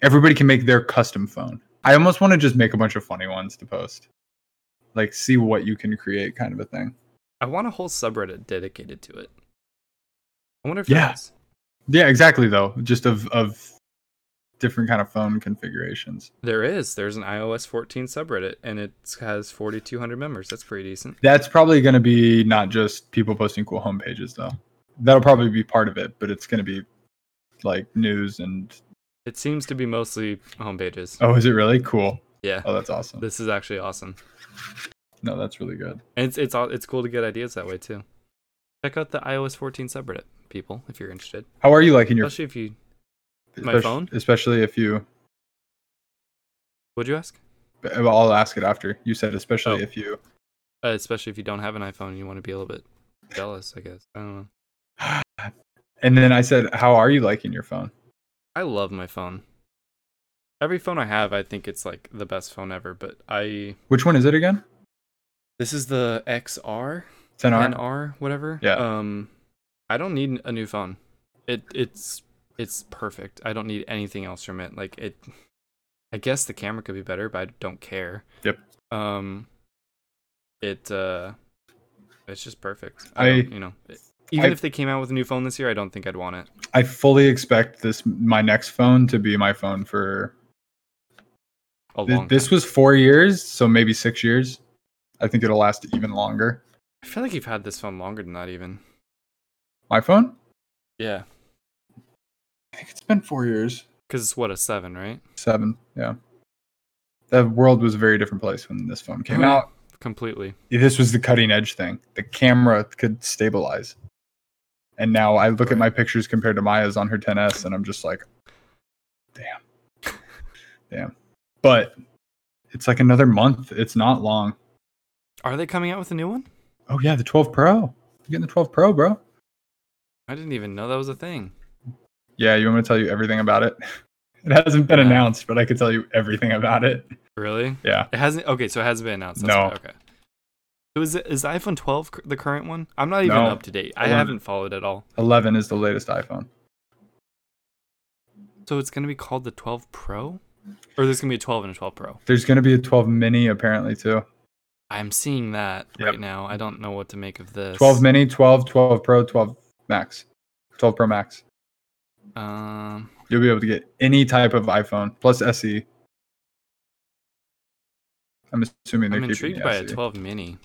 [SPEAKER 2] everybody can make their custom phone. I almost want to just make a bunch of funny ones to post. Like see what you can create kind of a thing.
[SPEAKER 1] I want a whole subreddit dedicated to it. I wonder if
[SPEAKER 2] Yeah.
[SPEAKER 1] there is.
[SPEAKER 2] Yeah, exactly though. Just of of different kind of phone configurations.
[SPEAKER 1] There is. There's an iOS 14 subreddit, and it has 4,200 members. That's pretty decent.
[SPEAKER 2] That's probably going to be not just people posting cool homepages though. That'll probably be part of it, but it's going to be like news and
[SPEAKER 1] It seems to be mostly homepages.
[SPEAKER 2] oh, is it really cool?
[SPEAKER 1] Yeah,
[SPEAKER 2] Oh, that's awesome.
[SPEAKER 1] this is actually awesome.
[SPEAKER 2] No, that's really good.
[SPEAKER 1] And it's it's all it's cool to get ideas that way too. Check out the iOS 14 subreddit, people, if you're interested.
[SPEAKER 2] How are you liking your
[SPEAKER 1] Especially if you my
[SPEAKER 2] espec-
[SPEAKER 1] phone?
[SPEAKER 2] Especially if you
[SPEAKER 1] would you ask,
[SPEAKER 2] I'll ask it after. You said especially
[SPEAKER 1] Oh.
[SPEAKER 2] if you
[SPEAKER 1] uh, especially if you don't have an iPhone, and you want to be a little bit jealous, I guess. I don't know.
[SPEAKER 2] And then I said, "How are you liking your phone?"
[SPEAKER 1] I love my phone. Every phone I have, I think it's like the best phone ever. But I
[SPEAKER 2] Which one is it again?
[SPEAKER 1] this is the XR.
[SPEAKER 2] 10R.
[SPEAKER 1] 10R, whatever.
[SPEAKER 2] Yeah.
[SPEAKER 1] Um, I don't need a new phone. It it's it's perfect. I don't need anything else from it. Like it, I guess the camera could be better, but I don't care.
[SPEAKER 2] Yep.
[SPEAKER 1] Um, it uh, it's just perfect.
[SPEAKER 2] I-
[SPEAKER 1] don't- you know, it- even
[SPEAKER 2] I-
[SPEAKER 1] if they came out with a new phone this year, I don't think I'd want it.
[SPEAKER 2] I fully expect this my next phone to be my phone for
[SPEAKER 1] A
[SPEAKER 2] Th-
[SPEAKER 1] long.
[SPEAKER 2] this
[SPEAKER 1] time.
[SPEAKER 2] was 4 years, so maybe 6 years. I think it'll last even longer.
[SPEAKER 1] I feel like you've had this phone longer than that, even.
[SPEAKER 2] My phone?
[SPEAKER 1] Yeah.
[SPEAKER 2] I think it's been 4 years.
[SPEAKER 1] Because it's what a seven, right?
[SPEAKER 2] 7, yeah. The world was a very different place when this phone came
[SPEAKER 1] Oh, yeah.
[SPEAKER 2] out.
[SPEAKER 1] Completely.
[SPEAKER 2] This was the cutting edge thing. The camera could stabilize. And now I look at my pictures compared to Maya's on her 10S and I'm just like damn. Damn. But it's like another month. It's not long.
[SPEAKER 1] Are they coming out with a new one?
[SPEAKER 2] Oh yeah, the 12 Pro. You're getting the 12 Pro, bro.
[SPEAKER 1] I didn't even know that was a thing.
[SPEAKER 2] Yeah, you want me to tell you everything about it? It hasn't been
[SPEAKER 1] Yeah.
[SPEAKER 2] announced, but I could tell you everything about it.
[SPEAKER 1] Really?
[SPEAKER 2] Yeah.
[SPEAKER 1] It hasn't. Okay, so it hasn't been announced. That's
[SPEAKER 2] No.
[SPEAKER 1] why- Okay. So is it, is the iPhone 12 cur- the current one? I'm not even
[SPEAKER 2] No.
[SPEAKER 1] up to date. I
[SPEAKER 2] Eleven.
[SPEAKER 1] haven't followed at all.
[SPEAKER 2] 11 is the latest iPhone.
[SPEAKER 1] So it's gonna be called the 12 Pro, or there's gonna be a 12 and a 12 Pro.
[SPEAKER 2] There's going to be a 12 mini apparently too.
[SPEAKER 1] I'm seeing that
[SPEAKER 2] Yep.
[SPEAKER 1] right now. I don't know what to make of this.
[SPEAKER 2] 12 mini, 12, 12 Pro, 12 Max. 12 Pro Max.
[SPEAKER 1] Um.
[SPEAKER 2] You'll be able to get any type of iPhone plus SE. I'm assuming they're
[SPEAKER 1] I'm
[SPEAKER 2] keeping
[SPEAKER 1] intrigued
[SPEAKER 2] the E.
[SPEAKER 1] by a
[SPEAKER 2] SE.
[SPEAKER 1] 12 mini.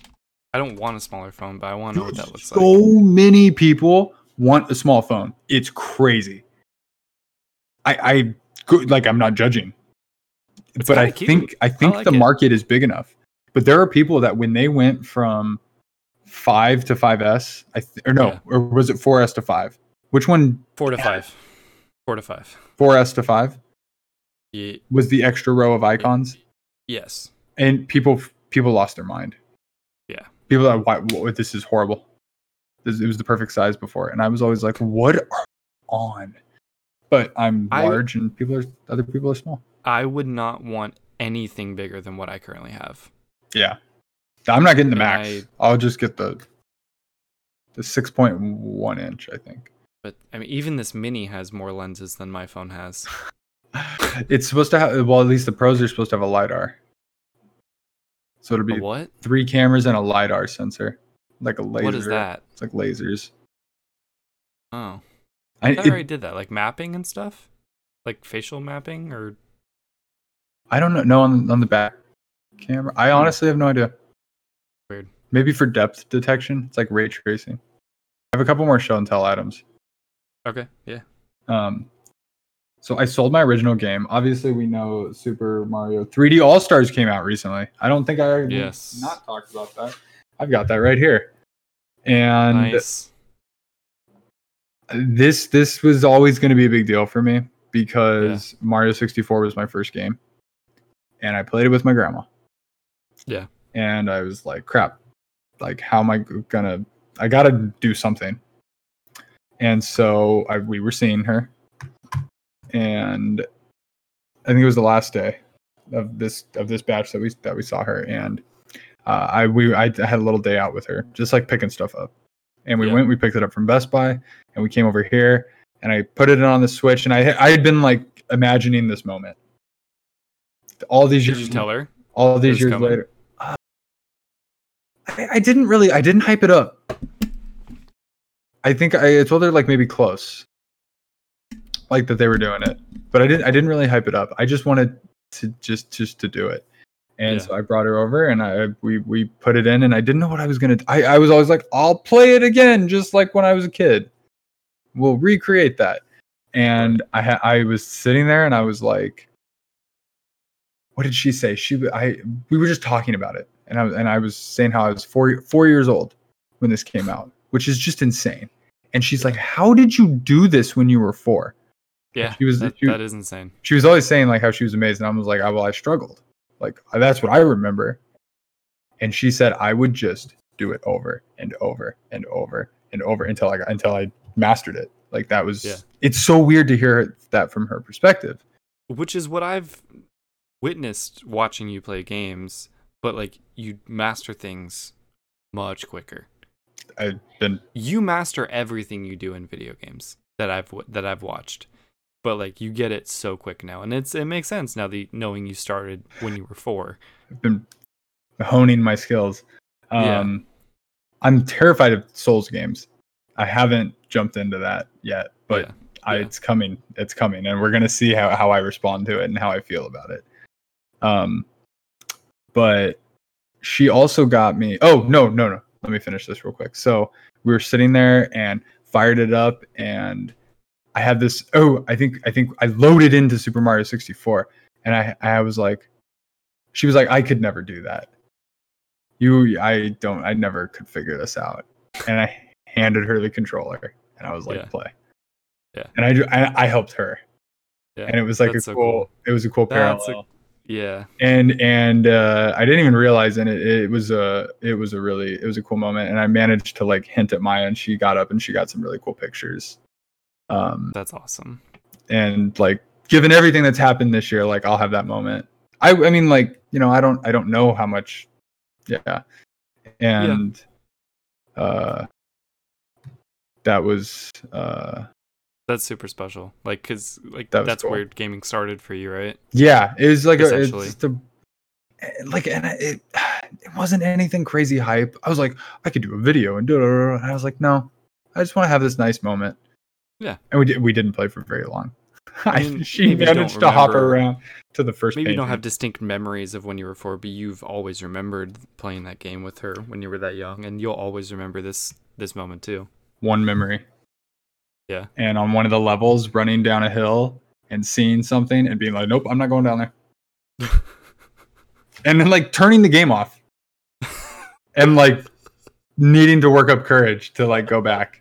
[SPEAKER 1] I don't want a smaller phone, but I want to know what that looks
[SPEAKER 2] so
[SPEAKER 1] like.
[SPEAKER 2] many people want a small phone. It's crazy. I, I go- like I'm not judging,
[SPEAKER 1] It's
[SPEAKER 2] but I
[SPEAKER 1] kinda cute.
[SPEAKER 2] think I think
[SPEAKER 1] like
[SPEAKER 2] the
[SPEAKER 1] it.
[SPEAKER 2] market is big enough. But there are people that when they went from five to 5S, I th- or no,
[SPEAKER 1] Yeah.
[SPEAKER 2] or was it 4S to five? Which one?
[SPEAKER 1] Four to five. Four to five.
[SPEAKER 2] 4S to five
[SPEAKER 1] Ye-
[SPEAKER 2] was the extra row of icons,
[SPEAKER 1] yes.
[SPEAKER 2] and people people lost their mind.
[SPEAKER 1] Yeah.
[SPEAKER 2] people that why what, this is horrible. This, it was the perfect size before, and I was always like, "What are you on?" But I'm
[SPEAKER 1] I-
[SPEAKER 2] large, and people are other people are small.
[SPEAKER 1] I would not want anything bigger than what I currently have.
[SPEAKER 2] Yeah, I'm not getting the
[SPEAKER 1] And
[SPEAKER 2] max.
[SPEAKER 1] I-
[SPEAKER 2] I, will just get the the 6.1 inch, I think.
[SPEAKER 1] But I mean, even this mini has more lenses than my phone has.
[SPEAKER 2] It's supposed to have well, at least the pros are supposed to have a lidar, so it'll
[SPEAKER 1] A
[SPEAKER 2] be
[SPEAKER 1] what?
[SPEAKER 2] three cameras and a lidar sensor, like a laser.
[SPEAKER 1] What is that?
[SPEAKER 2] It's like lasers.
[SPEAKER 1] Oh,
[SPEAKER 2] I,
[SPEAKER 1] I
[SPEAKER 2] it-
[SPEAKER 1] thought I already did that, like mapping and stuff, like facial mapping or
[SPEAKER 2] I don't know. No, on on the back camera. I honestly have no idea.
[SPEAKER 1] Hmm. Weird.
[SPEAKER 2] Maybe for depth detection, it's like ray tracing. I have a couple more show and tell items.
[SPEAKER 1] okay, yeah,
[SPEAKER 2] Um, so I sold my original game. Obviously, we know Super Mario 3D All Stars came out recently. I don't think I already
[SPEAKER 1] Yes.
[SPEAKER 2] not talked about that. I've got that right here. And
[SPEAKER 1] nice.
[SPEAKER 2] this this was always going to be a big deal for me because Mario 64 was my first game and I played it with my grandma.
[SPEAKER 1] Yeah.
[SPEAKER 2] And I was like, crap. Like how am I going to I got to do something. And so I we were seeing her and I think it was the last day of this of this batch that we that we saw her and uh, I we I had a little day out with her just like picking stuff up. And we
[SPEAKER 1] Yeah.
[SPEAKER 2] went we picked it up from Best Buy and we came over here and I put it on the Switch and I I had been like imagining this moment. All these
[SPEAKER 1] Did
[SPEAKER 2] years,
[SPEAKER 1] you tell her?
[SPEAKER 2] all
[SPEAKER 1] it
[SPEAKER 2] these
[SPEAKER 1] was
[SPEAKER 2] years
[SPEAKER 1] coming?
[SPEAKER 2] later. Uh, I, I didn't really I didn't hype it up. I think I, I told her like maybe close. like that they were doing it, but I didn't. I didn't really hype it up. I just wanted to just just to do it, and
[SPEAKER 1] Yeah.
[SPEAKER 2] so I brought her over and I we we put it in, and I didn't know what I was gonna. I I was always like, I'll play it again, just like when I was a kid. We'll recreate that, and I ha- I was sitting there and I was like, what did she say? She w- I we were just talking about it, and I was and I was saying how I was four four years old when this came out, which is just insane. And she's like, "How did you do this when you were four?
[SPEAKER 1] Yeah,
[SPEAKER 2] She was-
[SPEAKER 1] that,
[SPEAKER 2] she-
[SPEAKER 1] that is insane.
[SPEAKER 2] She was always saying like how she was amazed, and I was like, "I well, I struggled. Like that's what I remember." And she said, "I would just do it over and over and over and over until I got, until I mastered it." Like that was.
[SPEAKER 1] Yeah.
[SPEAKER 2] It's so weird to hear that from her perspective.
[SPEAKER 1] which is what I've witnessed watching you play games, but like you master things much quicker.
[SPEAKER 2] I've been
[SPEAKER 1] You master everything you do in video games that I've w- that I've watched. But like you get it so quick now and it's it makes sense now that knowing you started when you were 4.
[SPEAKER 2] been honing my skills.
[SPEAKER 1] Yeah.
[SPEAKER 2] Um, I'm terrified of Souls games. I haven't jumped into that yet, but
[SPEAKER 1] Yeah,
[SPEAKER 2] I,
[SPEAKER 1] yeah.
[SPEAKER 2] it's coming. It's coming, and we're gonna see how how I respond to it and how I feel about it. Um, but she also got me. Oh no, no, no. Let me finish this real quick. So we were sitting there and fired it up, and I had this. Oh, I think I think I loaded into Super Mario 64, and I I was like, she was like, I could never do that. You, I don't. I never could figure this out. And I handed her the controller, and I was like,
[SPEAKER 1] Yeah.
[SPEAKER 2] play
[SPEAKER 1] Yeah.
[SPEAKER 2] and I, ju- I I helped her,
[SPEAKER 1] Yeah,
[SPEAKER 2] and it was like a cool,
[SPEAKER 1] that's so cool.
[SPEAKER 2] It was a cool
[SPEAKER 1] That's a-
[SPEAKER 2] parallel,
[SPEAKER 1] Yeah.
[SPEAKER 2] and and uh, I didn't even realize, and it, it was a it was a really it was a cool moment, and I managed to like hint at Maya, and she got up and she got some really cool pictures, um,
[SPEAKER 1] That's awesome.
[SPEAKER 2] and like given everything that's happened this year, like I'll have that moment. I I mean like you know I don't I don't know how much, yeah, and uh, that was uh.
[SPEAKER 1] That's super special. Like cuz like
[SPEAKER 2] That was
[SPEAKER 1] that's
[SPEAKER 2] cool.
[SPEAKER 1] where gaming started for you, right?
[SPEAKER 2] Yeah, it was like a, it's
[SPEAKER 1] Essentially.
[SPEAKER 2] just a like and I- it it wasn't anything crazy hype. I was like, I could do a video and do and I was like, no, I just want to have this nice moment.
[SPEAKER 1] Yeah.
[SPEAKER 2] and we did, we didn't play for very long.
[SPEAKER 1] I
[SPEAKER 2] I-
[SPEAKER 1] mean,
[SPEAKER 2] she
[SPEAKER 1] maybe you don't
[SPEAKER 2] managed to hop
[SPEAKER 1] remember-
[SPEAKER 2] around to the first.
[SPEAKER 1] Maybe you don't
[SPEAKER 2] painting.
[SPEAKER 1] have distinct memories of when you were four, but you've always remembered playing that game with her when you were that young, and you'll always remember this this moment too.
[SPEAKER 2] one memory.
[SPEAKER 1] Yeah.
[SPEAKER 2] and on one of the levels, running down a hill and seeing something and being like, nope, I'm not going down there, and then like turning the game off, and like needing to work up courage to like go back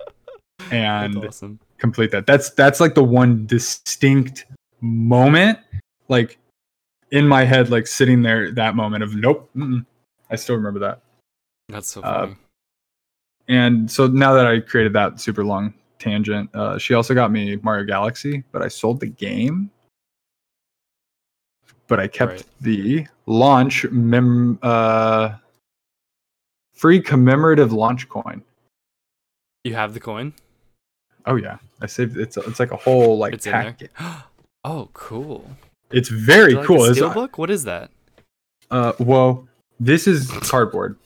[SPEAKER 1] That's
[SPEAKER 2] and
[SPEAKER 1] awesome.
[SPEAKER 2] complete that. That's that's like the one distinct moment, like in my head, like sitting there that moment of nope. Mm-mm. I still remember that.
[SPEAKER 1] That's so
[SPEAKER 2] uh,
[SPEAKER 1] funny.
[SPEAKER 2] And so now that I created that super long tangent, uh, she also got me Mario Galaxy, but I sold the game. But I kept
[SPEAKER 1] Right.
[SPEAKER 2] the launch mem uh, free commemorative launch coin.
[SPEAKER 1] you have the coin.
[SPEAKER 2] Oh yeah, I saved it's it's like a whole like
[SPEAKER 1] It's in
[SPEAKER 2] packet.
[SPEAKER 1] there. oh, cool.
[SPEAKER 2] It's
[SPEAKER 1] Do
[SPEAKER 2] very
[SPEAKER 1] you like a
[SPEAKER 2] cool. It's-
[SPEAKER 1] Steelbook? What is that?
[SPEAKER 2] Uh, whoa, this is cardboard.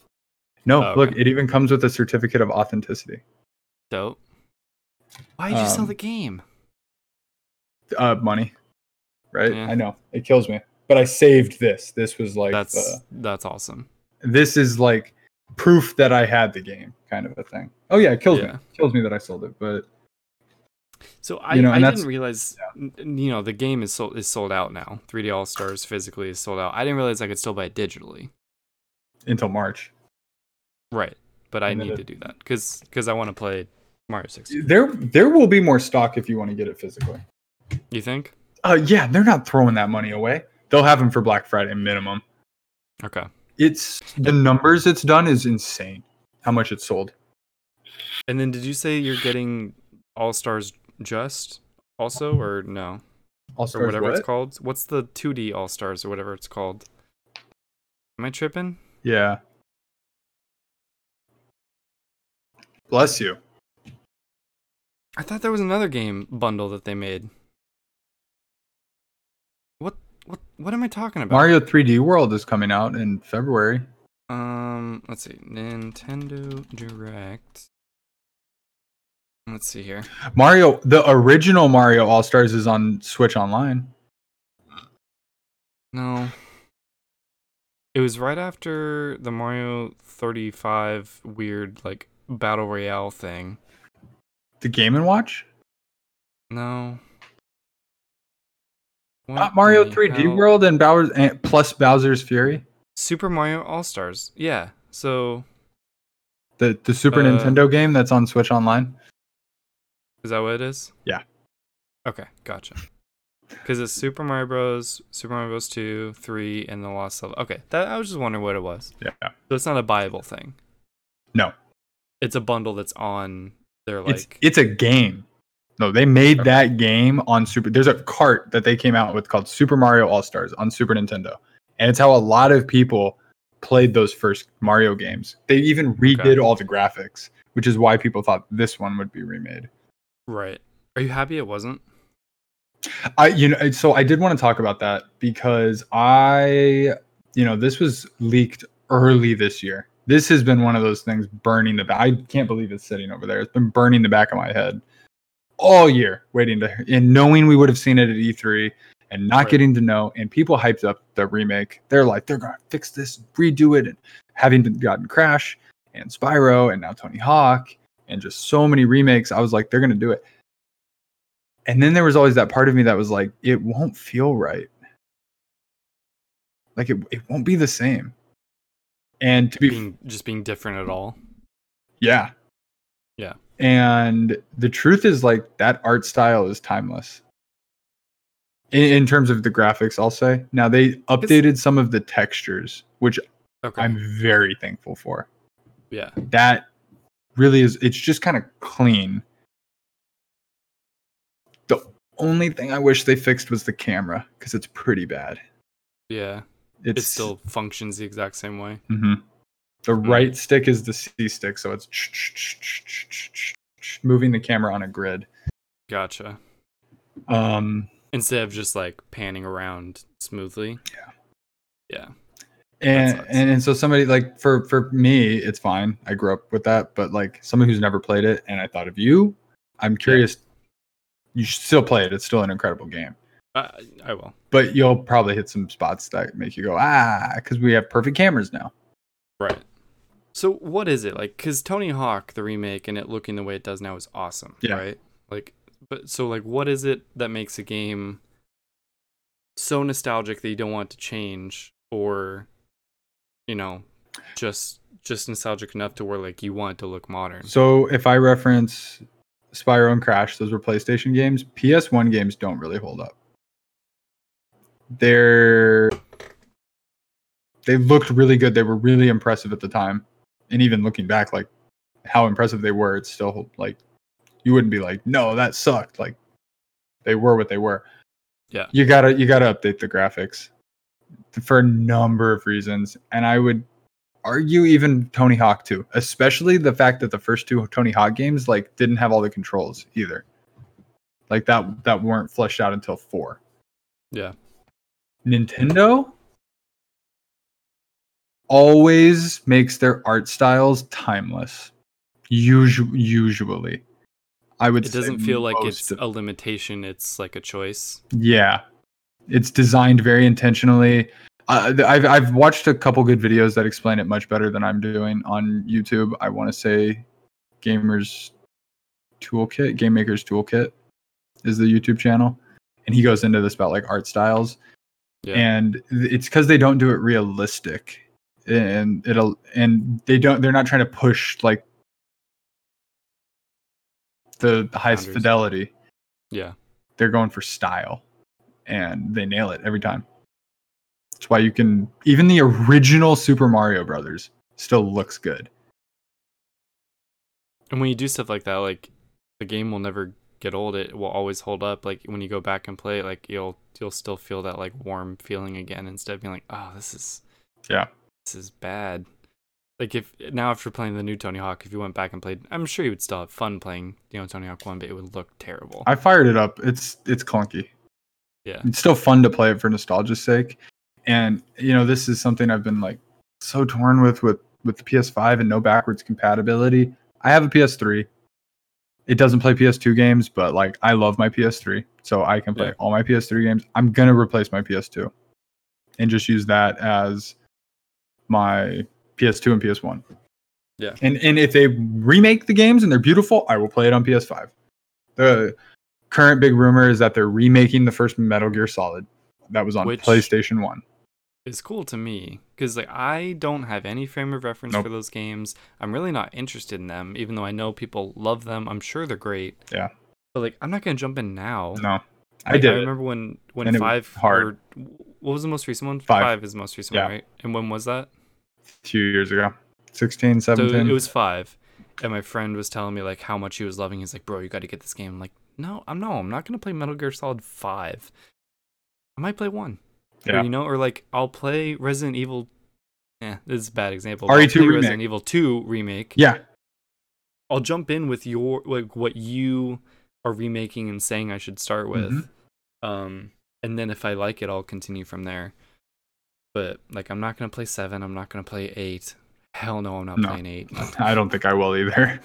[SPEAKER 2] No,
[SPEAKER 1] Oh,
[SPEAKER 2] look,
[SPEAKER 1] okay.
[SPEAKER 2] it even comes with a certificate of authenticity.
[SPEAKER 1] Dope. Why did you sell
[SPEAKER 2] Um,
[SPEAKER 1] the game?
[SPEAKER 2] Uh, money, right?
[SPEAKER 1] Yeah.
[SPEAKER 2] I know it kills me, but I saved this. This was like uh,
[SPEAKER 1] That's
[SPEAKER 2] the-
[SPEAKER 1] that's awesome.
[SPEAKER 2] this is like proof that I had the game, kind of a thing. Oh yeah, it kills me.
[SPEAKER 1] Yeah.
[SPEAKER 2] Kills me that I sold it, but
[SPEAKER 1] So I,
[SPEAKER 2] you know,
[SPEAKER 1] I
[SPEAKER 2] and that's-
[SPEAKER 1] didn't realize n- n- you know the game is sold is sold out now. 3D All Stars physically is sold out. I didn't realize I could still buy it digitally.
[SPEAKER 2] until March.
[SPEAKER 1] Right, but I
[SPEAKER 2] And then
[SPEAKER 1] need
[SPEAKER 2] it-
[SPEAKER 1] to do that because I want to play Mario 64.
[SPEAKER 2] There, there will be more stock if you want to get it physically.
[SPEAKER 1] You think?
[SPEAKER 2] Uh, yeah, they're not throwing that money away. They'll have them for Black Friday minimum.
[SPEAKER 1] Okay.
[SPEAKER 2] It's the numbers it's done is insane. How much it's sold.
[SPEAKER 1] And then did you say you're getting All Stars Just also or no
[SPEAKER 2] Also,
[SPEAKER 1] or whatever it's called? What's the 2D All Stars or whatever it's called? Am I tripping?
[SPEAKER 2] Yeah. Bless you.
[SPEAKER 1] I thought there was another game bundle that they made. What what what am I talking about?
[SPEAKER 2] Mario 3D World is coming out in February.
[SPEAKER 1] Um, let's see. Nintendo Direct. Let's see here.
[SPEAKER 2] Mario, the original Mario All Stars is on Switch Online.
[SPEAKER 1] No. It was right after the Mario 35 weird like battle royale thing.
[SPEAKER 2] The Game and Watch,
[SPEAKER 1] No. What
[SPEAKER 2] not Mario
[SPEAKER 1] the
[SPEAKER 2] 3D
[SPEAKER 1] hell?
[SPEAKER 2] World, and Bowser's and plus Bowser's Fury,
[SPEAKER 1] Super Mario All Stars. Yeah. So
[SPEAKER 2] the the Super
[SPEAKER 1] Uh,
[SPEAKER 2] Nintendo game that's on Switch Online.
[SPEAKER 1] is that what it is?
[SPEAKER 2] Yeah.
[SPEAKER 1] Okay, gotcha. Because it's Super Mario Bros, Super Mario Bros. Two, Three, and the Lost Level. Okay, that I was just wondering what it was.
[SPEAKER 2] Yeah,
[SPEAKER 1] So it's not a buyable thing.
[SPEAKER 2] No.
[SPEAKER 1] It's a bundle that's on their like.
[SPEAKER 2] it's it's a game. No, they made that game on Super. There's a cart that they came out with called Super Mario All Stars on Super Nintendo, and it's how a lot of people played those first Mario games. They even redid
[SPEAKER 1] Okay.
[SPEAKER 2] all the graphics, which is why people thought this one would be remade.
[SPEAKER 1] right. Are you happy it wasn't?
[SPEAKER 2] I you know so I did want to talk about that because I you know this was leaked early this year. This has been one of those things burning the back. I can't believe it's sitting over there. It's been burning the back of my head all year, waiting to and knowing we would have seen it at E3 and not
[SPEAKER 1] Right.
[SPEAKER 2] getting to know. And people hyped up the remake. They're like, they're gonna fix this, redo it, and having been- gotten Crash and Spyro and now Tony Hawk and just so many remakes. I was like, they're gonna do it. And then there was always that part of me that was like, it won't feel right. Like it, it won't be the same. And to be
[SPEAKER 1] Being just being different at all.
[SPEAKER 2] yeah.
[SPEAKER 1] Yeah.
[SPEAKER 2] And the truth is like that art style is timeless. In, in terms of the graphics, I'll say. Now they updated some of the textures, which
[SPEAKER 1] Okay.
[SPEAKER 2] I'm very thankful for.
[SPEAKER 1] yeah.
[SPEAKER 2] That really is it's just kind of clean. The only thing I wish they fixed was the camera cuz it's pretty bad.
[SPEAKER 1] Yeah.
[SPEAKER 2] It's
[SPEAKER 1] It still functions the exact same way.
[SPEAKER 2] Mhm. The
[SPEAKER 1] Mm.
[SPEAKER 2] right stick is the C stick, so it's moving the camera on a grid.
[SPEAKER 1] Gotcha.
[SPEAKER 2] Um,
[SPEAKER 1] Instead of just like panning around smoothly.
[SPEAKER 2] and,
[SPEAKER 1] sucks.
[SPEAKER 2] and and so somebody like for for me, it's fine. I grew up with that, but like someone who's never played it, and I thought of you. I'm curious. You should still play it. It's still an incredible game,
[SPEAKER 1] I, I will.
[SPEAKER 2] but you'll probably hit some spots that make you go ah, because we have perfect cameras now.
[SPEAKER 1] Right. So what is it like? Because Tony Hawk, the remake, and it looking the way it does now is awesome.
[SPEAKER 2] Yeah.
[SPEAKER 1] Right. Like, but so like, what is it that makes a game so nostalgic that you don't want to change, or you know, just just nostalgic enough to where like you want it to look modern?
[SPEAKER 2] So if I reference Spyro and Crash, those were PlayStation games. PS1 games don't really hold up. They're they looked really good. They were really impressive at the time, and even looking back, like how impressive they were, it's still like you wouldn't be like, no, that sucked. Like they were what they were.
[SPEAKER 1] Yeah.
[SPEAKER 2] you gotta you gotta update the graphics for a number of reasons, and I would argue even Tony Hawk 2, especially the fact that the first two Tony Hawk games like didn't have all the controls either. Like that that weren't fleshed out until 4.
[SPEAKER 1] Yeah.
[SPEAKER 2] Nintendo always makes their art styles timeless. Usually usually. I would
[SPEAKER 1] It
[SPEAKER 2] say
[SPEAKER 1] doesn't feel like it's
[SPEAKER 2] most
[SPEAKER 1] a limitation. It's like a choice.
[SPEAKER 2] yeah, it's designed very intentionally. Uh, th- I've I've watched a couple good videos that explain it much better than I'm doing on YouTube. I want to say, Gamers Toolkit, Game Makers Toolkit, is the YouTube channel, and he goes into this about like art styles,
[SPEAKER 1] Yeah.
[SPEAKER 2] and th- it's because they don't do it realistic, and it'll and they don't they're not trying to push like the highest
[SPEAKER 1] Boundaries.
[SPEAKER 2] fidelity
[SPEAKER 1] yeah.
[SPEAKER 2] they're going for style and they nail it every time. That's why you can even the original Super Mario Brothers still looks good.
[SPEAKER 1] And when you do stuff like that, like the game will never get old. It will always hold up. Like when you go back and play it, like you'll you'll still feel that like warm feeling again instead of being like, oh, this is
[SPEAKER 2] Yeah.
[SPEAKER 1] this is bad. Like if now after playing the new Tony Hawk, if you went back and played, I'm sure you would still have fun playing you know Tony Hawk One, but it would look terrible.
[SPEAKER 2] I fired it up. It's it's clunky.
[SPEAKER 1] Yeah.
[SPEAKER 2] It's still fun to play it for nostalgia's sake. And you know, this is something I've been like so torn with with with the PS5 and no backwards compatibility. I have a PS3. It doesn't play PS2 games, but like I love my PS3, so I can play
[SPEAKER 1] Yeah.
[SPEAKER 2] all my PS3 games. I'm gonna replace my PS2 and just use that as my PS2 and PS1.
[SPEAKER 1] Yeah.
[SPEAKER 2] And and if they remake the games and they're beautiful, I will play it on PS5. The current big rumor is that they're remaking the first Metal Gear Solid that was on
[SPEAKER 1] Which-
[SPEAKER 2] PlayStation 1.
[SPEAKER 1] It's cool to me because like I don't have any frame of reference
[SPEAKER 2] Nope.
[SPEAKER 1] for those games. I'm really not interested in them, even though I know people love them. I'm sure they're great.
[SPEAKER 2] Yeah.
[SPEAKER 1] But like, I'm not gonna jump in now.
[SPEAKER 2] No. I
[SPEAKER 1] Like,
[SPEAKER 2] did.
[SPEAKER 1] I
[SPEAKER 2] it.
[SPEAKER 1] remember when when
[SPEAKER 2] And it was
[SPEAKER 1] five
[SPEAKER 2] hard.
[SPEAKER 1] or- what was the most recent one?
[SPEAKER 2] Five.
[SPEAKER 1] is the most recent one,
[SPEAKER 2] Yeah.
[SPEAKER 1] right? And when was that?
[SPEAKER 2] two years ago 16 17
[SPEAKER 1] So it was five, and my friend was telling me like how much he was loving. He's like, "Bro, you got to get this game." I'm like, "No, I'm no, I'm not gonna play Metal Gear Solid Five. I might play one,
[SPEAKER 2] Yeah.
[SPEAKER 1] or, you know, or like I'll play Resident Evil. Yeah, this is a bad example. but I'll
[SPEAKER 2] RE2
[SPEAKER 1] play
[SPEAKER 2] E remake.
[SPEAKER 1] Resident Evil Two remake.
[SPEAKER 2] yeah
[SPEAKER 1] I'll jump in with your like what you are remaking and saying I should start with.
[SPEAKER 2] Mm-hmm.
[SPEAKER 1] Um and then if I like it I'll continue from there. But like I'm not gonna play seven, I'm not gonna play eight. Hell no, I'm not
[SPEAKER 2] No.
[SPEAKER 1] playing eight.
[SPEAKER 2] i don't think i will either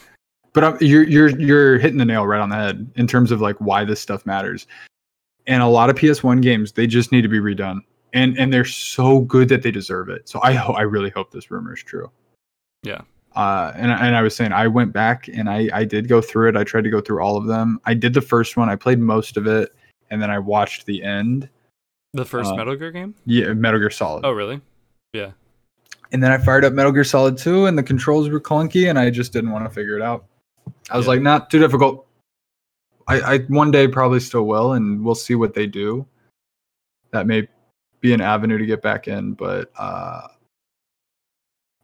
[SPEAKER 2] but I'm, you're you're you're hitting the nail right on the head in terms of like why this stuff matters and a lot of ps1 games they just need to be redone and and they're so good that they deserve it so i ho- i really hope this rumor is true
[SPEAKER 1] Yeah.
[SPEAKER 2] uh, and, I- and I was saying I went back and I, I did go through it. I tried to go through all of them. I did the first one. I played most of it, and then I watched the end.
[SPEAKER 1] The first
[SPEAKER 2] Uh,
[SPEAKER 1] Metal Gear game?
[SPEAKER 2] Yeah, Metal Gear Solid.
[SPEAKER 1] Oh really?
[SPEAKER 2] And then I fired up Metal Gear Solid 2 and the controls were clunky and I just didn't want to figure it out. I was
[SPEAKER 1] Yeah.
[SPEAKER 2] like, not too difficult. I, I one day probably still will and we'll see what they do. That may be an avenue to get back in, but uh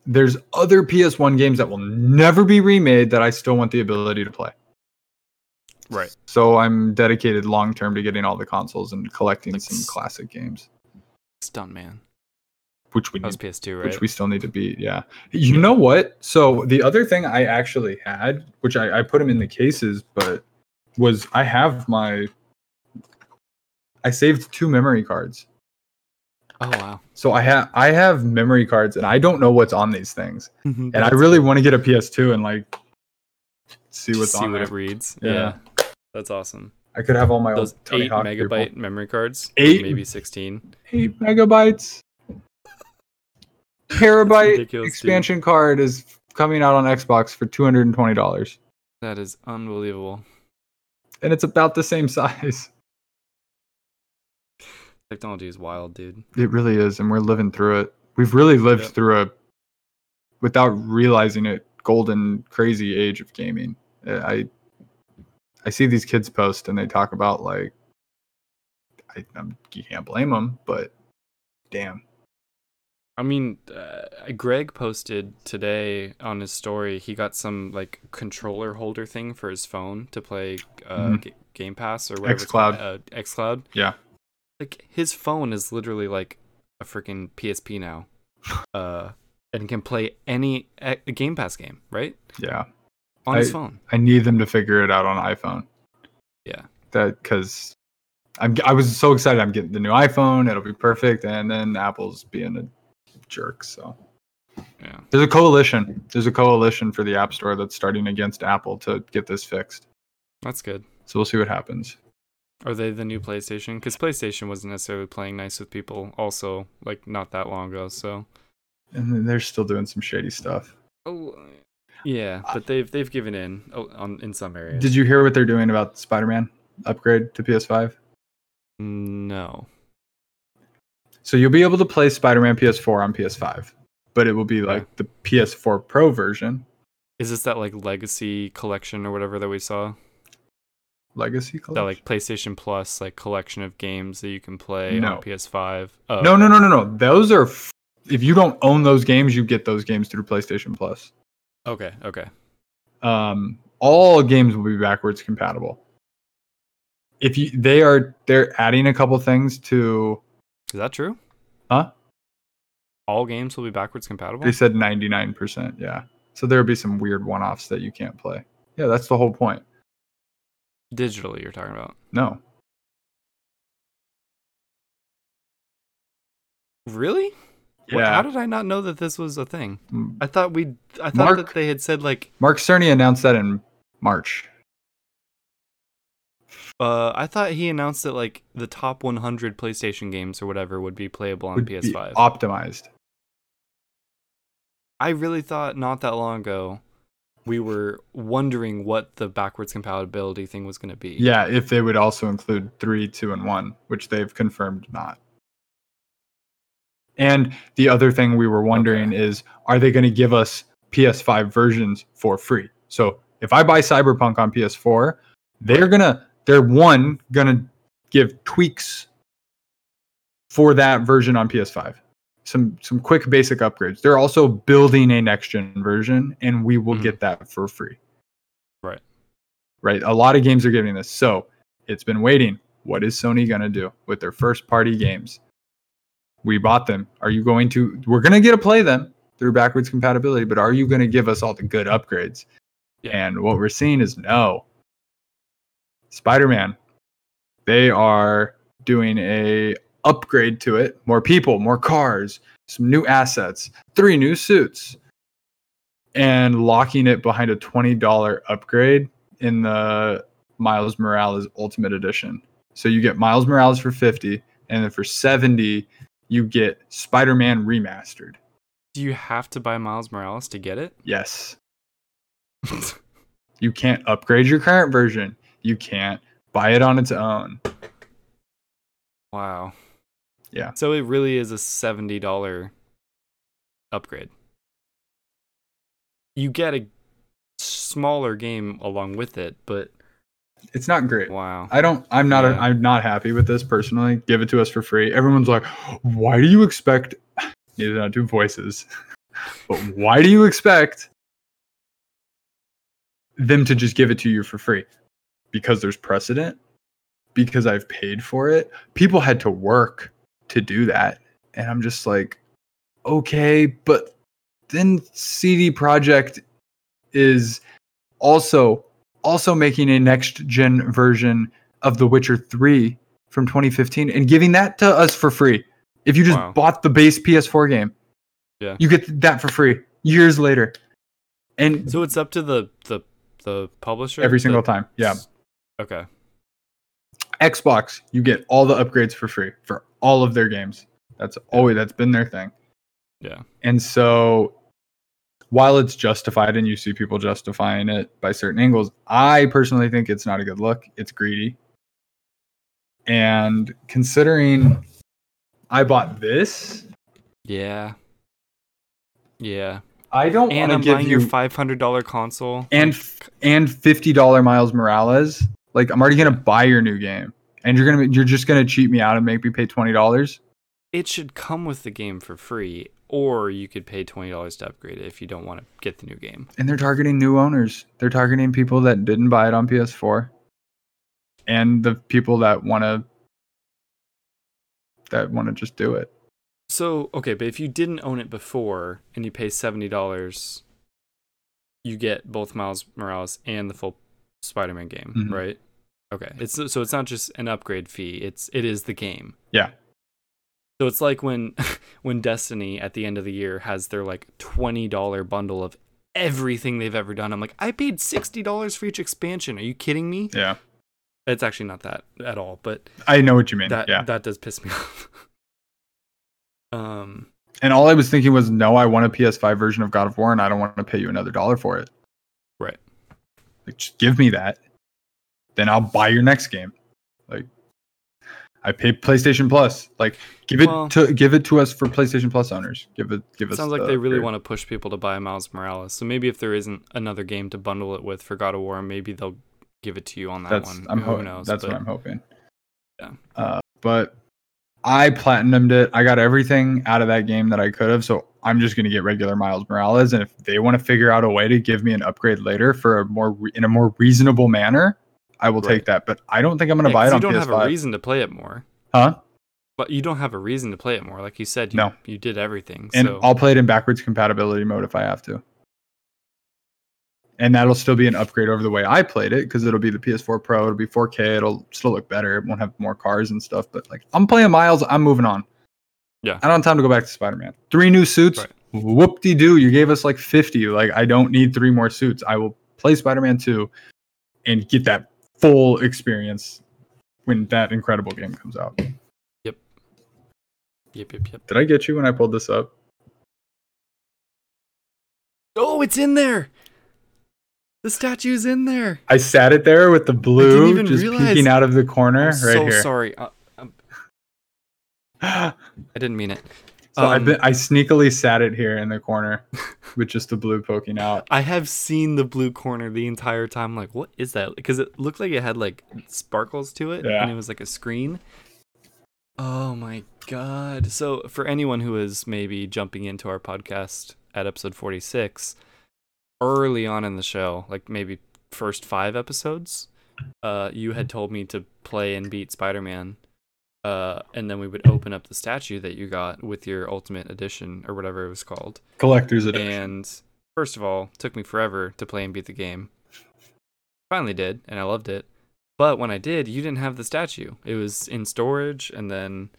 [SPEAKER 2] there's other PS1 games that will never be remade that I still want the ability to play.
[SPEAKER 1] Right.
[SPEAKER 2] So I'm dedicated long term to getting all the consoles and collecting
[SPEAKER 1] Like
[SPEAKER 2] some
[SPEAKER 1] s-
[SPEAKER 2] classic games,
[SPEAKER 1] Stunt man.
[SPEAKER 2] which we
[SPEAKER 1] That
[SPEAKER 2] need
[SPEAKER 1] was PS2,
[SPEAKER 2] Mm-hmm. which
[SPEAKER 1] right?
[SPEAKER 2] we still need to beat. Yeah. You know what? So the other thing I actually had, which I, I put them in the cases, but was I have my I saved two memory cards.
[SPEAKER 1] oh wow.
[SPEAKER 2] So I have I have memory cards and I don't know what's on these things.
[SPEAKER 1] and
[SPEAKER 2] And I really want to get a PS2 and like see what's
[SPEAKER 1] see
[SPEAKER 2] on
[SPEAKER 1] what
[SPEAKER 2] it.
[SPEAKER 1] it reads. Yeah.
[SPEAKER 2] Yeah.
[SPEAKER 1] That's awesome.
[SPEAKER 2] I could have all my
[SPEAKER 1] Those
[SPEAKER 2] old Tony
[SPEAKER 1] eight
[SPEAKER 2] Hawk
[SPEAKER 1] megabyte
[SPEAKER 2] people.
[SPEAKER 1] memory cards.
[SPEAKER 2] Eight?
[SPEAKER 1] maybe sixteen.
[SPEAKER 2] eight megabytes. Terabyte
[SPEAKER 1] ridiculous, dude.
[SPEAKER 2] expansion card is coming out on Xbox for two hundred and twenty dollars.
[SPEAKER 1] That is unbelievable.
[SPEAKER 2] and it's about the same size.
[SPEAKER 1] Technology is wild, dude.
[SPEAKER 2] It really is, and we're living through it. We've really lived
[SPEAKER 1] Yep.
[SPEAKER 2] through a, without realizing it, golden crazy age of gaming. Uh, I, I see these kids post and they talk about like, I I'm, you can't blame them, but damn,
[SPEAKER 1] I mean, uh, Greg posted today on his story. He got some like controller holder thing for his phone to play uh,
[SPEAKER 2] Mhm.
[SPEAKER 1] Ga- Game Pass or whatever. it's
[SPEAKER 2] xCloud.
[SPEAKER 1] called, Uh, XCloud.
[SPEAKER 2] Yeah.
[SPEAKER 1] Like his phone is literally like a freaking PSP now, uh, and can play any a- Game Pass game right
[SPEAKER 2] yeah,
[SPEAKER 1] on his
[SPEAKER 2] I-
[SPEAKER 1] phone.
[SPEAKER 2] I need them to figure it out on iPhone.
[SPEAKER 1] Yeah.
[SPEAKER 2] that because. I'm, I was so excited. I'm getting the new iPhone. It'll be perfect. And then Apple's being a jerk. So,
[SPEAKER 1] Yeah.
[SPEAKER 2] There's a coalition. There's a coalition for the App Store that's starting against Apple to get this fixed.
[SPEAKER 1] That's good.
[SPEAKER 2] So we'll see what happens.
[SPEAKER 1] Are they the new PlayStation? Because PlayStation wasn't necessarily playing nice with people. Also, like not that long ago. So.
[SPEAKER 2] And then they're still doing some shady stuff.
[SPEAKER 1] Oh, yeah, but they've they've given in oh, on in some areas.
[SPEAKER 2] Did you hear what they're doing about Spider-Man upgrade to PS5?
[SPEAKER 1] No.
[SPEAKER 2] So you'll be able to play Spider-Man PS4 on PS5, but it will be like the PS4 Pro version,
[SPEAKER 1] Is this that like legacy collection or whatever that we saw?
[SPEAKER 2] Legacy
[SPEAKER 1] That
[SPEAKER 2] collection.
[SPEAKER 1] like PlayStation Plus like collection of games that you can play
[SPEAKER 2] No.
[SPEAKER 1] on PS5. Oh,
[SPEAKER 2] no, no, no, no, no. Those are f- if you don't own those games, you get those games through PlayStation Plus.
[SPEAKER 1] Okay, okay.
[SPEAKER 2] um, all games will be backwards compatible. If you, they are, they're adding a couple things to.
[SPEAKER 1] Is that true?
[SPEAKER 2] Huh?
[SPEAKER 1] All games will be backwards compatible.
[SPEAKER 2] They said ninety nine percent. Yeah, so there will be some weird one offs that you can't play. Yeah, that's the whole point.
[SPEAKER 1] Digitally, you're talking about.
[SPEAKER 2] No,
[SPEAKER 1] Really? Wha-
[SPEAKER 2] yeah.
[SPEAKER 1] How did I not know that this was a thing?
[SPEAKER 2] Mm.
[SPEAKER 1] I thought we. I thought
[SPEAKER 2] Mark-
[SPEAKER 1] that they had said like.
[SPEAKER 2] Mark Cerny announced that in March.
[SPEAKER 1] Uh, I thought he announced that like the top 100 PlayStation games or whatever would be playable on
[SPEAKER 2] Would be
[SPEAKER 1] PS5.
[SPEAKER 2] optimized.
[SPEAKER 1] I really thought not that long ago we were wondering what the backwards compatibility thing was going to be.
[SPEAKER 2] Yeah, if they would also include three, two, and one, which they've confirmed not. And the other thing we were wondering is are they going to give us PS5 versions for free? So if I buy Cyberpunk on PS4, they're going to, they're one, going to give tweaks for that version on PS5. Some some quick basic upgrades. They're also building a next gen version, and we will
[SPEAKER 1] Mhm.
[SPEAKER 2] get that for free.
[SPEAKER 1] Right.
[SPEAKER 2] Right. A lot of games are giving this. So it's been waiting. What is Sony gonna do with their first party games? We bought them. Are you going to we're gonna get to play them through backwards compatibility, but are you gonna give us all the good upgrades?
[SPEAKER 1] Yeah.
[SPEAKER 2] And what we're seeing is no. Spider Man. They are doing a upgrade to it. More people, more cars, some new assets, three new suits, and locking it behind a $20 upgrade in the Miles Morales Ultimate Edition. So you get Miles Morales for 50, and then for 70, you get Spider Man Remastered.
[SPEAKER 1] Do you have to buy Miles Morales to get it?
[SPEAKER 2] Yes. You can't upgrade your current version. You can't buy it on its own.
[SPEAKER 1] wow.
[SPEAKER 2] Yeah.
[SPEAKER 1] So it really is a $70 upgrade. You get a smaller game along with it, but
[SPEAKER 2] It's not great.
[SPEAKER 1] wow.
[SPEAKER 2] I don't. I'm not.
[SPEAKER 1] Yeah.
[SPEAKER 2] I'm not happy with this personally. Give it to us for free. Everyone's like, why do you expect? Neither not do voices, but why do you expect them to just give it to you for free? Because there's precedent. Because I've paid for it. People had to work to do that, and I'm just like, okay, but then CD Project is also also making a next gen version of The Witcher 3 from 2015 and giving that to us for free. If you just
[SPEAKER 1] Wow.
[SPEAKER 2] bought the base PS4 game,
[SPEAKER 1] Yeah.
[SPEAKER 2] you get that for free years later. And
[SPEAKER 1] So it's up to the the the publisher
[SPEAKER 2] every
[SPEAKER 1] the-
[SPEAKER 2] single time. Yeah.
[SPEAKER 1] Okay.
[SPEAKER 2] Xbox, you get all the upgrades for free for all of their games. That's always that's been their thing.
[SPEAKER 1] Yeah.
[SPEAKER 2] And so while it's justified and you see people justifying it by certain angles, I personally think it's not a good look. It's greedy. And considering I bought this,
[SPEAKER 1] Yeah. Yeah.
[SPEAKER 2] I don't
[SPEAKER 1] And
[SPEAKER 2] want to
[SPEAKER 1] I'm
[SPEAKER 2] give
[SPEAKER 1] buying
[SPEAKER 2] you
[SPEAKER 1] your $500 console.
[SPEAKER 2] and f- and fifty dollar Miles Morales. Like I'm already gonna buy your new game, and you're gonna you're just gonna cheat me out and make me pay twenty dollars.
[SPEAKER 1] it should come with the game for free or you could pay $20 to upgrade it if you don't want to get the new game.
[SPEAKER 2] and they're targeting new owners. They're targeting people that didn't buy it on PS4 and the people that want to that want to just do it.
[SPEAKER 1] So, okay, but if you didn't own it before and you pay $70, you get both Miles Morales and the full Spider-Man game,
[SPEAKER 2] Mhm.
[SPEAKER 1] right? Okay. It's so it's not just an upgrade fee, it's it is the game.
[SPEAKER 2] Yeah.
[SPEAKER 1] So it's like when when Destiny at the end of the year has their like $20 bundle of everything they've ever done. I'm like, I paid $60 for each expansion. Are you kidding me?
[SPEAKER 2] Yeah.
[SPEAKER 1] It's actually not that at all, but
[SPEAKER 2] I know what you mean.
[SPEAKER 1] that
[SPEAKER 2] yeah.
[SPEAKER 1] that does piss me off. um
[SPEAKER 2] And all I was thinking was no, I want a PS5 version of God of War and I don't want to pay you another dollar for it.
[SPEAKER 1] Right.
[SPEAKER 2] Like just give me that. Then I'll buy your next game. Like I pay PlayStation Plus. Like give it
[SPEAKER 1] Well-
[SPEAKER 2] to give it to us for PlayStation Plus owners. Give it give us
[SPEAKER 1] sounds like
[SPEAKER 2] the
[SPEAKER 1] they really
[SPEAKER 2] upgrade.
[SPEAKER 1] want to push people to buy Miles Morales. So maybe if there isn't another game to bundle it with for God of War, maybe they'll give it to you on that
[SPEAKER 2] that's
[SPEAKER 1] one.
[SPEAKER 2] I'm
[SPEAKER 1] Who
[SPEAKER 2] hoping
[SPEAKER 1] knows?
[SPEAKER 2] that's
[SPEAKER 1] but
[SPEAKER 2] what I'm hoping.
[SPEAKER 1] Yeah.
[SPEAKER 2] Uh, but I platinumed it. I got everything out of that game that I could have. So I'm just gonna get regular Miles Morales, and if they want to figure out a way to give me an upgrade later for a more re- in a more reasonable manner, I will
[SPEAKER 1] Right.
[SPEAKER 2] take that. But I don't think I'm gonna
[SPEAKER 1] Yeah,
[SPEAKER 2] buy
[SPEAKER 1] 'cause
[SPEAKER 2] it
[SPEAKER 1] you
[SPEAKER 2] on
[SPEAKER 1] don't have a
[SPEAKER 2] PS5.
[SPEAKER 1] reason to play it more.
[SPEAKER 2] Huh?
[SPEAKER 1] But you don't have a reason to play it more. Like you said, you,
[SPEAKER 2] No.
[SPEAKER 1] you did everything.
[SPEAKER 2] and
[SPEAKER 1] so
[SPEAKER 2] I'll play it in backwards compatibility mode if I have to. And that'll still be an upgrade over the way I played it because it'll be the PS4 Pro, it'll be 4K, it'll still look better. It won't have more cars and stuff, but like I'm playing Miles, I'm moving on.
[SPEAKER 1] Yeah.
[SPEAKER 2] I don't have time to go back to Spider Man. Three new suits,
[SPEAKER 1] Right.
[SPEAKER 2] whoop de doo. You gave us like 50. Like, I don't need three more suits. I will play Spider Man 2 and get that full experience when that incredible game comes out.
[SPEAKER 1] Yep, yep, yep.
[SPEAKER 2] Did I get you when I pulled this up?
[SPEAKER 1] Oh, it's in there. The statue's in there.
[SPEAKER 2] I sat it there with the blue
[SPEAKER 1] even
[SPEAKER 2] just
[SPEAKER 1] realize.
[SPEAKER 2] peeking out of the corner right
[SPEAKER 1] so
[SPEAKER 2] here.
[SPEAKER 1] sorry. I,
[SPEAKER 2] so
[SPEAKER 1] I didn't mean it.
[SPEAKER 2] I've
[SPEAKER 1] Um,
[SPEAKER 2] been, I sneakily sat it here in the corner with just the blue poking out.
[SPEAKER 1] I have seen the blue corner the entire time. Like, what is that? Because it looked like it had like sparkles to it,
[SPEAKER 2] Yeah.
[SPEAKER 1] and it was like a screen. Oh my god! So for anyone who is maybe jumping into our podcast at episode forty-six, early on in the show, like maybe first five episodes, uh, you had told me to play and beat Spider-Man. Uh, and then we would open up the statue that you got with your ultimate edition or whatever it was called.
[SPEAKER 2] Collector's edition.
[SPEAKER 1] And first of all, took me forever to play and beat the game. Finally did, and I loved it. But when I did, you didn't have the statue. It was in storage, and then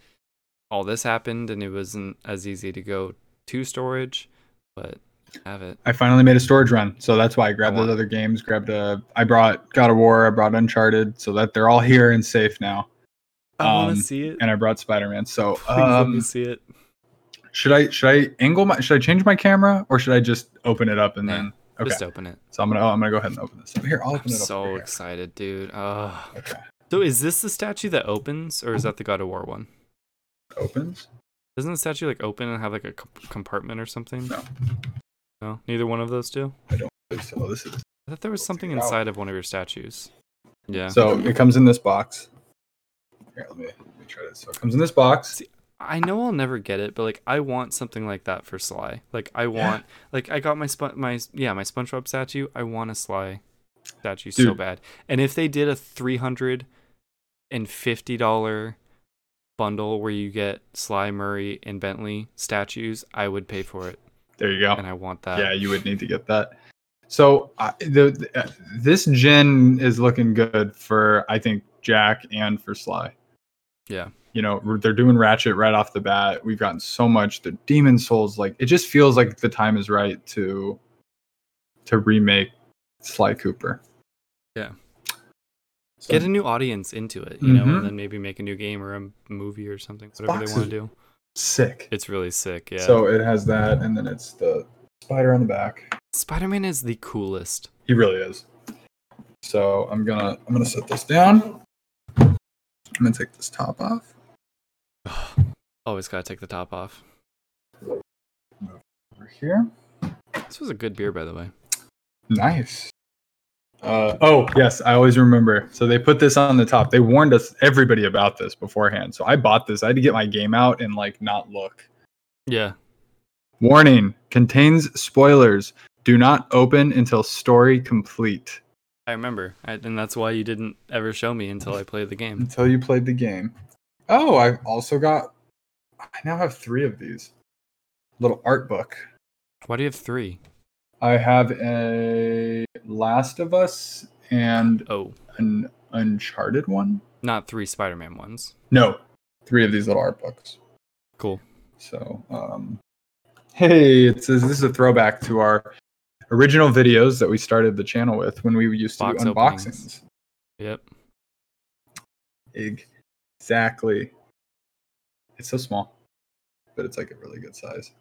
[SPEAKER 1] all this happened, and it wasn't as easy to go to storage. But I have it.
[SPEAKER 2] I finally made a storage run, so that's why I grabbed
[SPEAKER 1] I want-
[SPEAKER 2] those other games. Grabbed a, I brought God of War, I brought Uncharted, so that they're all here and safe now.
[SPEAKER 1] I want
[SPEAKER 2] Um,
[SPEAKER 1] to see it.
[SPEAKER 2] And I brought Spider Man. So,
[SPEAKER 1] Please let me
[SPEAKER 2] um,
[SPEAKER 1] see it.
[SPEAKER 2] should I should I angle my should I change my camera or should I just open it up and
[SPEAKER 1] Nah,
[SPEAKER 2] then? Okay,
[SPEAKER 1] Just open it.
[SPEAKER 2] so I'm gonna oh, I'm gonna go ahead and open this up here. I'll open
[SPEAKER 1] I'm
[SPEAKER 2] it up. over
[SPEAKER 1] so
[SPEAKER 2] here.
[SPEAKER 1] excited, dude. Ah.
[SPEAKER 2] Okay.
[SPEAKER 1] So is this the statue that opens, or is
[SPEAKER 2] Oh.
[SPEAKER 1] that the God of War one?
[SPEAKER 2] Opens.
[SPEAKER 1] Doesn't the statue like open and have like a comp- compartment or something?
[SPEAKER 2] No.
[SPEAKER 1] No, neither one of those do.
[SPEAKER 2] So this is
[SPEAKER 1] I thought there was
[SPEAKER 2] Let's
[SPEAKER 1] something
[SPEAKER 2] figure it out.
[SPEAKER 1] inside of one of your statues. Yeah.
[SPEAKER 2] so it comes in this box. Here, let me let me try this. So it comes in this box.
[SPEAKER 1] I know I'll never get it, but like I want something like that for Sly. Like I want like I got my Spon- my yeah, my SpongeBob statue. I want a Sly statue so
[SPEAKER 2] Dude.
[SPEAKER 1] bad. And if they did a $350 bundle where you get Sly Murray and Bentley statues, I would pay for it.
[SPEAKER 2] There you go.
[SPEAKER 1] And uh, I want that.
[SPEAKER 2] Oh, yeah, you would need to get that. So I the, the uh, this gen is looking good for I think Jack and for Sly.
[SPEAKER 1] Yeah.
[SPEAKER 2] You know r- they're doing Ratchet right off the bat. We've gotten so much. The Demon Souls, like it just feels like the time is right to to remake Sly Cooper.
[SPEAKER 1] Yeah.
[SPEAKER 2] So,
[SPEAKER 1] Get a new audience into it, you know,
[SPEAKER 2] Mhm.
[SPEAKER 1] and then maybe make a new game or a m- movie or something, whatever they want
[SPEAKER 2] boxes.
[SPEAKER 1] to do.
[SPEAKER 2] sick.
[SPEAKER 1] It's really sick, yeah.
[SPEAKER 2] So it has that, and then it's the spider on the back.
[SPEAKER 1] Spider Man is the coolest.
[SPEAKER 2] He really is. So I'm gonna I'm gonna set this down. I'm gonna take this top off.
[SPEAKER 1] Always gotta take the top off.
[SPEAKER 2] over here.
[SPEAKER 1] This was a good beer, by the way.
[SPEAKER 2] Nice. Uh, oh yes, I always remember. So they put this on the top. They warned us everybody about this beforehand. So I bought this. I had to get my game out and like not look.
[SPEAKER 1] Yeah.
[SPEAKER 2] Warning contains spoilers. Do not open until story complete.
[SPEAKER 1] I remember. I, and that's why you didn't ever show me until I played the game.
[SPEAKER 2] Until you played the game. Oh, I've also got. I now have three of these. Little art book.
[SPEAKER 1] Why do you have three?
[SPEAKER 2] I have a Last of Us and
[SPEAKER 1] Oh,
[SPEAKER 2] an Uncharted one.
[SPEAKER 1] not three Spider Man ones.
[SPEAKER 2] No, three of these little art books.
[SPEAKER 1] Cool.
[SPEAKER 2] So, um, hey, it says this is a throwback to our original videos that we started the channel with when we used to
[SPEAKER 1] Box
[SPEAKER 2] do
[SPEAKER 1] openings.
[SPEAKER 2] unboxings.
[SPEAKER 1] Yep.
[SPEAKER 2] Exactly. It's so small, but it's like a really good size.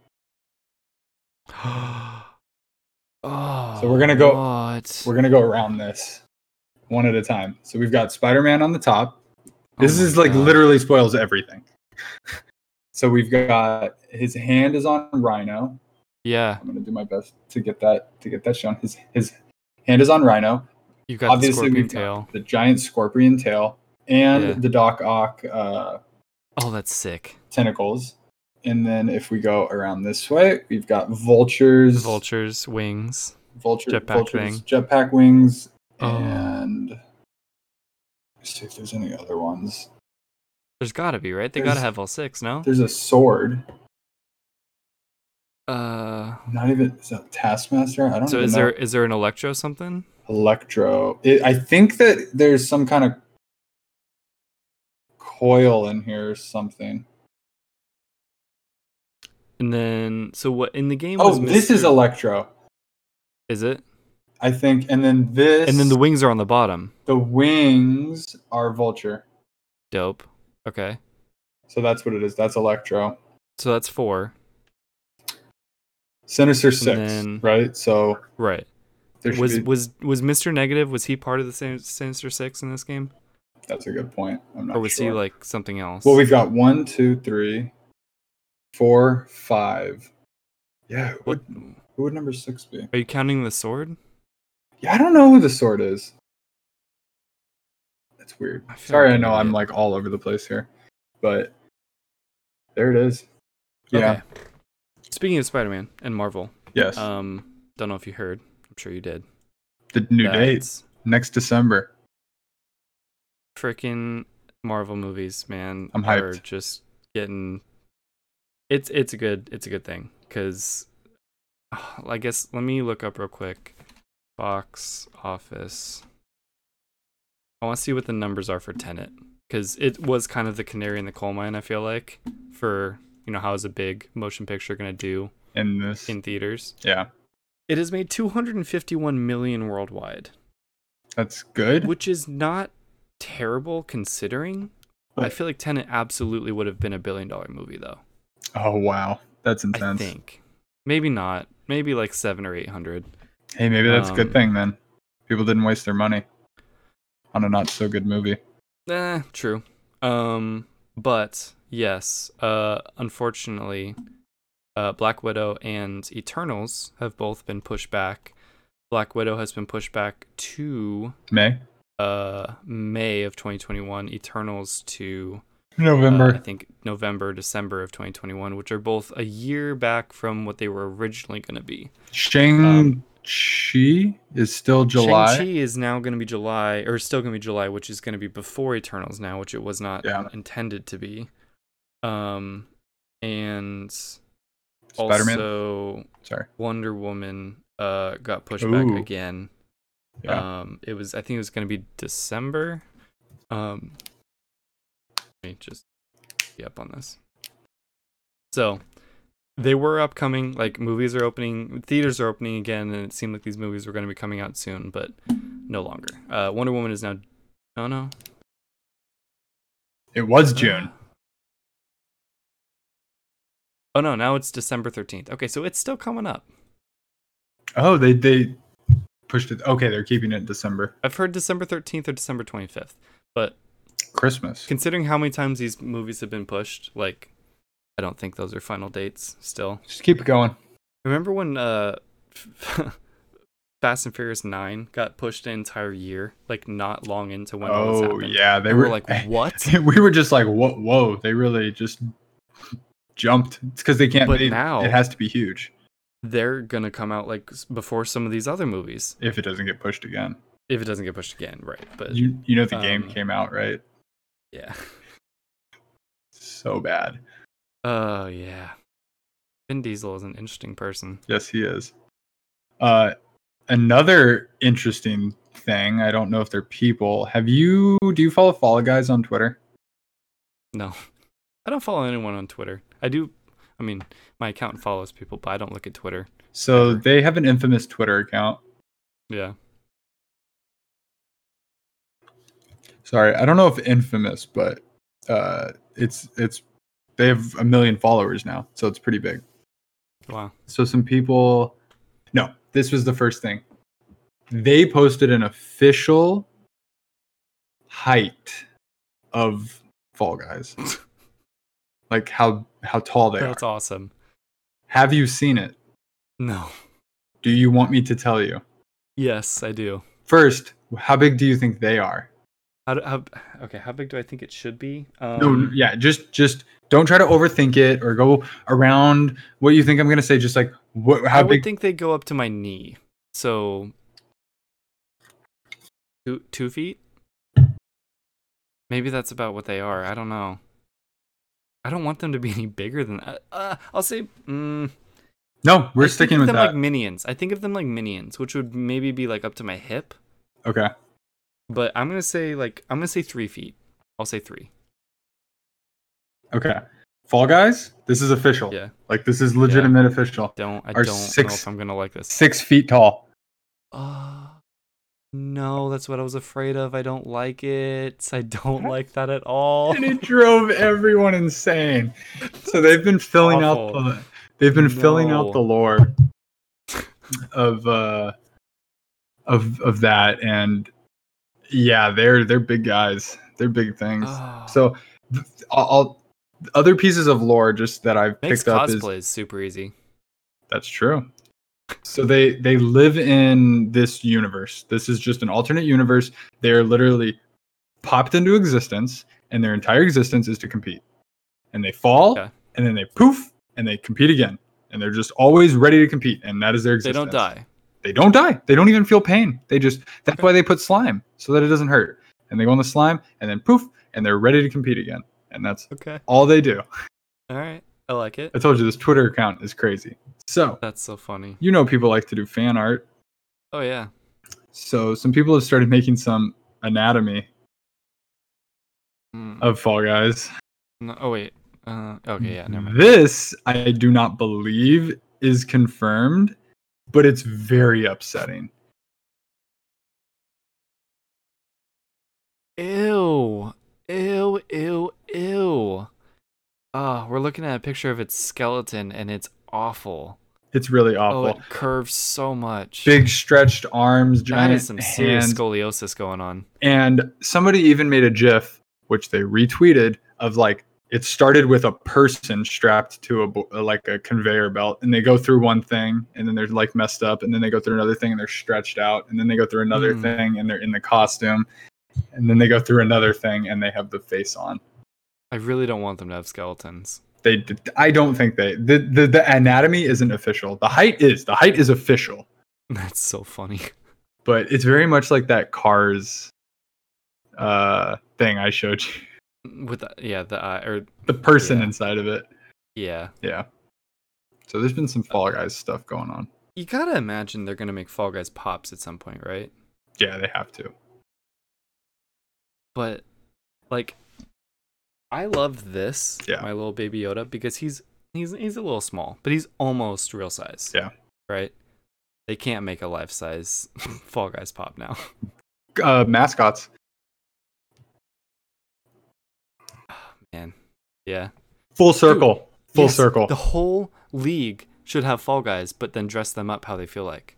[SPEAKER 1] oh.
[SPEAKER 2] So we're gonna go-
[SPEAKER 1] What?
[SPEAKER 2] We're gonna go around this one at a time. So we've got Spider-Man on the top. This
[SPEAKER 1] Oh my
[SPEAKER 2] is like
[SPEAKER 1] God.
[SPEAKER 2] literally spoils everything. so we've got his hand is on Rhino.
[SPEAKER 1] Yeah.
[SPEAKER 2] I'm gonna do my best to get that to get that shown. His his hand is on Rhino.
[SPEAKER 1] You got the
[SPEAKER 2] Obviously,
[SPEAKER 1] scorpion
[SPEAKER 2] we've
[SPEAKER 1] tail.
[SPEAKER 2] got the giant scorpion tail and
[SPEAKER 1] Yeah.
[SPEAKER 2] the Doc Ock uh,
[SPEAKER 1] Oh, that's sick.
[SPEAKER 2] tentacles. And then if we go around this way, we've got vultures,
[SPEAKER 1] Vultures, wings.
[SPEAKER 2] vulture,
[SPEAKER 1] jetpack
[SPEAKER 2] vultures,
[SPEAKER 1] thing.
[SPEAKER 2] jetpack wings,
[SPEAKER 1] Oh.
[SPEAKER 2] and let's see if there's any other ones.
[SPEAKER 1] There's gotta be, right? They
[SPEAKER 2] There's-
[SPEAKER 1] gotta have all six, no?
[SPEAKER 2] There's a sword.
[SPEAKER 1] Uh.
[SPEAKER 2] Not even is that Taskmaster. I don't.
[SPEAKER 1] So
[SPEAKER 2] even
[SPEAKER 1] is
[SPEAKER 2] know.
[SPEAKER 1] there is there an electro something?
[SPEAKER 2] Electro. It, I think that there's some kind of coil in here or something.
[SPEAKER 1] And then so what in the game?
[SPEAKER 2] Oh,
[SPEAKER 1] was
[SPEAKER 2] this is
[SPEAKER 1] Mr.
[SPEAKER 2] Electro,
[SPEAKER 1] Is it?
[SPEAKER 2] I think. And then this.
[SPEAKER 1] And then the wings are on the bottom.
[SPEAKER 2] the wings are Vulture.
[SPEAKER 1] Dope. Okay.
[SPEAKER 2] So that's what it is. That's Electro.
[SPEAKER 1] So that's four.
[SPEAKER 2] Sinister Six,
[SPEAKER 1] then-
[SPEAKER 2] right? So
[SPEAKER 1] Right.
[SPEAKER 2] there should
[SPEAKER 1] was
[SPEAKER 2] be-
[SPEAKER 1] was was Mr. Negative? Was he part of the Sin- Sinister Six in this game,
[SPEAKER 2] that's a good point. I'm not
[SPEAKER 1] or was
[SPEAKER 2] sure.
[SPEAKER 1] he like something else?
[SPEAKER 2] Well, we've got one, two, three, four, five. Yeah, who
[SPEAKER 1] What-
[SPEAKER 2] would, who would number six be?
[SPEAKER 1] Are you counting the sword?
[SPEAKER 2] Yeah, I don't know who the sword is. That's weird.
[SPEAKER 1] I feel
[SPEAKER 2] Sorry,
[SPEAKER 1] like
[SPEAKER 2] I
[SPEAKER 1] I
[SPEAKER 2] know
[SPEAKER 1] did
[SPEAKER 2] I'm
[SPEAKER 1] it.
[SPEAKER 2] like all over the place here, but there it is. Yeah.
[SPEAKER 1] Okay. Speaking of Spider-Man and Marvel,
[SPEAKER 2] Yes.
[SPEAKER 1] um, don't know if you heard. I'm sure you did.
[SPEAKER 2] the new date
[SPEAKER 1] dates.
[SPEAKER 2] next December.
[SPEAKER 1] Freaking Marvel movies, man.
[SPEAKER 2] I'm
[SPEAKER 1] Are
[SPEAKER 2] hyped.
[SPEAKER 1] just getting. It's it's a good it's a good thing because, I guess let me look up real quick. Box office. I want to see what the numbers are for Tenet because it was kind of the canary in the coal mine. I feel like for you know how is a big motion picture gonna do
[SPEAKER 2] In this,
[SPEAKER 1] in theaters.
[SPEAKER 2] yeah,
[SPEAKER 1] It has made 251 million worldwide,
[SPEAKER 2] that's good.
[SPEAKER 1] which is not terrible considering. I
[SPEAKER 2] Right.
[SPEAKER 1] feel like Tenet absolutely would have been a billion dollar movie though.
[SPEAKER 2] Oh wow, that's
[SPEAKER 1] I
[SPEAKER 2] intense.
[SPEAKER 1] think. Maybe not. Maybe like 7 or 800.
[SPEAKER 2] Hey, maybe that's a
[SPEAKER 1] Um,
[SPEAKER 2] good thing then. People didn't waste their money on a not so good movie.
[SPEAKER 1] Eh, true. Um but yes, uh unfortunately uh Black Widow and Eternals have both been pushed back. Black Widow has been pushed back to
[SPEAKER 2] May,
[SPEAKER 1] uh May of 2021, Eternals to uh,
[SPEAKER 2] November.
[SPEAKER 1] I think November, December of 2021, which are both a year back from what they were originally going to be.
[SPEAKER 2] Shang Chi is still July.
[SPEAKER 1] Um, Shang-Chi is now going to be July, or still going to be July, which is going to be before Eternals now, which it was not
[SPEAKER 2] Yeah.
[SPEAKER 1] intended to be. Um, and
[SPEAKER 2] Spider-Man.
[SPEAKER 1] also
[SPEAKER 2] Sorry.
[SPEAKER 1] Wonder Woman uh got pushed
[SPEAKER 2] Ooh.
[SPEAKER 1] back again.
[SPEAKER 2] Yeah.
[SPEAKER 1] Um, it was I think it was going to be December. Um, let me just be up on this. So they were upcoming, like movies are opening, theaters are opening again, and it seemed like these movies were going to be coming out soon, but no longer. Uh, Wonder Woman is now. No, no.
[SPEAKER 2] It was
[SPEAKER 1] uh,
[SPEAKER 2] June.
[SPEAKER 1] Oh no! Now it's December thirteenth. Okay, so it's still coming up.
[SPEAKER 2] Oh, they they pushed it. Okay, they're keeping it December.
[SPEAKER 1] I've heard December thirteenth or December twenty fifth, but
[SPEAKER 2] Christmas.
[SPEAKER 1] considering how many times these movies have been pushed, like I don't think those are final dates still.
[SPEAKER 2] Just keep it going.
[SPEAKER 1] Remember when uh Fast and Furious 9 got pushed an entire year, like not long into when all this
[SPEAKER 2] oh
[SPEAKER 1] happened?
[SPEAKER 2] yeah, they
[SPEAKER 1] And we're,
[SPEAKER 2] were
[SPEAKER 1] like, what?
[SPEAKER 2] we were just like, whoa, whoa. They really just jumped. It's because they can't.
[SPEAKER 1] But
[SPEAKER 2] they-
[SPEAKER 1] now-
[SPEAKER 2] it has to be huge
[SPEAKER 1] They're gonna come out like s- before some of these other movies
[SPEAKER 2] if it doesn't get pushed again.
[SPEAKER 1] if it doesn't get pushed again, right? But
[SPEAKER 2] You you know the game
[SPEAKER 1] um,
[SPEAKER 2] came out right.
[SPEAKER 1] yeah,
[SPEAKER 2] So bad.
[SPEAKER 1] oh yeah. Vin Diesel is an interesting person.
[SPEAKER 2] Yes, he is. Uh, another interesting thing. I don't know if they're people. Have you? Do you follow Fall Guys on Twitter?
[SPEAKER 1] No, I don't follow anyone on Twitter. I do. I mean, my account follows people, but I don't look at Twitter.
[SPEAKER 2] So
[SPEAKER 1] Never.
[SPEAKER 2] they have an infamous Twitter account.
[SPEAKER 1] Yeah.
[SPEAKER 2] Sorry, I don't know if infamous, but uh, it's it's they have a million followers now, so it's pretty big.
[SPEAKER 1] Wow.
[SPEAKER 2] So some people, no, this was the first thing. They posted an official height of Fall Guys, like how how tall they
[SPEAKER 1] That's
[SPEAKER 2] are.
[SPEAKER 1] awesome.
[SPEAKER 2] Have you seen it?
[SPEAKER 1] No.
[SPEAKER 2] Do you want me to tell you?
[SPEAKER 1] Yes, I do.
[SPEAKER 2] First, how big do you think they are?
[SPEAKER 1] How, do, how okay? How big do I think it should be? Um,
[SPEAKER 2] No, n- yeah, just just don't try to overthink it or go around what you think I'm gonna say. Just like what,
[SPEAKER 1] I
[SPEAKER 2] how
[SPEAKER 1] would
[SPEAKER 2] big?
[SPEAKER 1] think they go up to my knee. So two two feet. Maybe that's about what they are. I don't know. I don't want them to be any bigger than that. Uh, I'll say. Mm,
[SPEAKER 2] no, we're
[SPEAKER 1] I think
[SPEAKER 2] sticking
[SPEAKER 1] of
[SPEAKER 2] with
[SPEAKER 1] them
[SPEAKER 2] that.
[SPEAKER 1] Like minions. I think of them like minions, which would maybe be like up to my hip.
[SPEAKER 2] okay,
[SPEAKER 1] But I'm gonna say like I'm gonna say three feet. I'll say three.
[SPEAKER 2] okay. Fall Guys, this is official.
[SPEAKER 1] Yeah.
[SPEAKER 2] like this is legitimate official.
[SPEAKER 1] Don't I
[SPEAKER 2] Are
[SPEAKER 1] don't know
[SPEAKER 2] six-
[SPEAKER 1] if I'm gonna like this.
[SPEAKER 2] Six feet tall.
[SPEAKER 1] Uh, no, that's what I was afraid of. I don't like it. I don't like that at all.
[SPEAKER 2] and it drove everyone insane. So they've been filling out
[SPEAKER 1] Awful.
[SPEAKER 2] the they've been filling
[SPEAKER 1] No.
[SPEAKER 2] out the lore of uh of of that and yeah, they're they're big guys. They're big things.
[SPEAKER 1] Ah.
[SPEAKER 2] So th- I'll, I'll other pieces of lore just that I've
[SPEAKER 1] makes
[SPEAKER 2] picked up is
[SPEAKER 1] cosplays super easy.
[SPEAKER 2] that's true. So they they live in this universe. This is just an alternate universe. They're literally popped into existence, and their entire existence is to compete. And they fall,
[SPEAKER 1] Okay.
[SPEAKER 2] and then they poof, and they compete again. And they're just always ready to compete, and that is their
[SPEAKER 1] They
[SPEAKER 2] existence.
[SPEAKER 1] don't die.
[SPEAKER 2] They don't die. They don't even feel pain. They just that's
[SPEAKER 1] Okay.
[SPEAKER 2] why they put slime so that it doesn't hurt. And they go on the slime, and then poof, and they're ready to compete again. And that's
[SPEAKER 1] Okay.
[SPEAKER 2] all they do.
[SPEAKER 1] All right. I like it.
[SPEAKER 2] I told you this Twitter account is crazy. So
[SPEAKER 1] That's so funny.
[SPEAKER 2] you know people like to do fan art.
[SPEAKER 1] Oh yeah.
[SPEAKER 2] So some people have started making some anatomy
[SPEAKER 1] Mm.
[SPEAKER 2] of Fall Guys.
[SPEAKER 1] No- oh wait. Uh, okay. Yeah. Never mind.
[SPEAKER 2] This I do not believe is confirmed, but it's very upsetting.
[SPEAKER 1] Ew. Ew. Ew. Ew. Ah, we're looking at a picture of its skeleton, and it's awful.
[SPEAKER 2] It's really
[SPEAKER 1] Oh,
[SPEAKER 2] awful.
[SPEAKER 1] it curves so much.
[SPEAKER 2] Big stretched arms,
[SPEAKER 1] that
[SPEAKER 2] giant
[SPEAKER 1] is some serious
[SPEAKER 2] hands,
[SPEAKER 1] scoliosis going on.
[SPEAKER 2] and somebody even made a GIF, which they retweeted, of like it started with a person strapped to a bo- like a conveyor belt, and they go through one thing, and then they're like messed up, and then they go through another thing, and they're stretched out, and then they go through another
[SPEAKER 1] Hmm.
[SPEAKER 2] thing, and they're in the costume, and then they go through another thing, and they have the face on.
[SPEAKER 1] I really don't want them to have skeletons.
[SPEAKER 2] They, d- I don't think they the, the the anatomy isn't official. The height is the height is official,
[SPEAKER 1] That's so funny.
[SPEAKER 2] but it's very much like that Cars uh thing I showed you.
[SPEAKER 1] With the, yeah, the eye or
[SPEAKER 2] The person
[SPEAKER 1] Yeah.
[SPEAKER 2] inside of it.
[SPEAKER 1] yeah.
[SPEAKER 2] Yeah. So there's been some Fall Guys stuff going on.
[SPEAKER 1] You gotta imagine they're gonna make Fall Guys pops at some point, right?
[SPEAKER 2] Yeah, they have to.
[SPEAKER 1] But like, I love this.
[SPEAKER 2] Yeah.
[SPEAKER 1] My little baby Yoda because he's he's he's a little small, but he's almost real size.
[SPEAKER 2] Yeah.
[SPEAKER 1] Right. They can't make a life size Fall Guys pop now.
[SPEAKER 2] Uh, mascots.
[SPEAKER 1] Man. Yeah.
[SPEAKER 2] Full circle. Full
[SPEAKER 1] Yes,
[SPEAKER 2] circle.
[SPEAKER 1] The whole league should have Fall Guys, but then dress them up how they feel like.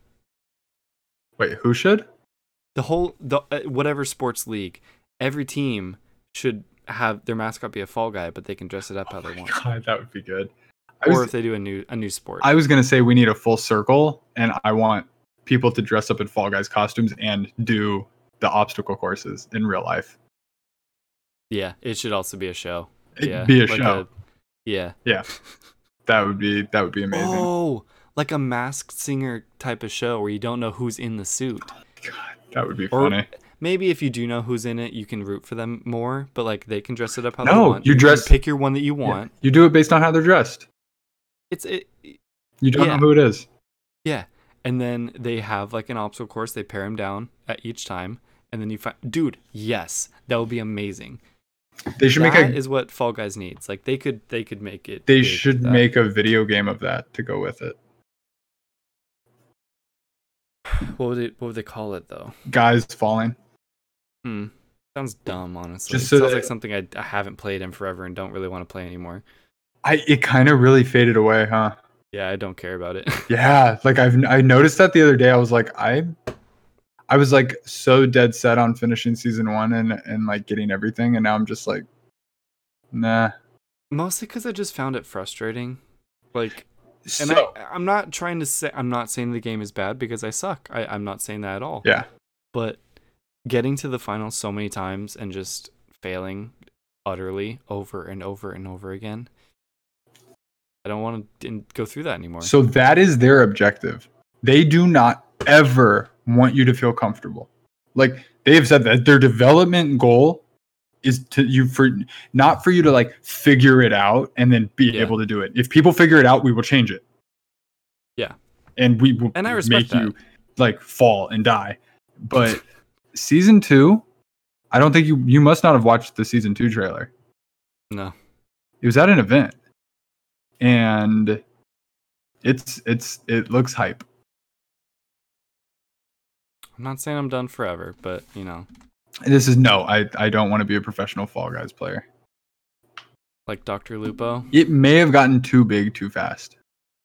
[SPEAKER 2] Wait, who should?
[SPEAKER 1] the whole the uh, whatever sports league, every team should have their mascot be a fall guy, but they can dress it up how they want.
[SPEAKER 2] Oh God, that would be good. I
[SPEAKER 1] Or
[SPEAKER 2] was,
[SPEAKER 1] if they do a new a new sport.
[SPEAKER 2] I was gonna say we need a full circle, and I want people to dress up in Fall Guys costumes and do the obstacle courses in real life.
[SPEAKER 1] yeah, it should also be a show.
[SPEAKER 2] It'd
[SPEAKER 1] yeah,
[SPEAKER 2] be a
[SPEAKER 1] like
[SPEAKER 2] show.
[SPEAKER 1] yeah.
[SPEAKER 2] That would be that would be amazing.
[SPEAKER 1] Oh, like a masked singer type of show where you don't know who's in the suit.
[SPEAKER 2] God, that would be
[SPEAKER 1] Or-
[SPEAKER 2] funny.
[SPEAKER 1] Maybe if you do know who's in it, you can root for them more. But like they can dress it up how they
[SPEAKER 2] No,
[SPEAKER 1] want.
[SPEAKER 2] you
[SPEAKER 1] can
[SPEAKER 2] dress-
[SPEAKER 1] pick your one that you want.
[SPEAKER 2] You do it based on how they're dressed.
[SPEAKER 1] It's it.
[SPEAKER 2] You don't
[SPEAKER 1] Yeah.
[SPEAKER 2] know who it is.
[SPEAKER 1] Yeah, and then they have like an obstacle course. They pare him down at each time, and then you find, dude, yes, that would be amazing.
[SPEAKER 2] They
[SPEAKER 1] That
[SPEAKER 2] should
[SPEAKER 1] is
[SPEAKER 2] make a
[SPEAKER 1] what Fall Guys needs. Like they could, they could make it.
[SPEAKER 2] they
[SPEAKER 1] big
[SPEAKER 2] should
[SPEAKER 1] with that.
[SPEAKER 2] make a video game of that to go with it.
[SPEAKER 1] What would it? What would they call it though?
[SPEAKER 2] Guys falling.
[SPEAKER 1] Hmm. Sounds dumb, honestly.
[SPEAKER 2] Just so
[SPEAKER 1] Sounds
[SPEAKER 2] that-
[SPEAKER 1] like something I, I haven't played in forever and don't really want to play anymore.
[SPEAKER 2] I it kind of really faded away, huh?
[SPEAKER 1] Yeah, I don't care about it.
[SPEAKER 2] Yeah, like I've I noticed that the other day. I was like, I, I was like so dead set on finishing season one and and like getting everything, and now I'm just like, nah.
[SPEAKER 1] Mostly because I just found it frustrating. Like, and
[SPEAKER 2] so
[SPEAKER 1] I, I'm not trying to say I'm not saying the game is bad because I suck. I, I'm not saying that at all.
[SPEAKER 2] yeah,
[SPEAKER 1] but getting to the final so many times and just failing utterly over and over and over again i don't want to go through that anymore
[SPEAKER 2] so that is their objective. They do not ever want you to feel comfortable. Like they have said that their development goal is to you for not for you to like figure it out and then be
[SPEAKER 1] Yeah.
[SPEAKER 2] able to do it. If people figure it out, we will change it.
[SPEAKER 1] Yeah.
[SPEAKER 2] And we will
[SPEAKER 1] And I respect
[SPEAKER 2] make you like fall and die. But season 2, I don't think you you must not have watched the season 2 trailer.
[SPEAKER 1] no
[SPEAKER 2] It was at an event. And it's it's it looks hype.
[SPEAKER 1] I'm not saying I'm done forever, but you know,
[SPEAKER 2] This is no, I, I don't want to be a professional Fall Guys player.
[SPEAKER 1] like Dr. Lupo.
[SPEAKER 2] It may have gotten too big too fast.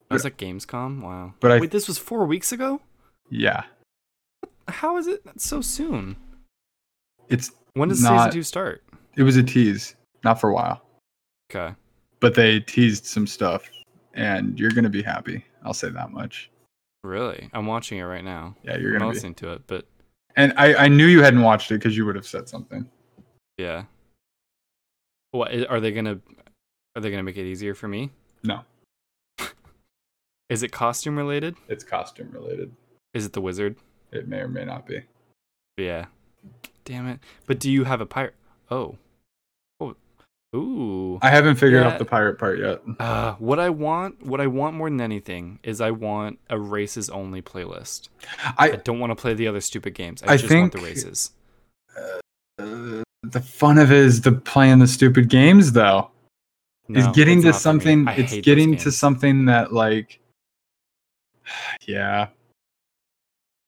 [SPEAKER 1] I was at Gamescom. Wow.
[SPEAKER 2] But I-
[SPEAKER 1] Wait, this was four weeks ago.
[SPEAKER 2] Yeah.
[SPEAKER 1] How is it so soon?
[SPEAKER 2] It's
[SPEAKER 1] When does season
[SPEAKER 2] Not-
[SPEAKER 1] two start?
[SPEAKER 2] it was a tease, not for a while.
[SPEAKER 1] Okay.
[SPEAKER 2] But they teased some stuff and you're gonna be happy. I'll say that much.
[SPEAKER 1] Really? I'm watching it right now.
[SPEAKER 2] Yeah, you're
[SPEAKER 1] I'm not
[SPEAKER 2] gonna be
[SPEAKER 1] listening to it, but
[SPEAKER 2] and I, I knew you hadn't watched it because you would have said something.
[SPEAKER 1] yeah. What i- are they gonna? Are they gonna make it easier for me?
[SPEAKER 2] No.
[SPEAKER 1] Is it costume related?
[SPEAKER 2] It's costume related.
[SPEAKER 1] Is it the wizard?
[SPEAKER 2] It may or may not be.
[SPEAKER 1] Yeah. Damn it. But do you have a pirate? Oh. Oh. Ooh.
[SPEAKER 2] I haven't figured
[SPEAKER 1] Yeah.
[SPEAKER 2] out the pirate part yet.
[SPEAKER 1] Uh, what I want, what I want more than anything, is I want a races only playlist. I,
[SPEAKER 2] I
[SPEAKER 1] don't want to play the other stupid games. I,
[SPEAKER 2] I
[SPEAKER 1] just want the
[SPEAKER 2] think-
[SPEAKER 1] races.
[SPEAKER 2] uh, the fun of it is the playing the stupid games though.
[SPEAKER 1] No,
[SPEAKER 2] it's getting
[SPEAKER 1] it's
[SPEAKER 2] to
[SPEAKER 1] not for me.
[SPEAKER 2] something.
[SPEAKER 1] I
[SPEAKER 2] It's
[SPEAKER 1] hate those
[SPEAKER 2] getting to
[SPEAKER 1] games.
[SPEAKER 2] something that like, yeah,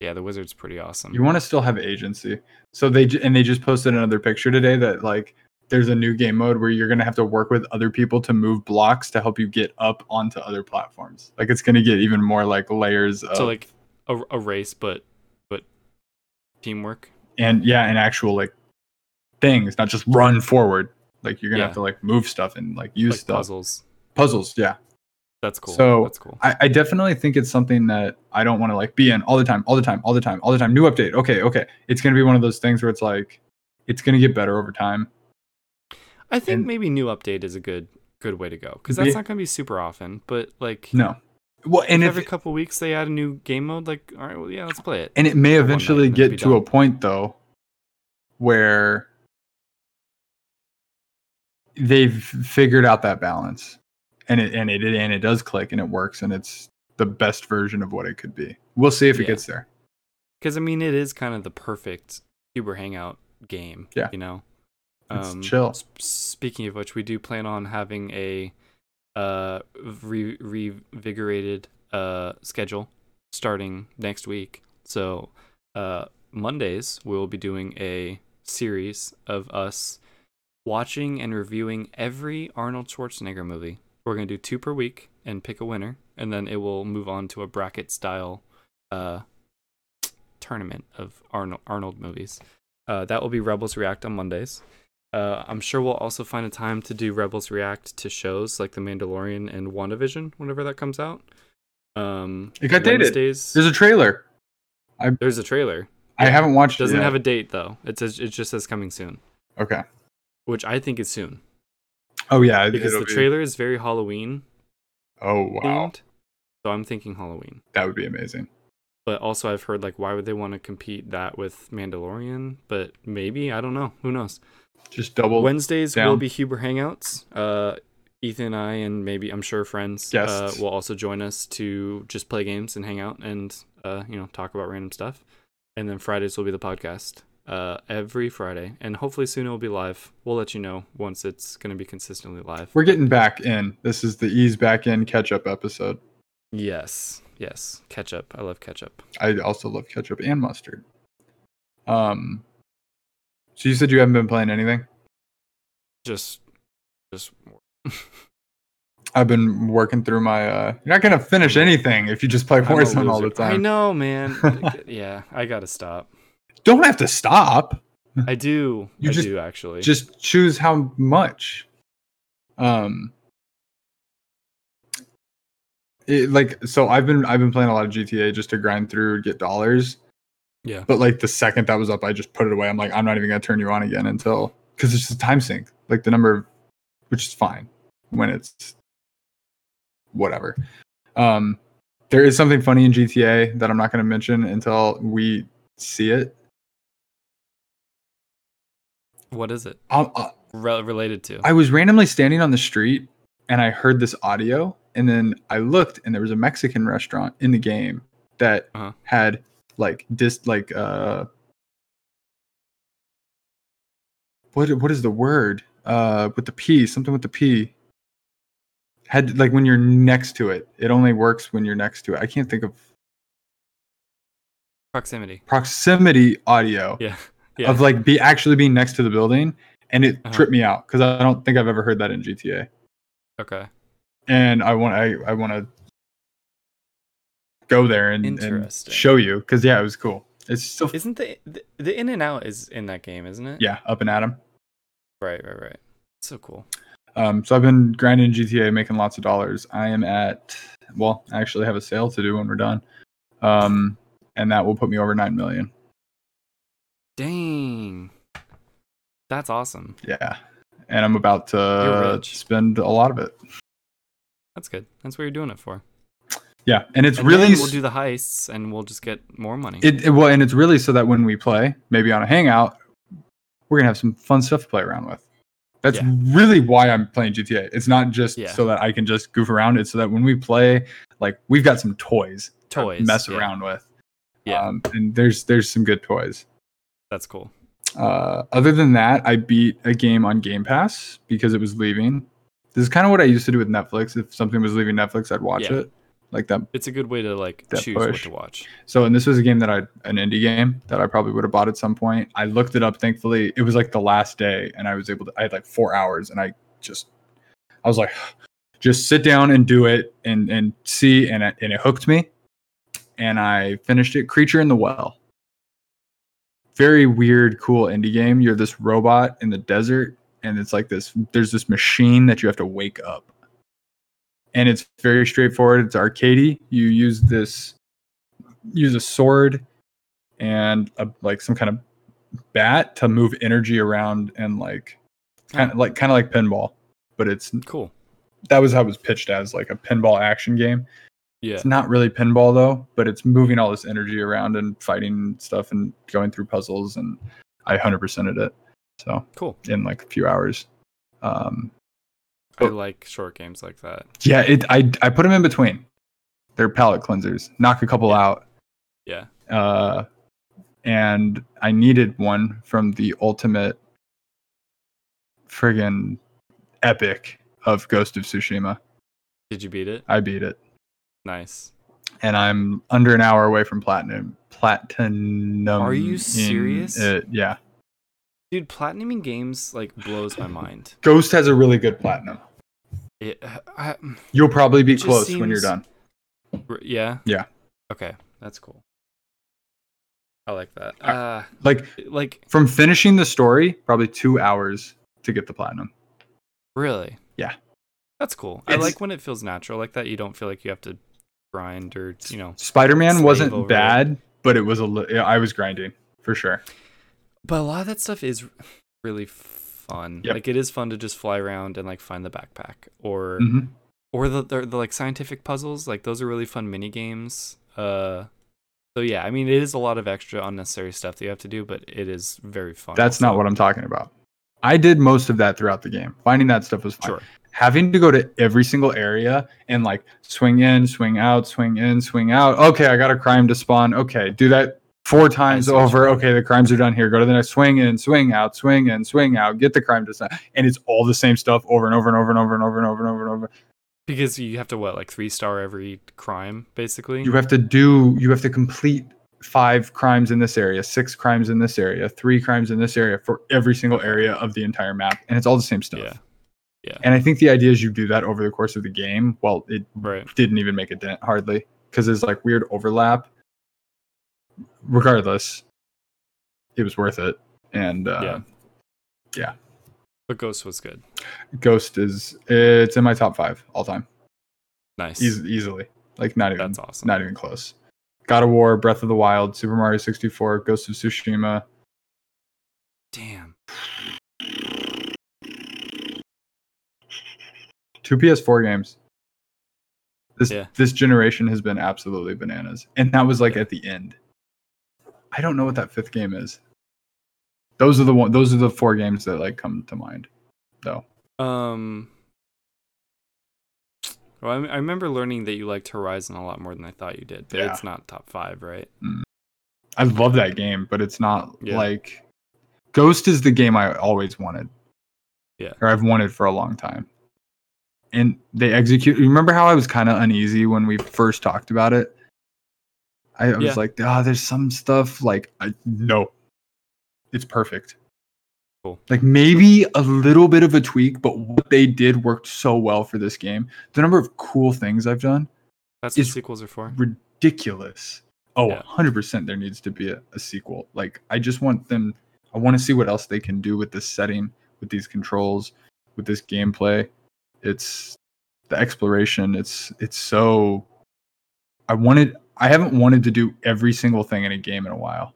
[SPEAKER 1] Yeah, the wizard's pretty awesome.
[SPEAKER 2] you want to still have agency. So they ju- and they just posted another picture today that like there's a new game mode where you're gonna have to work with other people to move blocks to help you get up onto other platforms. Like it's gonna get even more like layers of
[SPEAKER 1] so like a, a race, but but teamwork.
[SPEAKER 2] and yeah, and actual like things, not just run forward. Like you're gonna
[SPEAKER 1] Yeah.
[SPEAKER 2] have to like move stuff and like use
[SPEAKER 1] like
[SPEAKER 2] stuff.
[SPEAKER 1] puzzles.
[SPEAKER 2] Puzzles, yeah.
[SPEAKER 1] That's cool.
[SPEAKER 2] So,
[SPEAKER 1] that's cool.
[SPEAKER 2] I, I definitely think it's something that I don't want to like be in all the time, all the time, all the time, all the time. New update. Okay, okay. It's gonna be one of those things where it's like, it's gonna get better over time.
[SPEAKER 1] I think
[SPEAKER 2] and-
[SPEAKER 1] maybe new update is a good good way to go because that's
[SPEAKER 2] Yeah.
[SPEAKER 1] not going to be super often. But like
[SPEAKER 2] No, well, and if
[SPEAKER 1] every couple weeks they add a new game mode. Like all right, well yeah, let's play it.
[SPEAKER 2] and it may
[SPEAKER 1] one night
[SPEAKER 2] eventually
[SPEAKER 1] and it'll be
[SPEAKER 2] get to a
[SPEAKER 1] done.
[SPEAKER 2] point though, where they've figured out that balance, and it and it and it does click and it works and it's the best version of what it could be. We'll see if it
[SPEAKER 1] Yeah.
[SPEAKER 2] gets there.
[SPEAKER 1] Because I mean, it is kind of the perfect Uber Hangout game.
[SPEAKER 2] Yeah.
[SPEAKER 1] you know, Um,
[SPEAKER 2] It's chill.
[SPEAKER 1] s- speaking of which, we do plan on having a uh, re- revigorated uh, schedule starting next week. So uh, Mondays we'll be doing a series of us watching and reviewing every Arnold Schwarzenegger movie. We're gonna do two per week and pick a winner, and then it will move on to a bracket style uh, tournament of Arnold Arnold movies. Uh, that will be Rebels React on Mondays. Uh, I'm sure we'll also find a time to do Rebels React to shows like The Mandalorian and WandaVision whenever that comes out. Um,
[SPEAKER 2] It got dated.
[SPEAKER 1] Wednesdays-
[SPEAKER 2] There's a trailer.
[SPEAKER 1] There's a trailer.
[SPEAKER 2] I haven't watched
[SPEAKER 1] Doesn't
[SPEAKER 2] it.
[SPEAKER 1] have a date though. It says it just says coming soon,
[SPEAKER 2] A- okay.
[SPEAKER 1] which I think is soon
[SPEAKER 2] Oh yeah, it-
[SPEAKER 1] because
[SPEAKER 2] it'll
[SPEAKER 1] the
[SPEAKER 2] be-
[SPEAKER 1] trailer is very Halloween
[SPEAKER 2] Oh wow,
[SPEAKER 1] themed. So I'm thinking Halloween.
[SPEAKER 2] that would be amazing.
[SPEAKER 1] But also I've heard like why would they want to compete that with Mandalorian? But maybe I don't know. Who knows?
[SPEAKER 2] Just double.
[SPEAKER 1] Wednesdays will
[SPEAKER 2] down.
[SPEAKER 1] be Huber Hangouts. Uh, Ethan and I, and maybe I'm sure friends, uh,
[SPEAKER 2] Guests.
[SPEAKER 1] will also join us to just play games and hang out and uh, you know talk about random stuff. And then Fridays will be the podcast uh, every Friday, and hopefully soon it will be live. We'll let you know once it's going to be consistently live.
[SPEAKER 2] We're getting back in. This is the ease back in catch up episode.
[SPEAKER 1] yes, yes, ketchup. I love ketchup.
[SPEAKER 2] I also love ketchup and mustard. Um. So you said you haven't been playing anything.
[SPEAKER 1] Just, just
[SPEAKER 2] I've been working through my. uh You're not gonna finish anything if you just play
[SPEAKER 1] I'm a
[SPEAKER 2] Warzone all
[SPEAKER 1] loser.
[SPEAKER 2] the
[SPEAKER 1] I
[SPEAKER 2] time.
[SPEAKER 1] know, man. uh, yeah, I gotta stop.
[SPEAKER 2] Don't have to stop.
[SPEAKER 1] I do.
[SPEAKER 2] You
[SPEAKER 1] I
[SPEAKER 2] just-
[SPEAKER 1] do actually.
[SPEAKER 2] Just choose how much. Um. It, like so, I've been I've been playing a lot of GTA just to grind through, get dollars.
[SPEAKER 1] yeah.
[SPEAKER 2] But like the second that was up, I just put it away. I'm like, I'm not even gonna turn you on again until because it's just a time sink. Like the number, of, which is fine when it's whatever. Um, there is something funny in GTA that I'm not gonna mention until we see it.
[SPEAKER 1] What is it?
[SPEAKER 2] Um, uh,
[SPEAKER 1] Re- related to?
[SPEAKER 2] I was randomly standing on the street and I heard this audio, and then I looked and there was a Mexican restaurant in the game that
[SPEAKER 1] Uh-huh.
[SPEAKER 2] had like dis like uh what what is the word uh with the p something with the p had like when you're next to it it only works when you're next to it i can't think of
[SPEAKER 1] Proximity.
[SPEAKER 2] proximity audio
[SPEAKER 1] Yeah. Yeah.
[SPEAKER 2] of like be actually being next to the building, and it
[SPEAKER 1] Uh-huh.
[SPEAKER 2] tripped me out because I don't think I've ever heard that in GTA.
[SPEAKER 1] Okay.
[SPEAKER 2] And I want I, I want to go there and, and
[SPEAKER 1] Interesting.
[SPEAKER 2] show you because yeah, it was cool. It's still
[SPEAKER 1] Isn't the, the the in and out is in that game, isn't it?
[SPEAKER 2] yeah up and at 'em.
[SPEAKER 1] Right, right, right. So cool.
[SPEAKER 2] Um, so I've been grinding GTA, making lots of dollars. I am at well, I actually have a sale to do when we're done, um, and that will put me over nine million.
[SPEAKER 1] Dang. That's awesome.
[SPEAKER 2] Yeah, and I'm about
[SPEAKER 1] You're
[SPEAKER 2] to
[SPEAKER 1] rich.
[SPEAKER 2] spend a lot of it.
[SPEAKER 1] That's good. That's what you're doing it for.
[SPEAKER 2] Yeah, and it's
[SPEAKER 1] And
[SPEAKER 2] really
[SPEAKER 1] then
[SPEAKER 2] s-
[SPEAKER 1] we'll do the heists and we'll just get more money.
[SPEAKER 2] it, it- well, and it's really so that when we play, maybe on a hangout, we're gonna have some fun stuff to play around with. That's
[SPEAKER 1] Yeah.
[SPEAKER 2] really why I'm playing GTA. It's not just
[SPEAKER 1] Yeah.
[SPEAKER 2] so that I can just goof around. It's so that when we play, like we've got some toys, to
[SPEAKER 1] Toys,
[SPEAKER 2] mess
[SPEAKER 1] yeah.
[SPEAKER 2] around with.
[SPEAKER 1] Yeah.
[SPEAKER 2] um, and there's there's some good toys.
[SPEAKER 1] That's cool.
[SPEAKER 2] Uh, other than that, I beat a game on Game Pass because it was leaving. This is kind of what I used to do with Netflix. If something was leaving Netflix, I'd watch
[SPEAKER 1] Yeah.
[SPEAKER 2] it like that.
[SPEAKER 1] It's a good way to like
[SPEAKER 2] That
[SPEAKER 1] choose what
[SPEAKER 2] push.
[SPEAKER 1] to watch.
[SPEAKER 2] So, and this was a game that I, an indie game that I probably would have bought at some point. I looked it up. Thankfully, it was like the last day, and I was able to. I had like four hours, and I just, I was like, just sit down and do it, and and see, and it, and it hooked me, and I finished it. Creature in the Well. Very weird, cool indie game. You're this robot in the desert, and it's like this. There's this machine that you have to wake up, and it's very straightforward. It's arcadey. You use this use a sword and a, like some kind of bat to move energy around and like kind of like kind of like pinball but it's
[SPEAKER 1] Cool.
[SPEAKER 2] that was how it was pitched as like a pinball action game
[SPEAKER 1] Yeah.
[SPEAKER 2] it's not really pinball though but it's moving all this energy around and fighting stuff and going through puzzles and i 100%ed it so
[SPEAKER 1] Cool.
[SPEAKER 2] in like a few hours um
[SPEAKER 1] I
[SPEAKER 2] Oh.
[SPEAKER 1] like short games like that.
[SPEAKER 2] yeah it i i put them in between they're palate cleansers knock a couple out
[SPEAKER 1] Yeah.
[SPEAKER 2] uh, and I needed one from the ultimate friggin' epic of Ghost of Tsushima.
[SPEAKER 1] Did you beat it?
[SPEAKER 2] I beat it,
[SPEAKER 1] Nice.
[SPEAKER 2] and I'm under an hour away from platinum. Platinum.
[SPEAKER 1] Are you serious?
[SPEAKER 2] It. Yeah,
[SPEAKER 1] Dude, platinuming games like blows my mind.
[SPEAKER 2] Ghost has a really good platinum.
[SPEAKER 1] It, uh, I,
[SPEAKER 2] You'll probably be
[SPEAKER 1] It just
[SPEAKER 2] close when you're
[SPEAKER 1] seems-
[SPEAKER 2] done.
[SPEAKER 1] r- yeah.
[SPEAKER 2] Yeah.
[SPEAKER 1] Okay, that's cool. I like that.
[SPEAKER 2] I-
[SPEAKER 1] Uh,
[SPEAKER 2] Like
[SPEAKER 1] like
[SPEAKER 2] from finishing the story, probably two hours to get the platinum.
[SPEAKER 1] really?
[SPEAKER 2] Yeah.
[SPEAKER 1] That's cool. I
[SPEAKER 2] It's-
[SPEAKER 1] like when it feels natural like that. You don't feel like you have to grind or you know.
[SPEAKER 2] Spider Man
[SPEAKER 1] Slave
[SPEAKER 2] wasn't
[SPEAKER 1] over it.
[SPEAKER 2] bad, but it was a. Li- I was grinding for sure.
[SPEAKER 1] But a lot of that stuff is really fun.
[SPEAKER 2] Yep.
[SPEAKER 1] Like it is fun to just fly around and like find the backpack or
[SPEAKER 2] Mhm.
[SPEAKER 1] or the, the the like scientific puzzles like those are really fun mini games uh so yeah i mean it is a lot of extra unnecessary stuff that you have to do but it is very fun
[SPEAKER 2] That's not what I'm talking about. I did most of that throughout the game. Finding that stuff was fun.
[SPEAKER 1] sure
[SPEAKER 2] Having to go to every single area and like swing in, swing out, swing in, swing out. Okay, I got a crime to spawn. Okay, do that four times
[SPEAKER 1] see what you
[SPEAKER 2] over.
[SPEAKER 1] mean.
[SPEAKER 2] Okay, the crimes are done here. Go to the next. Swing in, swing out, swing in, swing out. Get the crime to sign. And it's all the same stuff over and over and over and over and over and over and over and over.
[SPEAKER 1] because you have to what like three star every crime basically
[SPEAKER 2] You have to do. You have to complete five crimes in this area, six crimes in this area, three crimes in this area for every single area of the entire map, and it's all the same stuff.
[SPEAKER 1] yeah
[SPEAKER 2] And I think the idea is you do that over the course of the game. Well, it
[SPEAKER 1] right
[SPEAKER 2] didn't even make a dent hardly because there's like weird overlap. Regardless, it was worth it. And uh,
[SPEAKER 1] Yeah. but ghost was good
[SPEAKER 2] Ghost is it's in my top five all time,
[SPEAKER 1] nice
[SPEAKER 2] Eas easily. Like not even
[SPEAKER 1] that's awesome
[SPEAKER 2] not e- even close. God of War, Breath of the Wild, Super Mario 64, Ghost of Tsushima.
[SPEAKER 1] damn
[SPEAKER 2] two PS4 games. This
[SPEAKER 1] Yeah.
[SPEAKER 2] this generation has been absolutely bananas, and that was like
[SPEAKER 1] Yeah.
[SPEAKER 2] at the end. I don't know what that fifth game is. Those are the one. Those are the four games that like come to mind, though.
[SPEAKER 1] um well, I, I remember learning that you liked Horizon a lot more than I thought you did, but
[SPEAKER 2] Yeah.
[SPEAKER 1] it's not top five, right?
[SPEAKER 2] I love that game, but it's not
[SPEAKER 1] Yeah.
[SPEAKER 2] like Ghost is the game I always wanted.
[SPEAKER 1] Yeah.
[SPEAKER 2] Or I've wanted for a long time. And they execute. Remember how I was kind of uneasy when we first talked about it? I, I
[SPEAKER 1] Yeah.
[SPEAKER 2] was like, ah, there's some stuff like I no, it's perfect.
[SPEAKER 1] Cool.
[SPEAKER 2] Like maybe a little bit of a tweak, but what they did worked so well for this game. The number of cool things I've done,
[SPEAKER 1] That's what
[SPEAKER 2] It's-
[SPEAKER 1] sequels are for.
[SPEAKER 2] ridiculous. Oh,
[SPEAKER 1] Yeah.
[SPEAKER 2] 100% there needs to be a, a sequel. Like I just want them I want to see what else they can do with this setting, with these controls, with this gameplay. It's the exploration. It's it's so I wanted I haven't wanted to do every single thing in a game in a while.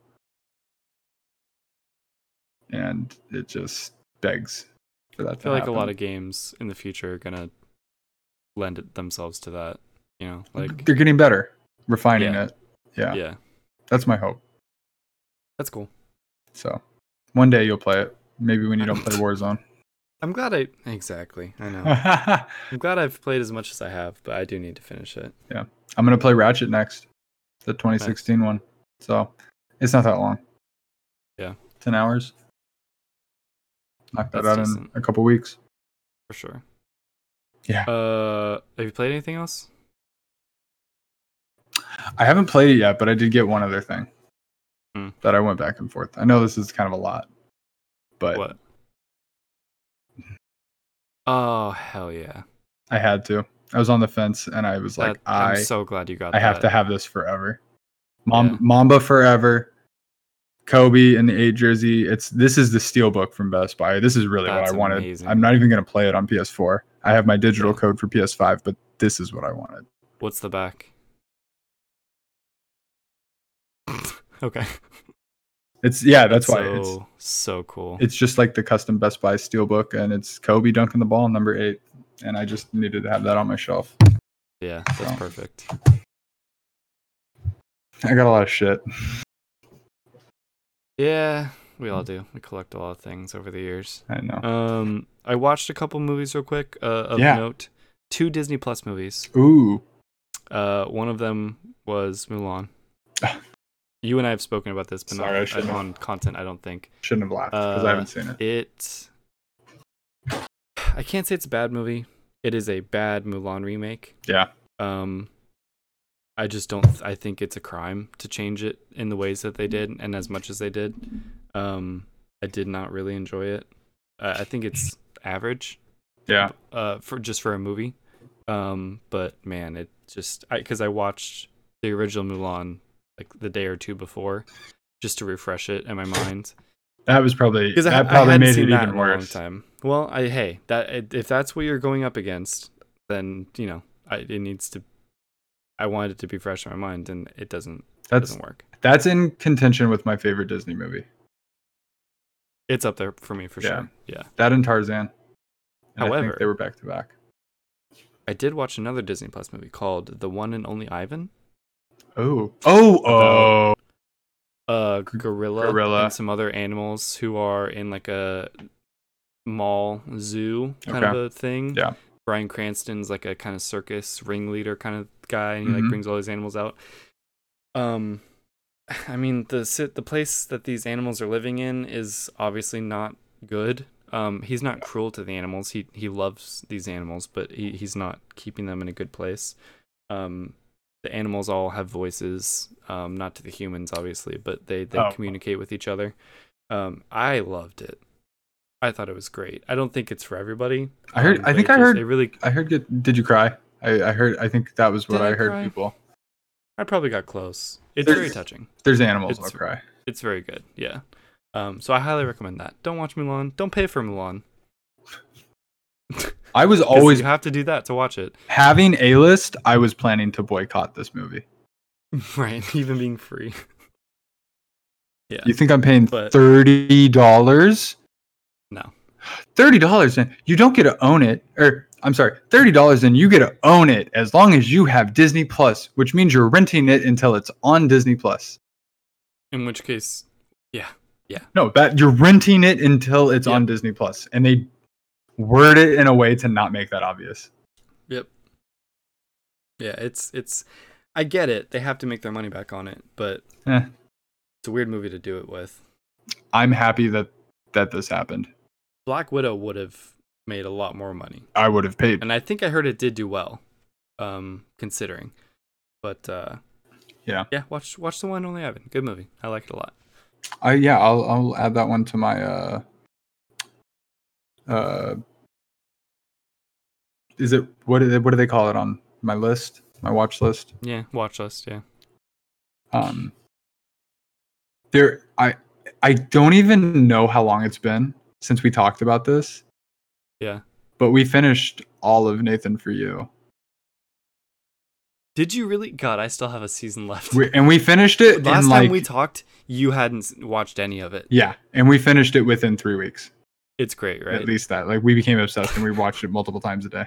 [SPEAKER 2] And it just begs for
[SPEAKER 1] I
[SPEAKER 2] that
[SPEAKER 1] feel like a lot of games in the future are gonna lend it themselves to that. You know, like
[SPEAKER 2] they're getting better, refining
[SPEAKER 1] Yeah.
[SPEAKER 2] it. Yeah.
[SPEAKER 1] yeah,
[SPEAKER 2] That's my hope.
[SPEAKER 1] that's cool.
[SPEAKER 2] So one day you'll play it. Maybe when you don't play Warzone.
[SPEAKER 1] I'm glad I exactly. I know.
[SPEAKER 2] I'm
[SPEAKER 1] I'm glad I've played as much as I have, but I do need to finish it.
[SPEAKER 2] gonna play Ratchet next, the 2016 one. So it's not that long.
[SPEAKER 1] Yeah.
[SPEAKER 2] ten hours. Knock that
[SPEAKER 1] That's
[SPEAKER 2] out
[SPEAKER 1] decent.
[SPEAKER 2] in a couple weeks.
[SPEAKER 1] for sure.
[SPEAKER 2] Yeah.
[SPEAKER 1] Uh, have you played anything else?
[SPEAKER 2] I haven't played it yet, but I did get one other thing
[SPEAKER 1] Hmm.
[SPEAKER 2] that I went back and forth. I know this is kind of a lot, but
[SPEAKER 1] What? Oh hell yeah!
[SPEAKER 2] I had to. I was on the fence, and I was like,
[SPEAKER 1] That-
[SPEAKER 2] I
[SPEAKER 1] I'm so glad you got.
[SPEAKER 2] I have
[SPEAKER 1] that.
[SPEAKER 2] to have this forever. Mom,
[SPEAKER 1] Yeah.
[SPEAKER 2] Mamba forever. Kobe in the eight jersey. It's this is the steel book from Best Buy. This is really
[SPEAKER 1] That's
[SPEAKER 2] what I wanted.
[SPEAKER 1] amazing.
[SPEAKER 2] I'm not even gonna play it on PS4. I have my digital
[SPEAKER 1] Yeah.
[SPEAKER 2] code for PS5, but this is what I wanted.
[SPEAKER 1] What's the back? okay.
[SPEAKER 2] It's yeah, that's why
[SPEAKER 1] so,
[SPEAKER 2] it's
[SPEAKER 1] so cool.
[SPEAKER 2] it's just like the custom Best Buy steel book, and it's Kobe dunking the ball number eight. And I just needed to have that on my shelf.
[SPEAKER 1] yeah, that's
[SPEAKER 2] so-
[SPEAKER 1] perfect.
[SPEAKER 2] I got a lot of shit.
[SPEAKER 1] Yeah, we
[SPEAKER 2] Mm.
[SPEAKER 1] all do. We collect a lot of things over the years.
[SPEAKER 2] I know.
[SPEAKER 1] Um, I watched a couple movies real quick. Uh, of
[SPEAKER 2] Yeah.
[SPEAKER 1] note, two Disney Plus movies.
[SPEAKER 2] Ooh,
[SPEAKER 1] Uh, one of them was Mulan. you and I have spoken about this, but
[SPEAKER 2] Ah. Sorry, I
[SPEAKER 1] not
[SPEAKER 2] shouldn't
[SPEAKER 1] uh,
[SPEAKER 2] have.
[SPEAKER 1] on content. I don't think
[SPEAKER 2] shouldn't have laughed because I
[SPEAKER 1] Uh,
[SPEAKER 2] haven't seen it.
[SPEAKER 1] it. I can't say it's a bad movie. It is a bad Mulan remake.
[SPEAKER 2] Yeah.
[SPEAKER 1] Um, I just don't. I think it's a crime to change it in the ways that they did and as much as they did. Um, I did not really enjoy it. Uh, I think it's average
[SPEAKER 2] Yeah,
[SPEAKER 1] uh for just for a movie um but man it just i because i watched the original mulan like the day or two before just to refresh it in my mind
[SPEAKER 2] that was probably
[SPEAKER 1] because
[SPEAKER 2] that
[SPEAKER 1] I, ha- I
[SPEAKER 2] probably
[SPEAKER 1] hadn't
[SPEAKER 2] made
[SPEAKER 1] seen
[SPEAKER 2] it
[SPEAKER 1] that
[SPEAKER 2] even
[SPEAKER 1] in a long
[SPEAKER 2] worse.
[SPEAKER 1] time well i hey that it- if that's what you're going up against then you know I, it needs to i wanted it to be fresh in my mind and it doesn't
[SPEAKER 2] That's
[SPEAKER 1] doesn't work
[SPEAKER 2] That's in contention with my favorite Disney movie,
[SPEAKER 1] it's up there for me for
[SPEAKER 2] Yeah.
[SPEAKER 1] sure yeah
[SPEAKER 2] that and Tarzan. And I
[SPEAKER 1] However-
[SPEAKER 2] think they were back to back.
[SPEAKER 1] i did watch another disney plus movie called the one and only ivan
[SPEAKER 2] Oh, oh, oh!
[SPEAKER 1] uh gorilla,
[SPEAKER 2] Mm-hmm. gorilla.
[SPEAKER 1] and some other animals who are in like a mall zoo kind
[SPEAKER 2] Okay.
[SPEAKER 1] of a thing.
[SPEAKER 2] Yeah.
[SPEAKER 1] Brian Cranston's like a kind of circus ringleader kind of guy and he like
[SPEAKER 2] Mhm.
[SPEAKER 1] brings all these animals out. Um I mean the sit the place that these animals are living in is obviously not good. Um he's not cruel to the animals. He he loves these animals, but he, he's not keeping them in a good place. Um the animals all have voices, um, not to the humans obviously, but they they
[SPEAKER 2] Oh.
[SPEAKER 1] communicate with each other. Um, I loved it. I thought it was great. I don't think it's for everybody.
[SPEAKER 2] I heard.
[SPEAKER 1] um,
[SPEAKER 2] I
[SPEAKER 1] but
[SPEAKER 2] think
[SPEAKER 1] it
[SPEAKER 2] I
[SPEAKER 1] just-
[SPEAKER 2] heard.
[SPEAKER 1] It really.
[SPEAKER 2] I heard. Get, did you cry? I, I heard. I think that was what
[SPEAKER 1] Did
[SPEAKER 2] I,
[SPEAKER 1] I
[SPEAKER 2] heard.
[SPEAKER 1] cry?
[SPEAKER 2] People.
[SPEAKER 1] I probably got close. It's
[SPEAKER 2] There's-
[SPEAKER 1] very touching.
[SPEAKER 2] There's animals.
[SPEAKER 1] It's-
[SPEAKER 2] I'll cry.
[SPEAKER 1] It's very good. Yeah. Um, so I highly recommend that. Don't watch Mulan. Don't pay for Mulan. 'cause
[SPEAKER 2] I was always
[SPEAKER 1] you have to do that to watch it.
[SPEAKER 2] having a list. I was planning to boycott this movie.
[SPEAKER 1] Right. Even being free. Yeah.
[SPEAKER 2] You think I'm paying
[SPEAKER 1] But-
[SPEAKER 2] thirty dollars?
[SPEAKER 1] No.
[SPEAKER 2] Thirty dollars, and you don't get to own it. Or I'm sorry, thirty dollars, and you get to own it as long as you have Disney Plus, which means you're renting it until it's on Disney Plus.
[SPEAKER 1] In which case,
[SPEAKER 2] No, that you're renting it until it's
[SPEAKER 1] Yeah.
[SPEAKER 2] on Disney Plus, and they word it in a way to not make that obvious.
[SPEAKER 1] Yep. Yeah, it's it's I get it. They have to make their money back on it, but
[SPEAKER 2] Eh.
[SPEAKER 1] it's a weird movie to do it with.
[SPEAKER 2] I'm happy that that this happened.
[SPEAKER 1] Black Widow would have made a lot more money.
[SPEAKER 2] I would have paid.
[SPEAKER 1] And I think I heard it did do well, um, considering. But uh
[SPEAKER 2] Yeah.
[SPEAKER 1] Yeah, watch watch the one only Ivan. Good movie. I like it a lot.
[SPEAKER 2] I yeah, I'll I'll add that one to my uh uh is it what do they what do they call it on my list? My watch list?
[SPEAKER 1] Yeah, watch us. Yeah,
[SPEAKER 2] Um there I I don't even know how long it's been since we talked about this,
[SPEAKER 1] yeah.
[SPEAKER 2] but we finished all of Nathan for you.
[SPEAKER 1] Did you really? God, I still have a season left.
[SPEAKER 2] We, and we finished it
[SPEAKER 1] Last
[SPEAKER 2] in
[SPEAKER 1] time
[SPEAKER 2] like
[SPEAKER 1] we talked, you hadn't s- watched any of it.
[SPEAKER 2] yeah, and we finished it within 3 weeks.
[SPEAKER 1] It's great, right?
[SPEAKER 2] At least that. Like we became obsessed and we watched it multiple times a day.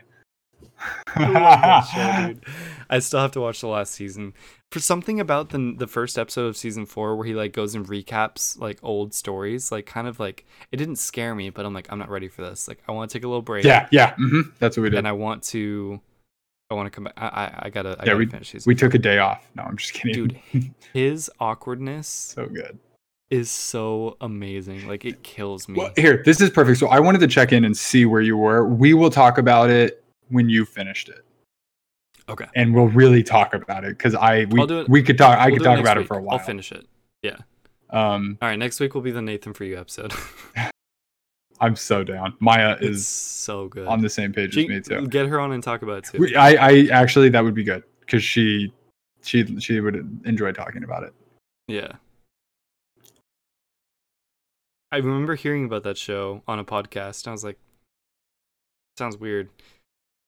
[SPEAKER 1] I love that show, dude. I still have to watch the last season. For something about the the first episode of season four, where he like goes and recaps like old stories, like kind of like it didn't scare me, but I'm like I'm not ready for this. Like I want to take a little break.
[SPEAKER 2] Yeah, yeah. mhm, That's what we did.
[SPEAKER 1] Mm-hmm. and I want to. I want to come back. I I, I gotta. I
[SPEAKER 2] Yeah,
[SPEAKER 1] gotta
[SPEAKER 2] we-
[SPEAKER 1] finish season.
[SPEAKER 2] we took a day off. No, I'm just kidding.
[SPEAKER 1] Dude, his awkwardness
[SPEAKER 2] so good.
[SPEAKER 1] is so amazing. Like it kills me.
[SPEAKER 2] Well, here, this is perfect. So I wanted to check in and see where you were. We will talk about it when you finished it.
[SPEAKER 1] Okay.
[SPEAKER 2] And we'll really talk about it because I we,
[SPEAKER 1] I'll do it-
[SPEAKER 2] we could talk I
[SPEAKER 1] We'll
[SPEAKER 2] could
[SPEAKER 1] do
[SPEAKER 2] talk
[SPEAKER 1] next
[SPEAKER 2] about it
[SPEAKER 1] week.
[SPEAKER 2] for a while.
[SPEAKER 1] I'll finish it.
[SPEAKER 2] Um,
[SPEAKER 1] All right, next week will be the Nathan for you episode.
[SPEAKER 2] I'm so down. Maya
[SPEAKER 1] it's
[SPEAKER 2] is
[SPEAKER 1] so good.
[SPEAKER 2] on the same page
[SPEAKER 1] She-
[SPEAKER 2] as me too.
[SPEAKER 1] Get her on and talk about it too.
[SPEAKER 2] We, I I actually that would be good because she she she would enjoy talking about it.
[SPEAKER 1] yeah. I remember hearing about that show on a podcast, and I was like, "Sounds weird."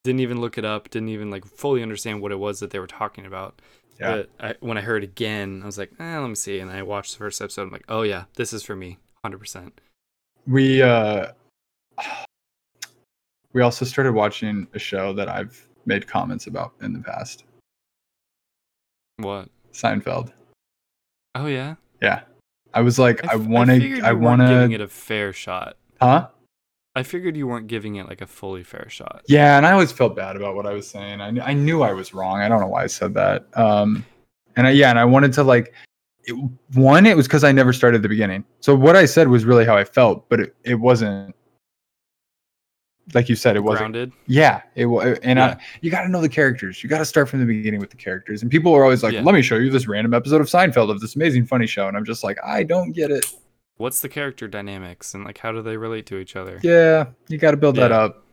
[SPEAKER 1] Didn't even look it up. Didn't even like fully understand what it was that they were talking about.
[SPEAKER 2] Yeah.
[SPEAKER 1] But I, when I heard again, I was like, eh, "Let me see." And I watched the first episode. I'm like, "Oh yeah, this is for me, hundred percent."
[SPEAKER 2] we uh we also started watching a show that i've made comments about in the past
[SPEAKER 1] What?
[SPEAKER 2] seinfeld
[SPEAKER 1] Oh yeah.
[SPEAKER 2] yeah i was like i
[SPEAKER 1] f-
[SPEAKER 2] want
[SPEAKER 1] figured
[SPEAKER 2] to
[SPEAKER 1] you
[SPEAKER 2] i
[SPEAKER 1] weren't
[SPEAKER 2] want
[SPEAKER 1] giving
[SPEAKER 2] to
[SPEAKER 1] it a fair shot.
[SPEAKER 2] huh
[SPEAKER 1] I figured you weren't giving it like a fully fair shot.
[SPEAKER 2] yeah and i always felt bad about what i was saying i, kn- I knew i was wrong i don't know why i said that um and i yeah and i wanted to like it, one it was because i never started at the beginning so what i said was really how i felt but it, it wasn't like you said it wasn't
[SPEAKER 1] Grounded.
[SPEAKER 2] Yeah, it was, and
[SPEAKER 1] Yeah.
[SPEAKER 2] I, you got to know the characters. You got to start from the beginning with the characters. And people are always like,
[SPEAKER 1] Yeah.
[SPEAKER 2] "Let me show you this random episode of Seinfeld of this amazing funny show," and I'm just like, "I don't get it."
[SPEAKER 1] What's the character dynamics and like how do they relate to each other?
[SPEAKER 2] Yeah, you got to build that
[SPEAKER 1] Yeah.
[SPEAKER 2] up.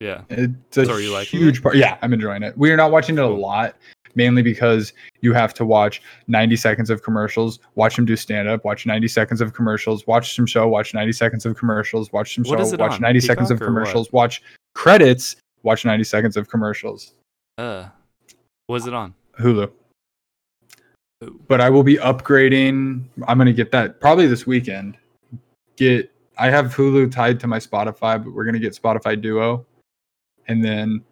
[SPEAKER 1] Yeah.
[SPEAKER 2] It's a
[SPEAKER 1] So are you liking
[SPEAKER 2] huge part. Yeah, I'm enjoying it. We are not watching it a
[SPEAKER 1] Cool.
[SPEAKER 2] lot, mainly because you have to watch 90 seconds of commercials, watch them do stand up, watch 90 seconds of commercials, watch some show, watch 90 seconds of commercials, watch some
[SPEAKER 1] What
[SPEAKER 2] show,
[SPEAKER 1] is it
[SPEAKER 2] watch
[SPEAKER 1] on?
[SPEAKER 2] 90 seconds of
[SPEAKER 1] Peacock or what?
[SPEAKER 2] commercials, watch credits, watch 90 seconds of commercials.
[SPEAKER 1] Uh. Was it on?
[SPEAKER 2] Hulu.
[SPEAKER 1] Ooh.
[SPEAKER 2] But I will be upgrading. I'm gonna get that probably this weekend. Get I have Hulu tied to my Spotify, but we're gonna get Spotify Duo, and then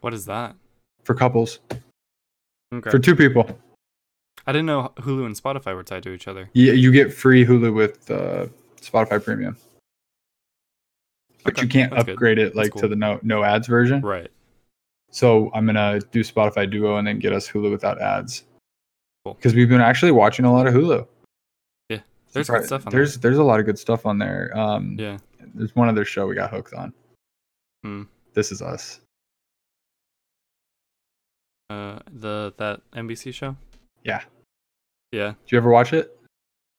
[SPEAKER 1] What is that?
[SPEAKER 2] for couples
[SPEAKER 1] Okay.
[SPEAKER 2] for two people,
[SPEAKER 1] I didn't know Hulu and Spotify were tied to each other.
[SPEAKER 2] you, you get free Hulu with uh, Spotify Premium, but
[SPEAKER 1] Okay,
[SPEAKER 2] you can't
[SPEAKER 1] that's good.
[SPEAKER 2] upgrade it like to
[SPEAKER 1] cool.
[SPEAKER 2] the no no ads version.
[SPEAKER 1] Right.
[SPEAKER 2] So I'm gonna do Spotify Duo and then get us Hulu without ads.
[SPEAKER 1] Cool.
[SPEAKER 2] Because we've been actually watching a lot of Hulu.
[SPEAKER 1] Yeah. There's good
[SPEAKER 2] Surpri-
[SPEAKER 1] stuff on there.
[SPEAKER 2] there's there's a lot of good stuff on there. Um,
[SPEAKER 1] Yeah.
[SPEAKER 2] there's one other show we got hooked on.
[SPEAKER 1] Hmm.
[SPEAKER 2] This is us.
[SPEAKER 1] Uh the that NBC show?
[SPEAKER 2] Yeah.
[SPEAKER 1] Yeah.
[SPEAKER 2] Did you ever watch it?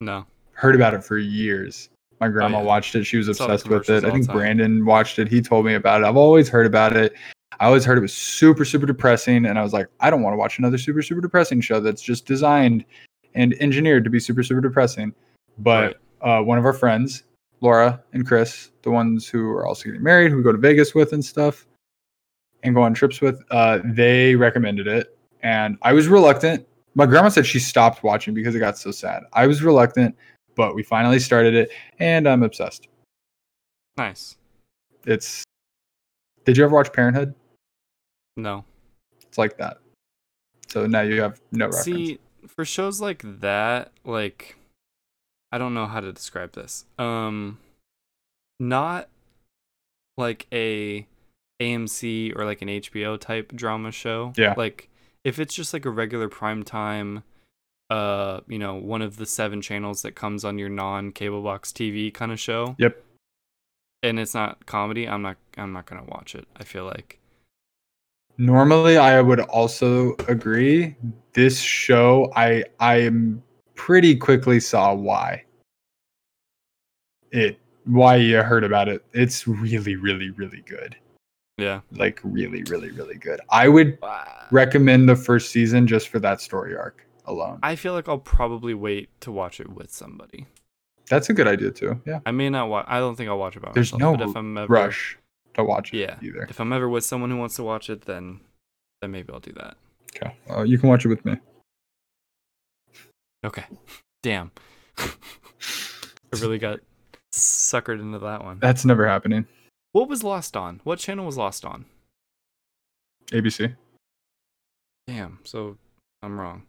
[SPEAKER 1] No.
[SPEAKER 2] Heard about it for years. My grandma
[SPEAKER 1] Oh, yeah.
[SPEAKER 2] watched it. She was
[SPEAKER 1] Saw the
[SPEAKER 2] obsessed with
[SPEAKER 1] commercials
[SPEAKER 2] it. I
[SPEAKER 1] all the
[SPEAKER 2] think
[SPEAKER 1] time.
[SPEAKER 2] Brandon watched it. He told me about it. I've always heard about it. I always heard it was super, super depressing. And I was like, I don't want to watch another super, super depressing show that's just designed and engineered to be super, super depressing. But
[SPEAKER 1] Right.
[SPEAKER 2] uh, one of our friends, Laura and Chris, the ones who are also getting married, who we go to Vegas with and stuff, and go on trips with, uh, they recommended it, and I was reluctant. My grandma said she stopped watching because it got so sad. I was reluctant, but we finally started it, and I'm obsessed.
[SPEAKER 1] Nice.
[SPEAKER 2] It's. Did you ever watch Parenthood?
[SPEAKER 1] No.
[SPEAKER 2] It's like that. So now you have no reference.
[SPEAKER 1] See, for shows like that, like I don't know how to describe this. Um not like a AMC or like an HBO type drama show.
[SPEAKER 2] Yeah.
[SPEAKER 1] Like if it's just like a regular prime time uh you know one of the seven channels that comes on your non cable box TV kind of show.
[SPEAKER 2] Yep.
[SPEAKER 1] And it's not comedy, I'm not I'm not going to watch it. I feel like
[SPEAKER 2] Normally, I would also agree this show, I I am pretty quickly saw why it why you heard about it. It's really, really, really good.
[SPEAKER 1] Yeah.
[SPEAKER 2] Like really, really, really good. I would recommend the first season just for that story arc alone.
[SPEAKER 1] I feel like I'll probably wait to watch it with somebody.
[SPEAKER 2] That's a good idea too. Yeah.
[SPEAKER 1] I may not watch. I don't think I'll watch it by
[SPEAKER 2] There's
[SPEAKER 1] myself.
[SPEAKER 2] no
[SPEAKER 1] but if I'm ever,
[SPEAKER 2] Rush to watch it
[SPEAKER 1] Yeah.
[SPEAKER 2] either.
[SPEAKER 1] If I'm ever with someone who wants to watch it, then then maybe I'll do that.
[SPEAKER 2] Okay. Uh, you can watch it with me.
[SPEAKER 1] Okay. Damn. I really got suckered into that one.
[SPEAKER 2] That's never happening.
[SPEAKER 1] What was Lost on? What channel was Lost on?
[SPEAKER 2] ABC.
[SPEAKER 1] Damn. So I'm wrong.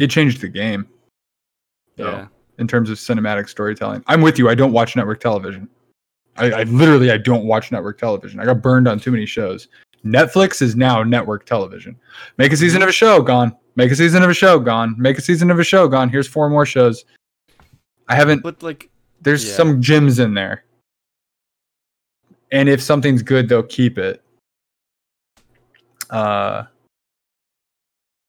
[SPEAKER 2] It changed the game.
[SPEAKER 1] Yeah.
[SPEAKER 2] though, In terms of cinematic storytelling. I'm with you. I don't watch network television. I, I literally I don't watch network television. I got burned on too many shows. Netflix is now network television. Make a season of a show, gone. Make a season of a show, gone. Make a season of a show, gone. Here's four more shows. I haven't
[SPEAKER 1] But like,
[SPEAKER 2] there's
[SPEAKER 1] Yeah.
[SPEAKER 2] some gems in there. And if something's good, they'll keep it. Uh,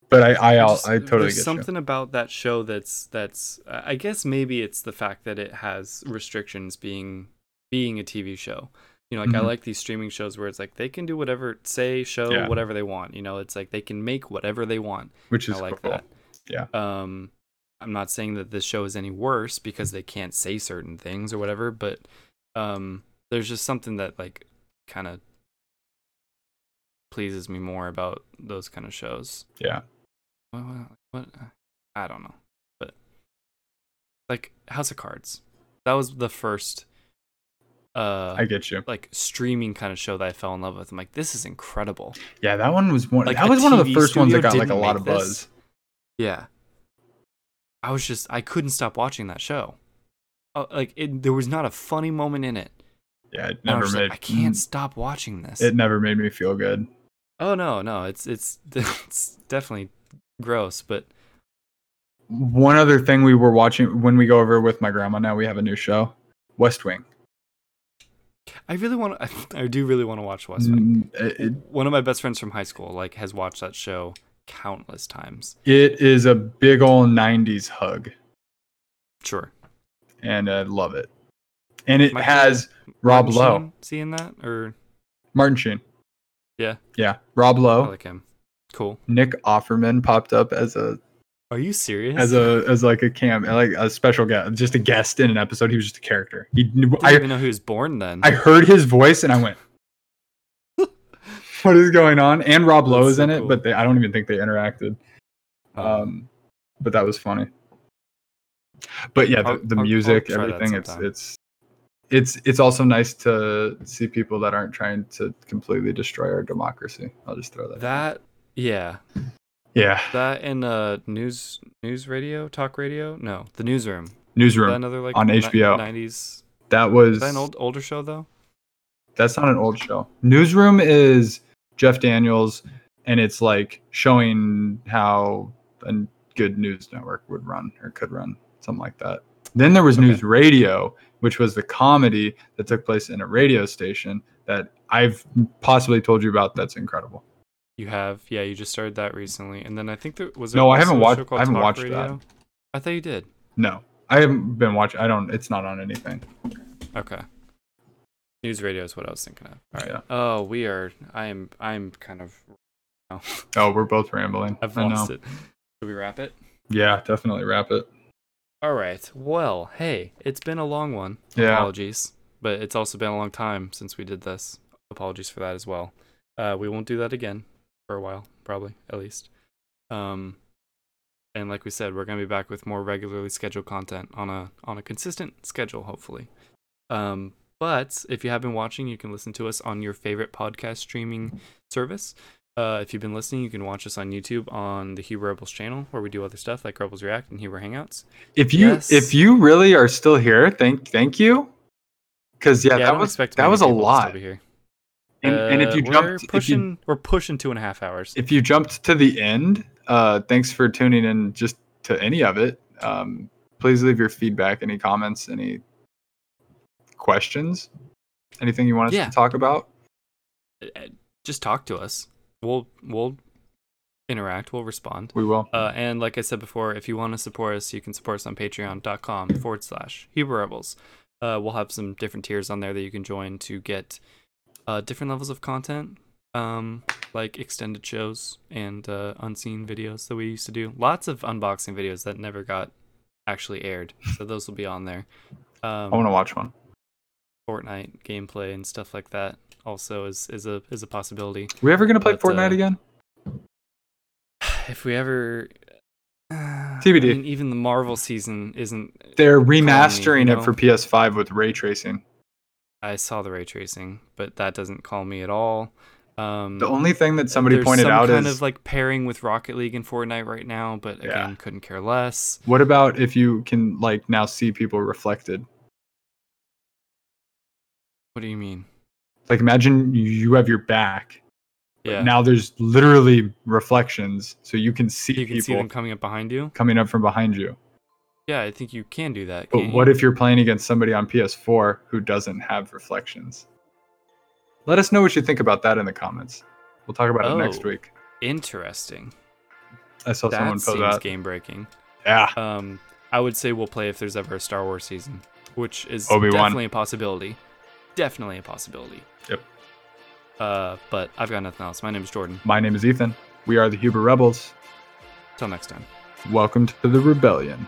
[SPEAKER 2] but I I,
[SPEAKER 1] I
[SPEAKER 2] I,
[SPEAKER 1] just-
[SPEAKER 2] I totally
[SPEAKER 1] there's
[SPEAKER 2] get you.
[SPEAKER 1] something about that show that's that's uh, i guess maybe it's the fact that it has restrictions being being a tv show you know like
[SPEAKER 2] Mhm.
[SPEAKER 1] i like these streaming shows where it's like they can do whatever say show
[SPEAKER 2] Yeah.
[SPEAKER 1] whatever they want you know it's like they can make whatever they want
[SPEAKER 2] which
[SPEAKER 1] i
[SPEAKER 2] is
[SPEAKER 1] like
[SPEAKER 2] cool.
[SPEAKER 1] that
[SPEAKER 2] Yeah.
[SPEAKER 1] um i'm not saying that this show is any worse because they can't say certain things or whatever but um there's just something that like kind of pleases me more about those kind of shows
[SPEAKER 2] Yeah.
[SPEAKER 1] what, what, what I don't know, but like House of Cards, that was the first uh
[SPEAKER 2] I get you.
[SPEAKER 1] like streaming kind of show that I fell in love with. I'm like, this is incredible.
[SPEAKER 2] Yeah, that one was one.
[SPEAKER 1] Like
[SPEAKER 2] that
[SPEAKER 1] a
[SPEAKER 2] was one of the
[SPEAKER 1] TV
[SPEAKER 2] first ones that
[SPEAKER 1] studio
[SPEAKER 2] got like a
[SPEAKER 1] didn't
[SPEAKER 2] lot
[SPEAKER 1] make
[SPEAKER 2] of
[SPEAKER 1] this.
[SPEAKER 2] buzz.
[SPEAKER 1] Yeah, I was just I couldn't stop watching that show. Uh, like it, there was not a funny moment in it.
[SPEAKER 2] Yeah, it
[SPEAKER 1] And I
[SPEAKER 2] never
[SPEAKER 1] was just
[SPEAKER 2] made.
[SPEAKER 1] like, I can't stop watching this.
[SPEAKER 2] It never made me feel good.
[SPEAKER 1] oh no, no, it's it's it's definitely gross, but
[SPEAKER 2] One other thing we were watching when we go over with my grandma now, we have a new show, West Wing.
[SPEAKER 1] I really want to. I, do really want to watch West Wing.
[SPEAKER 2] Mm, It, it-
[SPEAKER 1] one of my best friends from high school like has watched that show countless times
[SPEAKER 2] it is a big old '90s hug.
[SPEAKER 1] sure
[SPEAKER 2] and I love it. And it
[SPEAKER 1] Michael-
[SPEAKER 2] has Rob
[SPEAKER 1] Martin
[SPEAKER 2] Lowe,
[SPEAKER 1] Sheen seeing that or
[SPEAKER 2] Martin Sheen.
[SPEAKER 1] Yeah.
[SPEAKER 2] yeah. Rob
[SPEAKER 1] I
[SPEAKER 2] Lowe,
[SPEAKER 1] like him cool
[SPEAKER 2] Nick Offerman popped up as a
[SPEAKER 1] are you serious
[SPEAKER 2] as a as like a cam like a special guest, just a guest in an episode. He was just a character. He,
[SPEAKER 1] I didn't
[SPEAKER 2] I
[SPEAKER 1] even know he was born then
[SPEAKER 2] I heard his voice and I went, "What is going on?" And Rob Lowe
[SPEAKER 1] That's
[SPEAKER 2] is
[SPEAKER 1] so
[SPEAKER 2] in it,
[SPEAKER 1] cool.
[SPEAKER 2] but they, I don't even think they interacted.
[SPEAKER 1] Oh,
[SPEAKER 2] Um, but that was funny. But yeah,
[SPEAKER 1] I'll-
[SPEAKER 2] the, the
[SPEAKER 1] I'll- I'll
[SPEAKER 2] music,
[SPEAKER 1] try that
[SPEAKER 2] everything. It's
[SPEAKER 1] sometime.
[SPEAKER 2] it's it's it's also nice to see people that aren't trying to completely destroy our democracy. I'll just throw that.
[SPEAKER 1] that yeah
[SPEAKER 2] yeah,
[SPEAKER 1] that and uh news news radio talk radio no the newsroom Is that
[SPEAKER 2] newsroom.
[SPEAKER 1] another like
[SPEAKER 2] on
[SPEAKER 1] ni-
[SPEAKER 2] HBO.
[SPEAKER 1] 90s
[SPEAKER 2] That was
[SPEAKER 1] is that an old older show though
[SPEAKER 2] that's not an old show. Newsroom is Jeff Daniels, and it's like showing how a good news network would run or could run, something like that. Then there was
[SPEAKER 1] Okay.
[SPEAKER 2] News Radio, which was the comedy that took place in a radio station that I've possibly told you about. That's incredible.
[SPEAKER 1] you have yeah you just started that recently and then i think there was
[SPEAKER 2] No, I
[SPEAKER 1] also
[SPEAKER 2] haven't
[SPEAKER 1] a
[SPEAKER 2] watched-
[SPEAKER 1] show called
[SPEAKER 2] I haven't
[SPEAKER 1] Talk
[SPEAKER 2] watched that.
[SPEAKER 1] Radio? i thought you did
[SPEAKER 2] No, I haven't been watching. I don't. It's not on anything.
[SPEAKER 1] Okay. News radio is what I was thinking of. All right. Oh, we are. I am. I'm kind of. No,
[SPEAKER 2] Oh, we're both rambling.
[SPEAKER 1] I've
[SPEAKER 2] I
[SPEAKER 1] lost
[SPEAKER 2] know.
[SPEAKER 1] it. Should we wrap it?
[SPEAKER 2] Yeah, definitely wrap it.
[SPEAKER 1] All right. Well, hey, it's been a long one.
[SPEAKER 2] Yeah.
[SPEAKER 1] Apologies, but it's also been a long time since we did this. Apologies for that as well. Uh, we won't do that again for a while, probably at least. Um, and like we said, we're gonna be back with more regularly scheduled content on a on a consistent schedule, hopefully. Um, but if you have been watching, you can listen to us on your favorite podcast streaming service. Uh, if you've been listening, you can watch us on YouTube on the Hebrew Rebels channel, where we do other stuff like Rebels React and Hebrew Hangouts.
[SPEAKER 2] If you
[SPEAKER 1] Yes.
[SPEAKER 2] if you really are still here, thank thank you. Because yeah,
[SPEAKER 1] I
[SPEAKER 2] that
[SPEAKER 1] don't
[SPEAKER 2] was
[SPEAKER 1] expect
[SPEAKER 2] that
[SPEAKER 1] many
[SPEAKER 2] was a
[SPEAKER 1] people to still
[SPEAKER 2] lot.
[SPEAKER 1] be here.
[SPEAKER 2] And, and if you
[SPEAKER 1] Uh, we're
[SPEAKER 2] jumped if
[SPEAKER 1] pushing,
[SPEAKER 2] you,
[SPEAKER 1] we're pushing two and a half hours.
[SPEAKER 2] if you jumped to the end, uh, thanks for tuning in. Just to any of it, um, please leave your feedback, any comments, any questions, anything you want us
[SPEAKER 1] Yeah.
[SPEAKER 2] to talk about.
[SPEAKER 1] Uh, Just talk to us. We'll we'll interact. We'll respond.
[SPEAKER 2] We will.
[SPEAKER 1] Uh, and like I said before, if you want to support us, you can support us on patreon.com forward slash Hebrew Rebels. Uh, we'll have some different tiers on there that you can join to get uh, different levels of content, um, like extended shows and uh, unseen videos that we used to do. Lots of unboxing videos that never got actually aired. So those will be on there.
[SPEAKER 2] I want
[SPEAKER 1] Um,
[SPEAKER 2] to watch one.
[SPEAKER 1] Fortnite gameplay and stuff like that also is, is a is a possibility.
[SPEAKER 2] We ever gonna play
[SPEAKER 1] But,
[SPEAKER 2] Fortnite
[SPEAKER 1] uh,
[SPEAKER 2] again?
[SPEAKER 1] If we ever.
[SPEAKER 2] TBD.
[SPEAKER 1] I mean, even the Marvel season isn't
[SPEAKER 2] They're remastering
[SPEAKER 1] you
[SPEAKER 2] it for
[SPEAKER 1] know.
[SPEAKER 2] PS5 with ray tracing.
[SPEAKER 1] I saw the ray tracing, but that doesn't call me at all. Um,
[SPEAKER 2] The only thing that somebody
[SPEAKER 1] there's
[SPEAKER 2] pointed
[SPEAKER 1] some
[SPEAKER 2] out
[SPEAKER 1] kind
[SPEAKER 2] is
[SPEAKER 1] of like pairing with Rocket League and Fortnite right now, but again,
[SPEAKER 2] Yeah.
[SPEAKER 1] couldn't care less.
[SPEAKER 2] what about if you can like now see people reflected?
[SPEAKER 1] What do you mean?
[SPEAKER 2] Like imagine you- you have your back. but
[SPEAKER 1] Yeah,
[SPEAKER 2] Now there's literally reflections, so you can see
[SPEAKER 1] you can
[SPEAKER 2] people
[SPEAKER 1] see them coming up behind you.
[SPEAKER 2] coming up from behind you.
[SPEAKER 1] Yeah, I think you can do that.
[SPEAKER 2] But
[SPEAKER 1] can't
[SPEAKER 2] what
[SPEAKER 1] you?
[SPEAKER 2] if you're playing against somebody on PS4 who doesn't have reflections? Let us know what you think about that in the comments. We'll talk about it next
[SPEAKER 1] Oh.
[SPEAKER 2] week.
[SPEAKER 1] interesting?
[SPEAKER 2] I saw
[SPEAKER 1] That
[SPEAKER 2] someone post
[SPEAKER 1] seems
[SPEAKER 2] that.
[SPEAKER 1] game breaking.
[SPEAKER 2] Yeah.
[SPEAKER 1] Um, I would say we'll play if there's ever a Star Wars season, which is
[SPEAKER 2] Obi-Wan.
[SPEAKER 1] definitely a possibility. Definitely a possibility.
[SPEAKER 2] Yep.
[SPEAKER 1] Uh, but I've got nothing else. My name is Jordan.
[SPEAKER 2] My name is Ethan. We are the Huber Rebels.
[SPEAKER 1] Till next time.
[SPEAKER 2] Welcome to the rebellion.